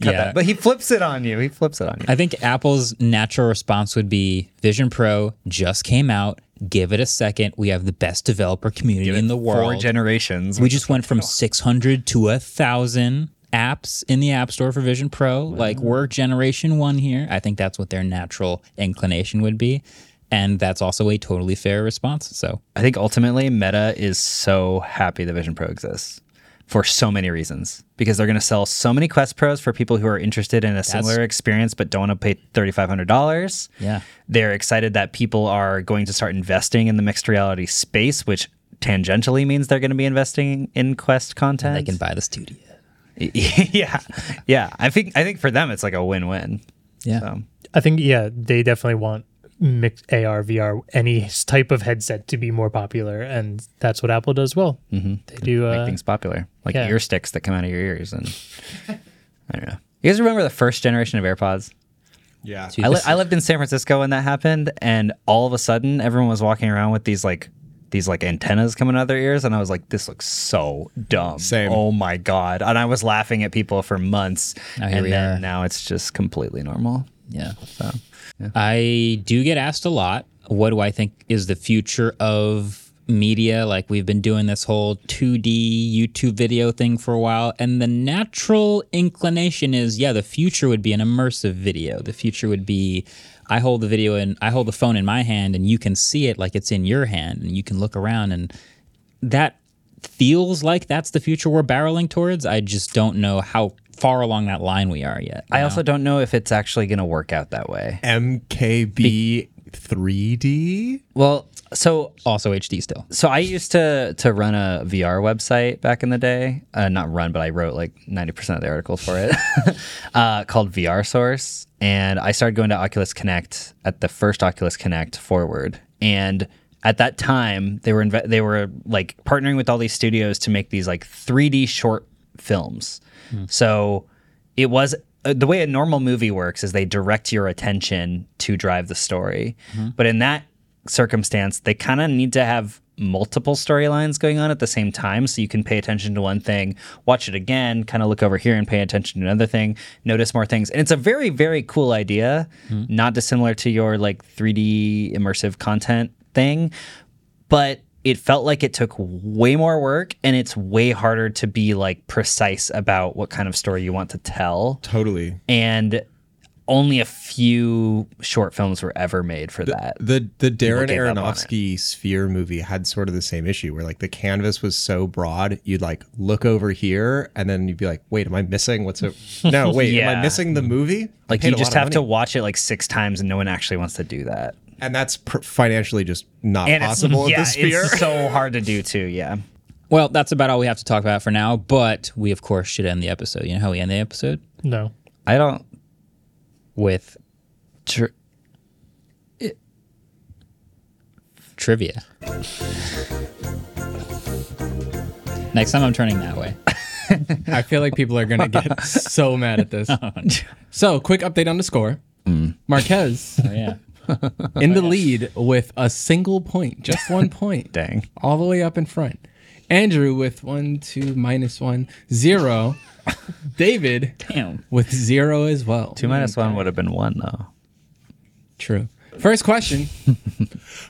Speaker 3: cut
Speaker 1: Yeah.
Speaker 3: that. But he flips it on you. He flips it on you.
Speaker 1: I think Apple's natural response would be Vision Pro just came out. Give it a second. We have the best developer community in the
Speaker 3: Four
Speaker 1: world.
Speaker 3: generations.
Speaker 1: we just went from 600 to a thousand apps in the App Store for Vision Pro. Like we're generation one here. I think that's what their natural inclination would be, and that's also a totally fair response. So
Speaker 3: I think ultimately Meta is so happy the Vision Pro exists for so many reasons because they're going to sell so many Quest Pros for people who are interested in a similar experience but don't want to pay $3500.
Speaker 1: Yeah.
Speaker 3: They're excited that people are going to start investing in the mixed reality space which tangentially means they're going to be investing in Quest content.
Speaker 1: they can buy the studio.
Speaker 3: *laughs* yeah. Yeah. I think I think for them it's like a win-win.
Speaker 1: Yeah.
Speaker 3: So,
Speaker 2: I think yeah, they definitely want mixed AR, VR, any type of headset to be more popular, and that's what Apple does well. Mm-hmm. They do.
Speaker 3: make
Speaker 2: Uh,
Speaker 3: things popular. Like
Speaker 2: yeah.
Speaker 3: ear sticks that come out of your ears and *laughs* I don't know. You guys remember the first generation of AirPods?
Speaker 4: yeah.
Speaker 3: I, li- I lived in San Francisco when that happened, and all of a sudden, everyone was walking around with these like these like antennas coming out of their ears, and I was like, "This looks so dumb."
Speaker 4: Same.
Speaker 3: Oh my god! And I was laughing at people for months,
Speaker 1: Oh, here
Speaker 3: and
Speaker 1: we
Speaker 3: then
Speaker 1: are.
Speaker 3: now it's just completely normal.
Speaker 1: Yeah. I do get asked a lot what do I think is the future of media? Like, we've been doing this whole 2D YouTube video thing for a while, and the natural inclination is yeah, the future would be an immersive video. The future would be. I hold the video and I hold the phone in my hand, and you can see it like it's in your hand, and you can look around, and that feels like that's the future we're barreling towards. I just don't know how far along that line we are yet.
Speaker 3: I also don't know if it's actually going to work out that way.
Speaker 4: MKB 3D?
Speaker 3: Well, so
Speaker 1: also HD still.
Speaker 3: so I used to to run a VR website back in the day. Uh, not run, but I wrote like ninety percent of the articles for it, *laughs* uh, called VR Source. And I started going to Oculus Connect at the first Oculus Connect forward. And at that time, they were inve- they were like partnering with all these studios to make these like three D short films. So it was uh, the way a normal movie works is they direct your attention to drive the story. But in that circumstance, they kind of need to have multiple storylines going on at the same time so you can pay attention to one thing, watch it again, kind of look over here and pay attention to another thing, notice more things. And it's a very very cool idea, not dissimilar to your like 3D immersive content thing, but it felt like it took way more work and it's way harder to be like precise about what kind of story you want to tell
Speaker 4: Totally.
Speaker 3: and only a few short films were ever made for that
Speaker 4: The the Darren
Speaker 3: gave up on it.
Speaker 4: Aronofsky Sphere movie had sort of the same issue where like the canvas was so broad, you'd like look over here and then you'd be like, wait, am I missing what's a
Speaker 3: *laughs*
Speaker 4: No, wait, am
Speaker 3: Yeah.
Speaker 4: I missing the movie? I
Speaker 3: like
Speaker 4: paid
Speaker 3: you
Speaker 4: a
Speaker 3: just
Speaker 4: lot
Speaker 3: have
Speaker 4: of
Speaker 3: to
Speaker 4: money.
Speaker 3: watch it like six times and no one actually wants to do that
Speaker 4: and that's pr- financially just not
Speaker 3: And it's,
Speaker 4: possible
Speaker 3: yeah,
Speaker 4: at this sphere.
Speaker 3: it's so hard to do too. Yeah.
Speaker 1: Well, that's about all we have to talk about for now, but we, of course, should end the episode. You know how we end the episode?
Speaker 2: No.
Speaker 3: I don't.
Speaker 1: With
Speaker 3: Tr-
Speaker 1: trivia. Next time I'm turning that way.
Speaker 5: I feel like people are going
Speaker 3: *laughs*
Speaker 5: to get so mad at this. So, quick update on the score.
Speaker 3: Mm. *laughs*
Speaker 5: Marquez
Speaker 1: Oh, Yeah.
Speaker 5: in the lead with a single point,
Speaker 3: *laughs*
Speaker 5: just one point.
Speaker 3: Dang.
Speaker 5: All the way up in front. Andrew with one, two, minus one, zero. David
Speaker 1: Damn.
Speaker 5: with zero as well.
Speaker 3: Two minus one would have been one though.
Speaker 5: True. First question.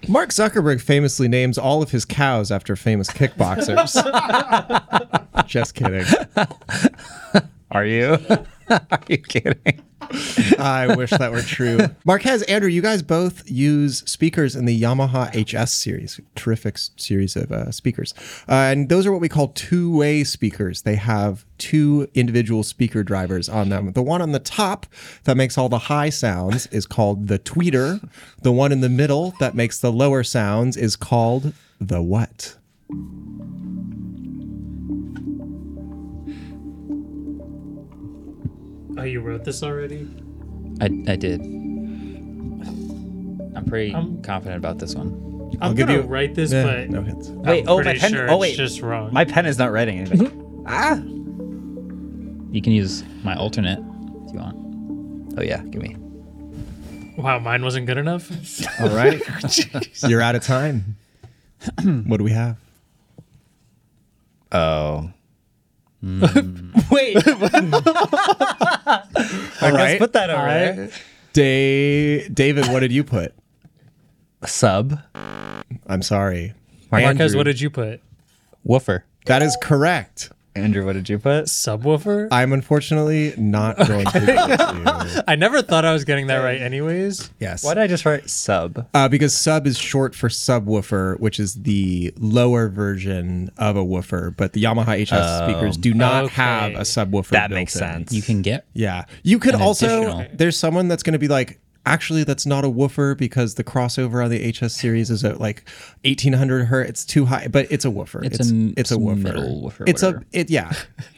Speaker 4: Mark Zuckerberg famously names all of his cows after famous
Speaker 3: *laughs*
Speaker 4: kickboxers. just kidding.
Speaker 3: Are you? *laughs* Are you kidding?
Speaker 4: I wish that
Speaker 3: *laughs*
Speaker 4: were true. Marquez, Andrew, you guys both use speakers in the Yamaha HS series, terrific s- series of uh, speakers. Uh, and those are what we call two way speakers. They have two individual speaker drivers on them. The one on the top that makes all the high sounds is called the tweeter, the one in the middle that makes the lower sounds is called the what?
Speaker 2: Oh, you wrote this already?
Speaker 1: I, I did. I'm pretty
Speaker 4: Um,
Speaker 1: confident about this one.
Speaker 2: I'm
Speaker 4: give
Speaker 2: gonna
Speaker 4: you-
Speaker 2: write this,
Speaker 4: Eh,
Speaker 2: but
Speaker 4: no hits.
Speaker 3: Wait,
Speaker 2: I'm
Speaker 3: oh,
Speaker 2: pretty
Speaker 3: my pen-
Speaker 2: sure
Speaker 3: oh,
Speaker 2: it's
Speaker 3: wait.
Speaker 2: just wrong.
Speaker 3: My pen is not writing
Speaker 2: Mm-hmm.
Speaker 3: anything. ah.
Speaker 1: You can use my alternate if you want.
Speaker 3: Oh yeah, give me.
Speaker 2: wow, mine wasn't good enough.
Speaker 4: All right. You're out of time.
Speaker 3: *clears throat*
Speaker 4: what do we have?
Speaker 3: Oh. *laughs* Wait. I
Speaker 4: right.
Speaker 3: put that over there.
Speaker 4: Da- David, what did you put?
Speaker 3: Sub.
Speaker 4: I'm sorry.
Speaker 2: Marquez,
Speaker 4: Andrew.
Speaker 2: what did you put?
Speaker 1: Woofer.
Speaker 4: That is correct.
Speaker 3: Andrew, what did you put?
Speaker 2: Subwoofer?
Speaker 4: I'm unfortunately not going to
Speaker 1: *laughs*
Speaker 4: give it to
Speaker 2: I never thought I was getting that right, anyways.
Speaker 4: you. Yes.
Speaker 3: Why did I just write sub?
Speaker 4: Uh, because sub is short for subwoofer, which is the lower version of a woofer, but the Yamaha HS speakers do
Speaker 1: Oh,
Speaker 4: not
Speaker 2: Okay.
Speaker 4: have a subwoofer.
Speaker 3: That
Speaker 4: built
Speaker 3: makes
Speaker 4: in.
Speaker 3: sense.
Speaker 1: You can get
Speaker 4: Yeah. You could
Speaker 1: An
Speaker 4: also,
Speaker 1: additional.
Speaker 4: there's someone that's going to be like, actually, that's not a woofer because the crossover on the HS series is at like 1800 hertz. It's too high, but it's a woofer.
Speaker 1: It's
Speaker 4: It's,
Speaker 1: a
Speaker 4: it's,
Speaker 1: m-
Speaker 4: a
Speaker 1: it's
Speaker 4: woofer.
Speaker 1: middle woofer,
Speaker 4: It's a,
Speaker 1: whatever. *laughs*
Speaker 4: it, yeah.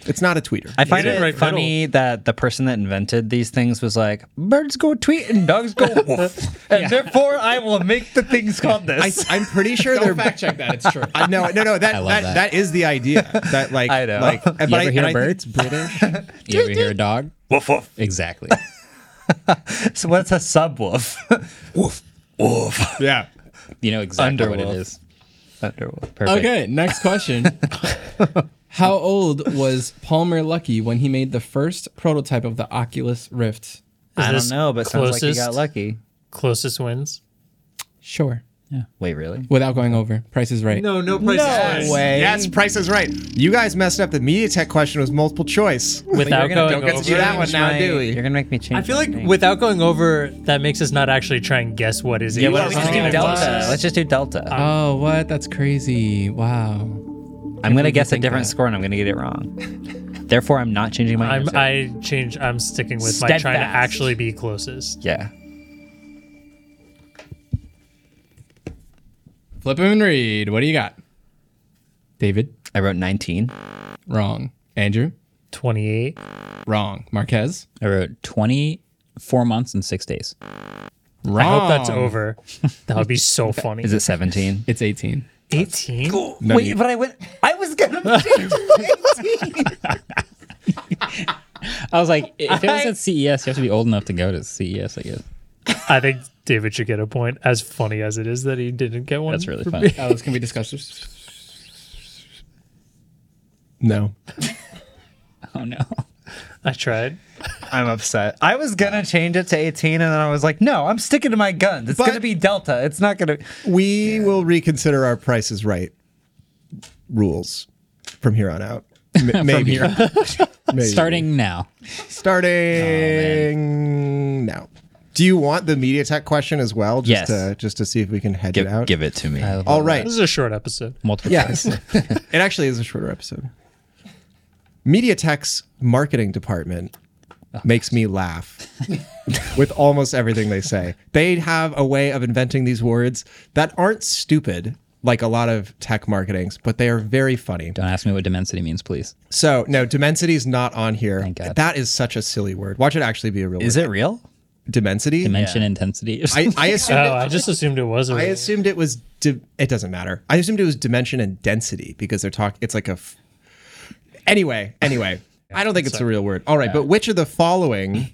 Speaker 4: It's not a tweeter.
Speaker 3: I find
Speaker 2: did
Speaker 3: it
Speaker 2: write
Speaker 3: funny that the person that invented these things was like, birds go tweet and dogs *laughs* go woof. and therefore I will make the *laughs* things called
Speaker 4: I,
Speaker 3: this.
Speaker 4: I'm pretty sure they're
Speaker 5: Fact check that. It's true.
Speaker 4: *laughs* I no, no, no. That
Speaker 1: love
Speaker 4: that,
Speaker 1: that.
Speaker 4: that is the idea. That like
Speaker 3: I know.
Speaker 4: Like,
Speaker 3: You
Speaker 4: but
Speaker 1: ever hear
Speaker 4: and
Speaker 1: a
Speaker 4: think
Speaker 1: bird?
Speaker 4: It's British.
Speaker 1: You ever hear a dog?
Speaker 3: woof woof.
Speaker 1: Exactly.
Speaker 3: So what's a subwoof? *laughs* woof. Woof.
Speaker 4: *laughs* yeah.
Speaker 1: You know exactly what it
Speaker 3: Underwolf.
Speaker 1: is.
Speaker 3: Underwoof.
Speaker 1: Perfect.
Speaker 5: Okay, next
Speaker 3: *laughs*
Speaker 5: question. How old was Palmer Lucky when he made the first prototype of the Oculus Rift?
Speaker 2: Is
Speaker 3: I don't
Speaker 2: this
Speaker 3: know, but sounds like you got
Speaker 2: closest?
Speaker 3: lucky.
Speaker 2: Closest wins.
Speaker 5: Sure.
Speaker 3: Wait, really?
Speaker 5: Without going over, Price is Right.
Speaker 2: No, no price is right.
Speaker 3: way.
Speaker 4: Yes, Price is right. You guys messed up. The MediaTek question was multiple choice.
Speaker 2: Without
Speaker 3: You're gonna-
Speaker 2: going
Speaker 5: get
Speaker 2: over.
Speaker 5: to do that one now,
Speaker 3: my-
Speaker 5: do we?
Speaker 3: You're gonna make me change.
Speaker 2: I feel
Speaker 3: my
Speaker 2: like
Speaker 3: thing.
Speaker 2: without going over, that makes us not actually try and guess what is it.
Speaker 3: yeah, why don't we just
Speaker 2: Oh,
Speaker 3: do
Speaker 2: it
Speaker 3: Delta?
Speaker 2: was.
Speaker 3: Let's just do Delta.
Speaker 5: Oh, what? That's crazy. Wow.
Speaker 3: I'm gonna guess a
Speaker 5: think
Speaker 3: different
Speaker 5: that.
Speaker 3: score and I'm gonna get it wrong. Therefore, I'm not changing my
Speaker 2: I'm,
Speaker 3: answer.
Speaker 2: I change. I'm sticking with my trying to
Speaker 3: Steadfast.
Speaker 2: actually be closest.
Speaker 3: yeah.
Speaker 5: Flip him and read. What do you got? David,
Speaker 3: I wrote 19.
Speaker 5: wrong. Andrew,
Speaker 2: Twenty-eight.
Speaker 5: wrong. Marquez,
Speaker 1: I wrote 24 months and six days.
Speaker 5: wrong.
Speaker 2: I hope that's over. That would be so funny.
Speaker 3: Is it 17?
Speaker 5: It's 18.
Speaker 2: eighteen?
Speaker 3: Wait, but I went. I was gonna *laughs* change it to 18.
Speaker 1: I was like, if it was at CES, you have to be old enough to go to CES, I guess.
Speaker 2: I think David should get a point. As funny as it is that he didn't get one.
Speaker 1: That's really funny.
Speaker 5: Oh, this can be discussed.
Speaker 4: No.
Speaker 1: Oh, no.
Speaker 2: I tried.
Speaker 3: I'm upset. I was gonna change it to 18, and then I was like, no, I'm sticking to my guns. It's
Speaker 4: But-
Speaker 3: gonna be Delta. It's not gonna.
Speaker 4: We will reconsider our Price is Right rules from here on out. M- maybe. *laughs* Maybe.
Speaker 1: Starting now.
Speaker 4: Starting now. Do you want the MediaTek question as well? Just
Speaker 3: Yes.
Speaker 4: To, just to see if we can hedge it out.
Speaker 3: it to me.
Speaker 4: All right.
Speaker 2: This is a
Speaker 1: *laughs*
Speaker 2: short episode.
Speaker 1: Multiple
Speaker 4: Yes. it actually is a shorter episode. MediaTek's marketing department makes me laugh with almost everything they say. They have a way of inventing these words that aren't stupid like a lot of tech marketings, but they are very funny.
Speaker 1: Don't ask me what dimensity means, please.
Speaker 4: So, no, dimensity is not on here.
Speaker 1: Thank God.
Speaker 4: That is such a silly word. Watch it actually be a real
Speaker 3: Is
Speaker 4: word.
Speaker 3: it real?
Speaker 4: Dimensity?
Speaker 1: Dimension intensity.
Speaker 4: I, I assumed
Speaker 2: Oh,
Speaker 4: it,
Speaker 2: I just assumed it was. A
Speaker 4: I
Speaker 2: real-
Speaker 4: assumed it was. Di- it doesn't matter. I assumed it was dimension and density because they're talking. It's like a. F- anyway, anyway, I don't think it's a real word. All right, but which of the following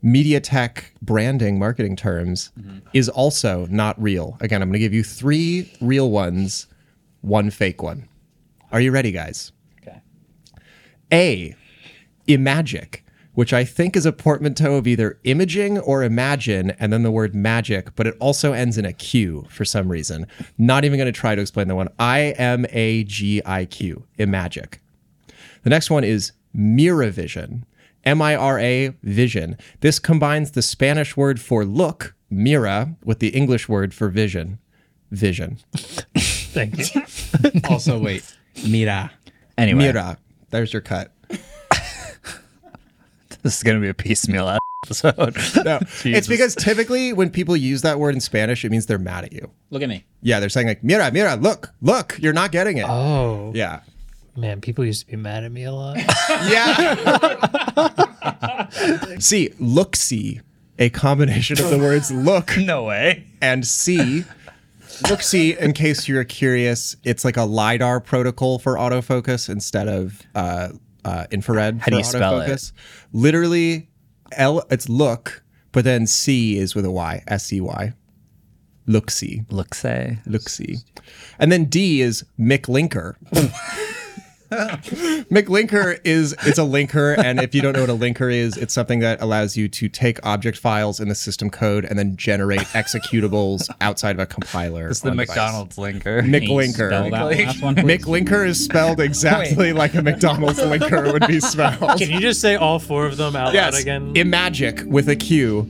Speaker 4: media tech branding marketing terms is also not real? Again, I'm going to give you three real ones, one fake one. Are you ready, guys? Okay. A, imagic, which I think is a portmanteau of either imaging or imagine, and then the word magic, but it also ends in a Q for some reason. Not even going to try to explain that one. I M A G I Q, imagic. The next one is Miravision, M I R A vision. This combines the Spanish word for look, mira, with the English word for vision, vision.
Speaker 2: Thank you.
Speaker 5: *laughs*
Speaker 4: *laughs*
Speaker 5: Also, wait. Mira.
Speaker 3: Anyway,
Speaker 4: Mira. There's your cut.
Speaker 3: this is gonna be a piecemeal episode.
Speaker 4: No,
Speaker 3: Jesus.
Speaker 4: it's because typically when people use that word in Spanish, it means they're mad at you.
Speaker 1: *laughs* Look at me.
Speaker 4: Yeah, they're saying like, "Mira, mira, look, look, you're not getting it."
Speaker 2: Oh
Speaker 4: Yeah,
Speaker 2: *laughs* man, people used to be mad at me
Speaker 1: *laughs*
Speaker 2: a lot.
Speaker 4: yeah. *laughs* See, look, see, a combination of the words *laughs*
Speaker 3: *laughs*
Speaker 4: look
Speaker 3: no way.
Speaker 4: and see. Look, see, in case you're curious, it's like a lidar protocol for autofocus instead of uh, uh, infrared. How
Speaker 3: do you spell it?
Speaker 4: Literally, L. It's look, but then C is with a Y, S C Y. Look, see.
Speaker 3: Look, say
Speaker 4: Look see. And then D is McLinker. McLinker is it's a linker, and if you don't know what a linker is, it's something that allows you to take object files in the system code and then generate executables outside of a compiler.
Speaker 3: it's the
Speaker 4: on device.
Speaker 3: McDonald's linker.
Speaker 1: Can you spell
Speaker 4: McLinker.
Speaker 1: that last one, please?
Speaker 4: McLinker is spelled exactly like a McDonald's linker would be spelled.
Speaker 2: Can you just say all four of them out
Speaker 4: Yes.
Speaker 2: loud again?
Speaker 4: Imagic with a Q.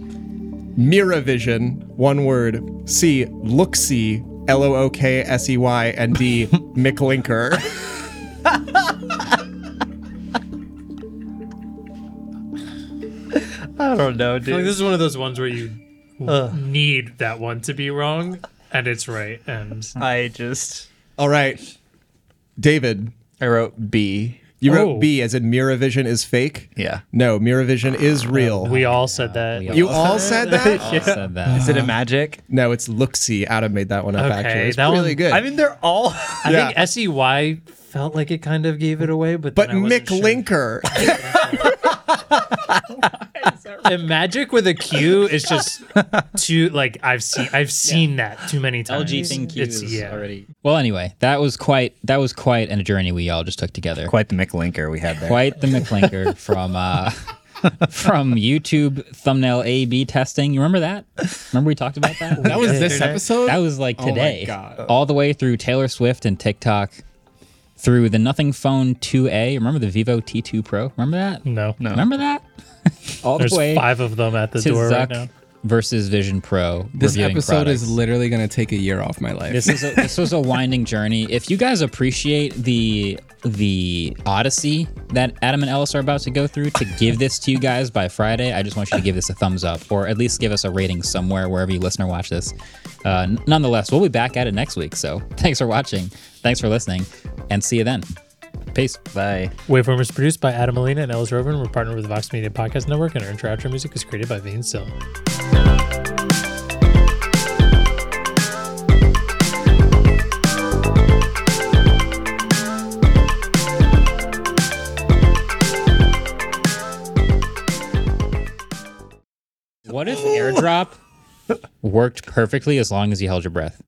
Speaker 4: Miravision, one word. C. Looksee. L O O K S E Y
Speaker 2: *laughs*
Speaker 4: and D. McLinker.
Speaker 3: I don't know,
Speaker 2: I feel like
Speaker 3: dude.
Speaker 2: this is one of those ones where you need that one to be wrong, and it's right. And
Speaker 3: I just
Speaker 4: All right, David,
Speaker 3: I wrote B.
Speaker 4: you wrote
Speaker 2: Oh.
Speaker 4: B as in Miravision is fake.
Speaker 3: Yeah.
Speaker 4: No, Miravision is real.
Speaker 2: Uh, we all said that.
Speaker 1: we all-
Speaker 4: you
Speaker 2: *laughs*
Speaker 4: all said that?
Speaker 1: I said that.
Speaker 3: Is it a magic?
Speaker 4: No, it's Looksee. Adam made that one up.
Speaker 2: Okay,
Speaker 4: actually, it's
Speaker 2: that
Speaker 4: really
Speaker 2: one-
Speaker 4: good.
Speaker 3: I mean, they're all.
Speaker 2: I
Speaker 4: yeah.
Speaker 2: think SEY felt like it kind of gave it away, but
Speaker 4: but
Speaker 2: then I wasn't sure. *laughs*
Speaker 4: McLinker.
Speaker 2: and magic with a Q is just too like I've seen I've seen that too many times.
Speaker 1: LG thing Q
Speaker 2: It's-
Speaker 1: is already. Well, anyway, that was quite that was quite a journey we all just took together.
Speaker 3: Quite the McLinker we had there.
Speaker 1: Quite the McLinker *laughs* from uh, from YouTube thumbnail A/B testing. You remember that? Remember we talked about that?
Speaker 5: That was this
Speaker 2: Internet.
Speaker 5: episode?
Speaker 1: That was like
Speaker 5: Oh my
Speaker 1: today.
Speaker 5: God.
Speaker 1: All the way through Taylor Swift and TikTok, through the Nothing Phone 2A. Remember the Vivo T2 Pro? Remember that?
Speaker 2: No, no.
Speaker 1: Remember that? *laughs* All
Speaker 2: There's
Speaker 1: the way
Speaker 2: five of them at the
Speaker 1: to
Speaker 2: door right
Speaker 1: Zuck
Speaker 2: now.
Speaker 1: versus Vision Pro.
Speaker 5: This
Speaker 1: reviewing
Speaker 5: episode
Speaker 1: products.
Speaker 5: is literally going to take a year off my life.
Speaker 1: This is a, this was a winding journey. If you guys appreciate the the odyssey that Adam and Ellis are about to go through to give this to you guys by Friday, I just want you to give this a thumbs up or at least give us a rating somewhere wherever you listen or watch this. Uh, n- nonetheless, we'll be back at it next week. So *laughs* thanks for watching, thanks for listening, and see you then. Peace.
Speaker 3: Bye.
Speaker 2: Waveform is produced by Adam Molina and Ellis Robin. We're partnered with the Vox Media Podcast Network, and our intro outro music is created by Vane Sill.
Speaker 1: *laughs* What if AirDrop worked perfectly as long as you held your breath?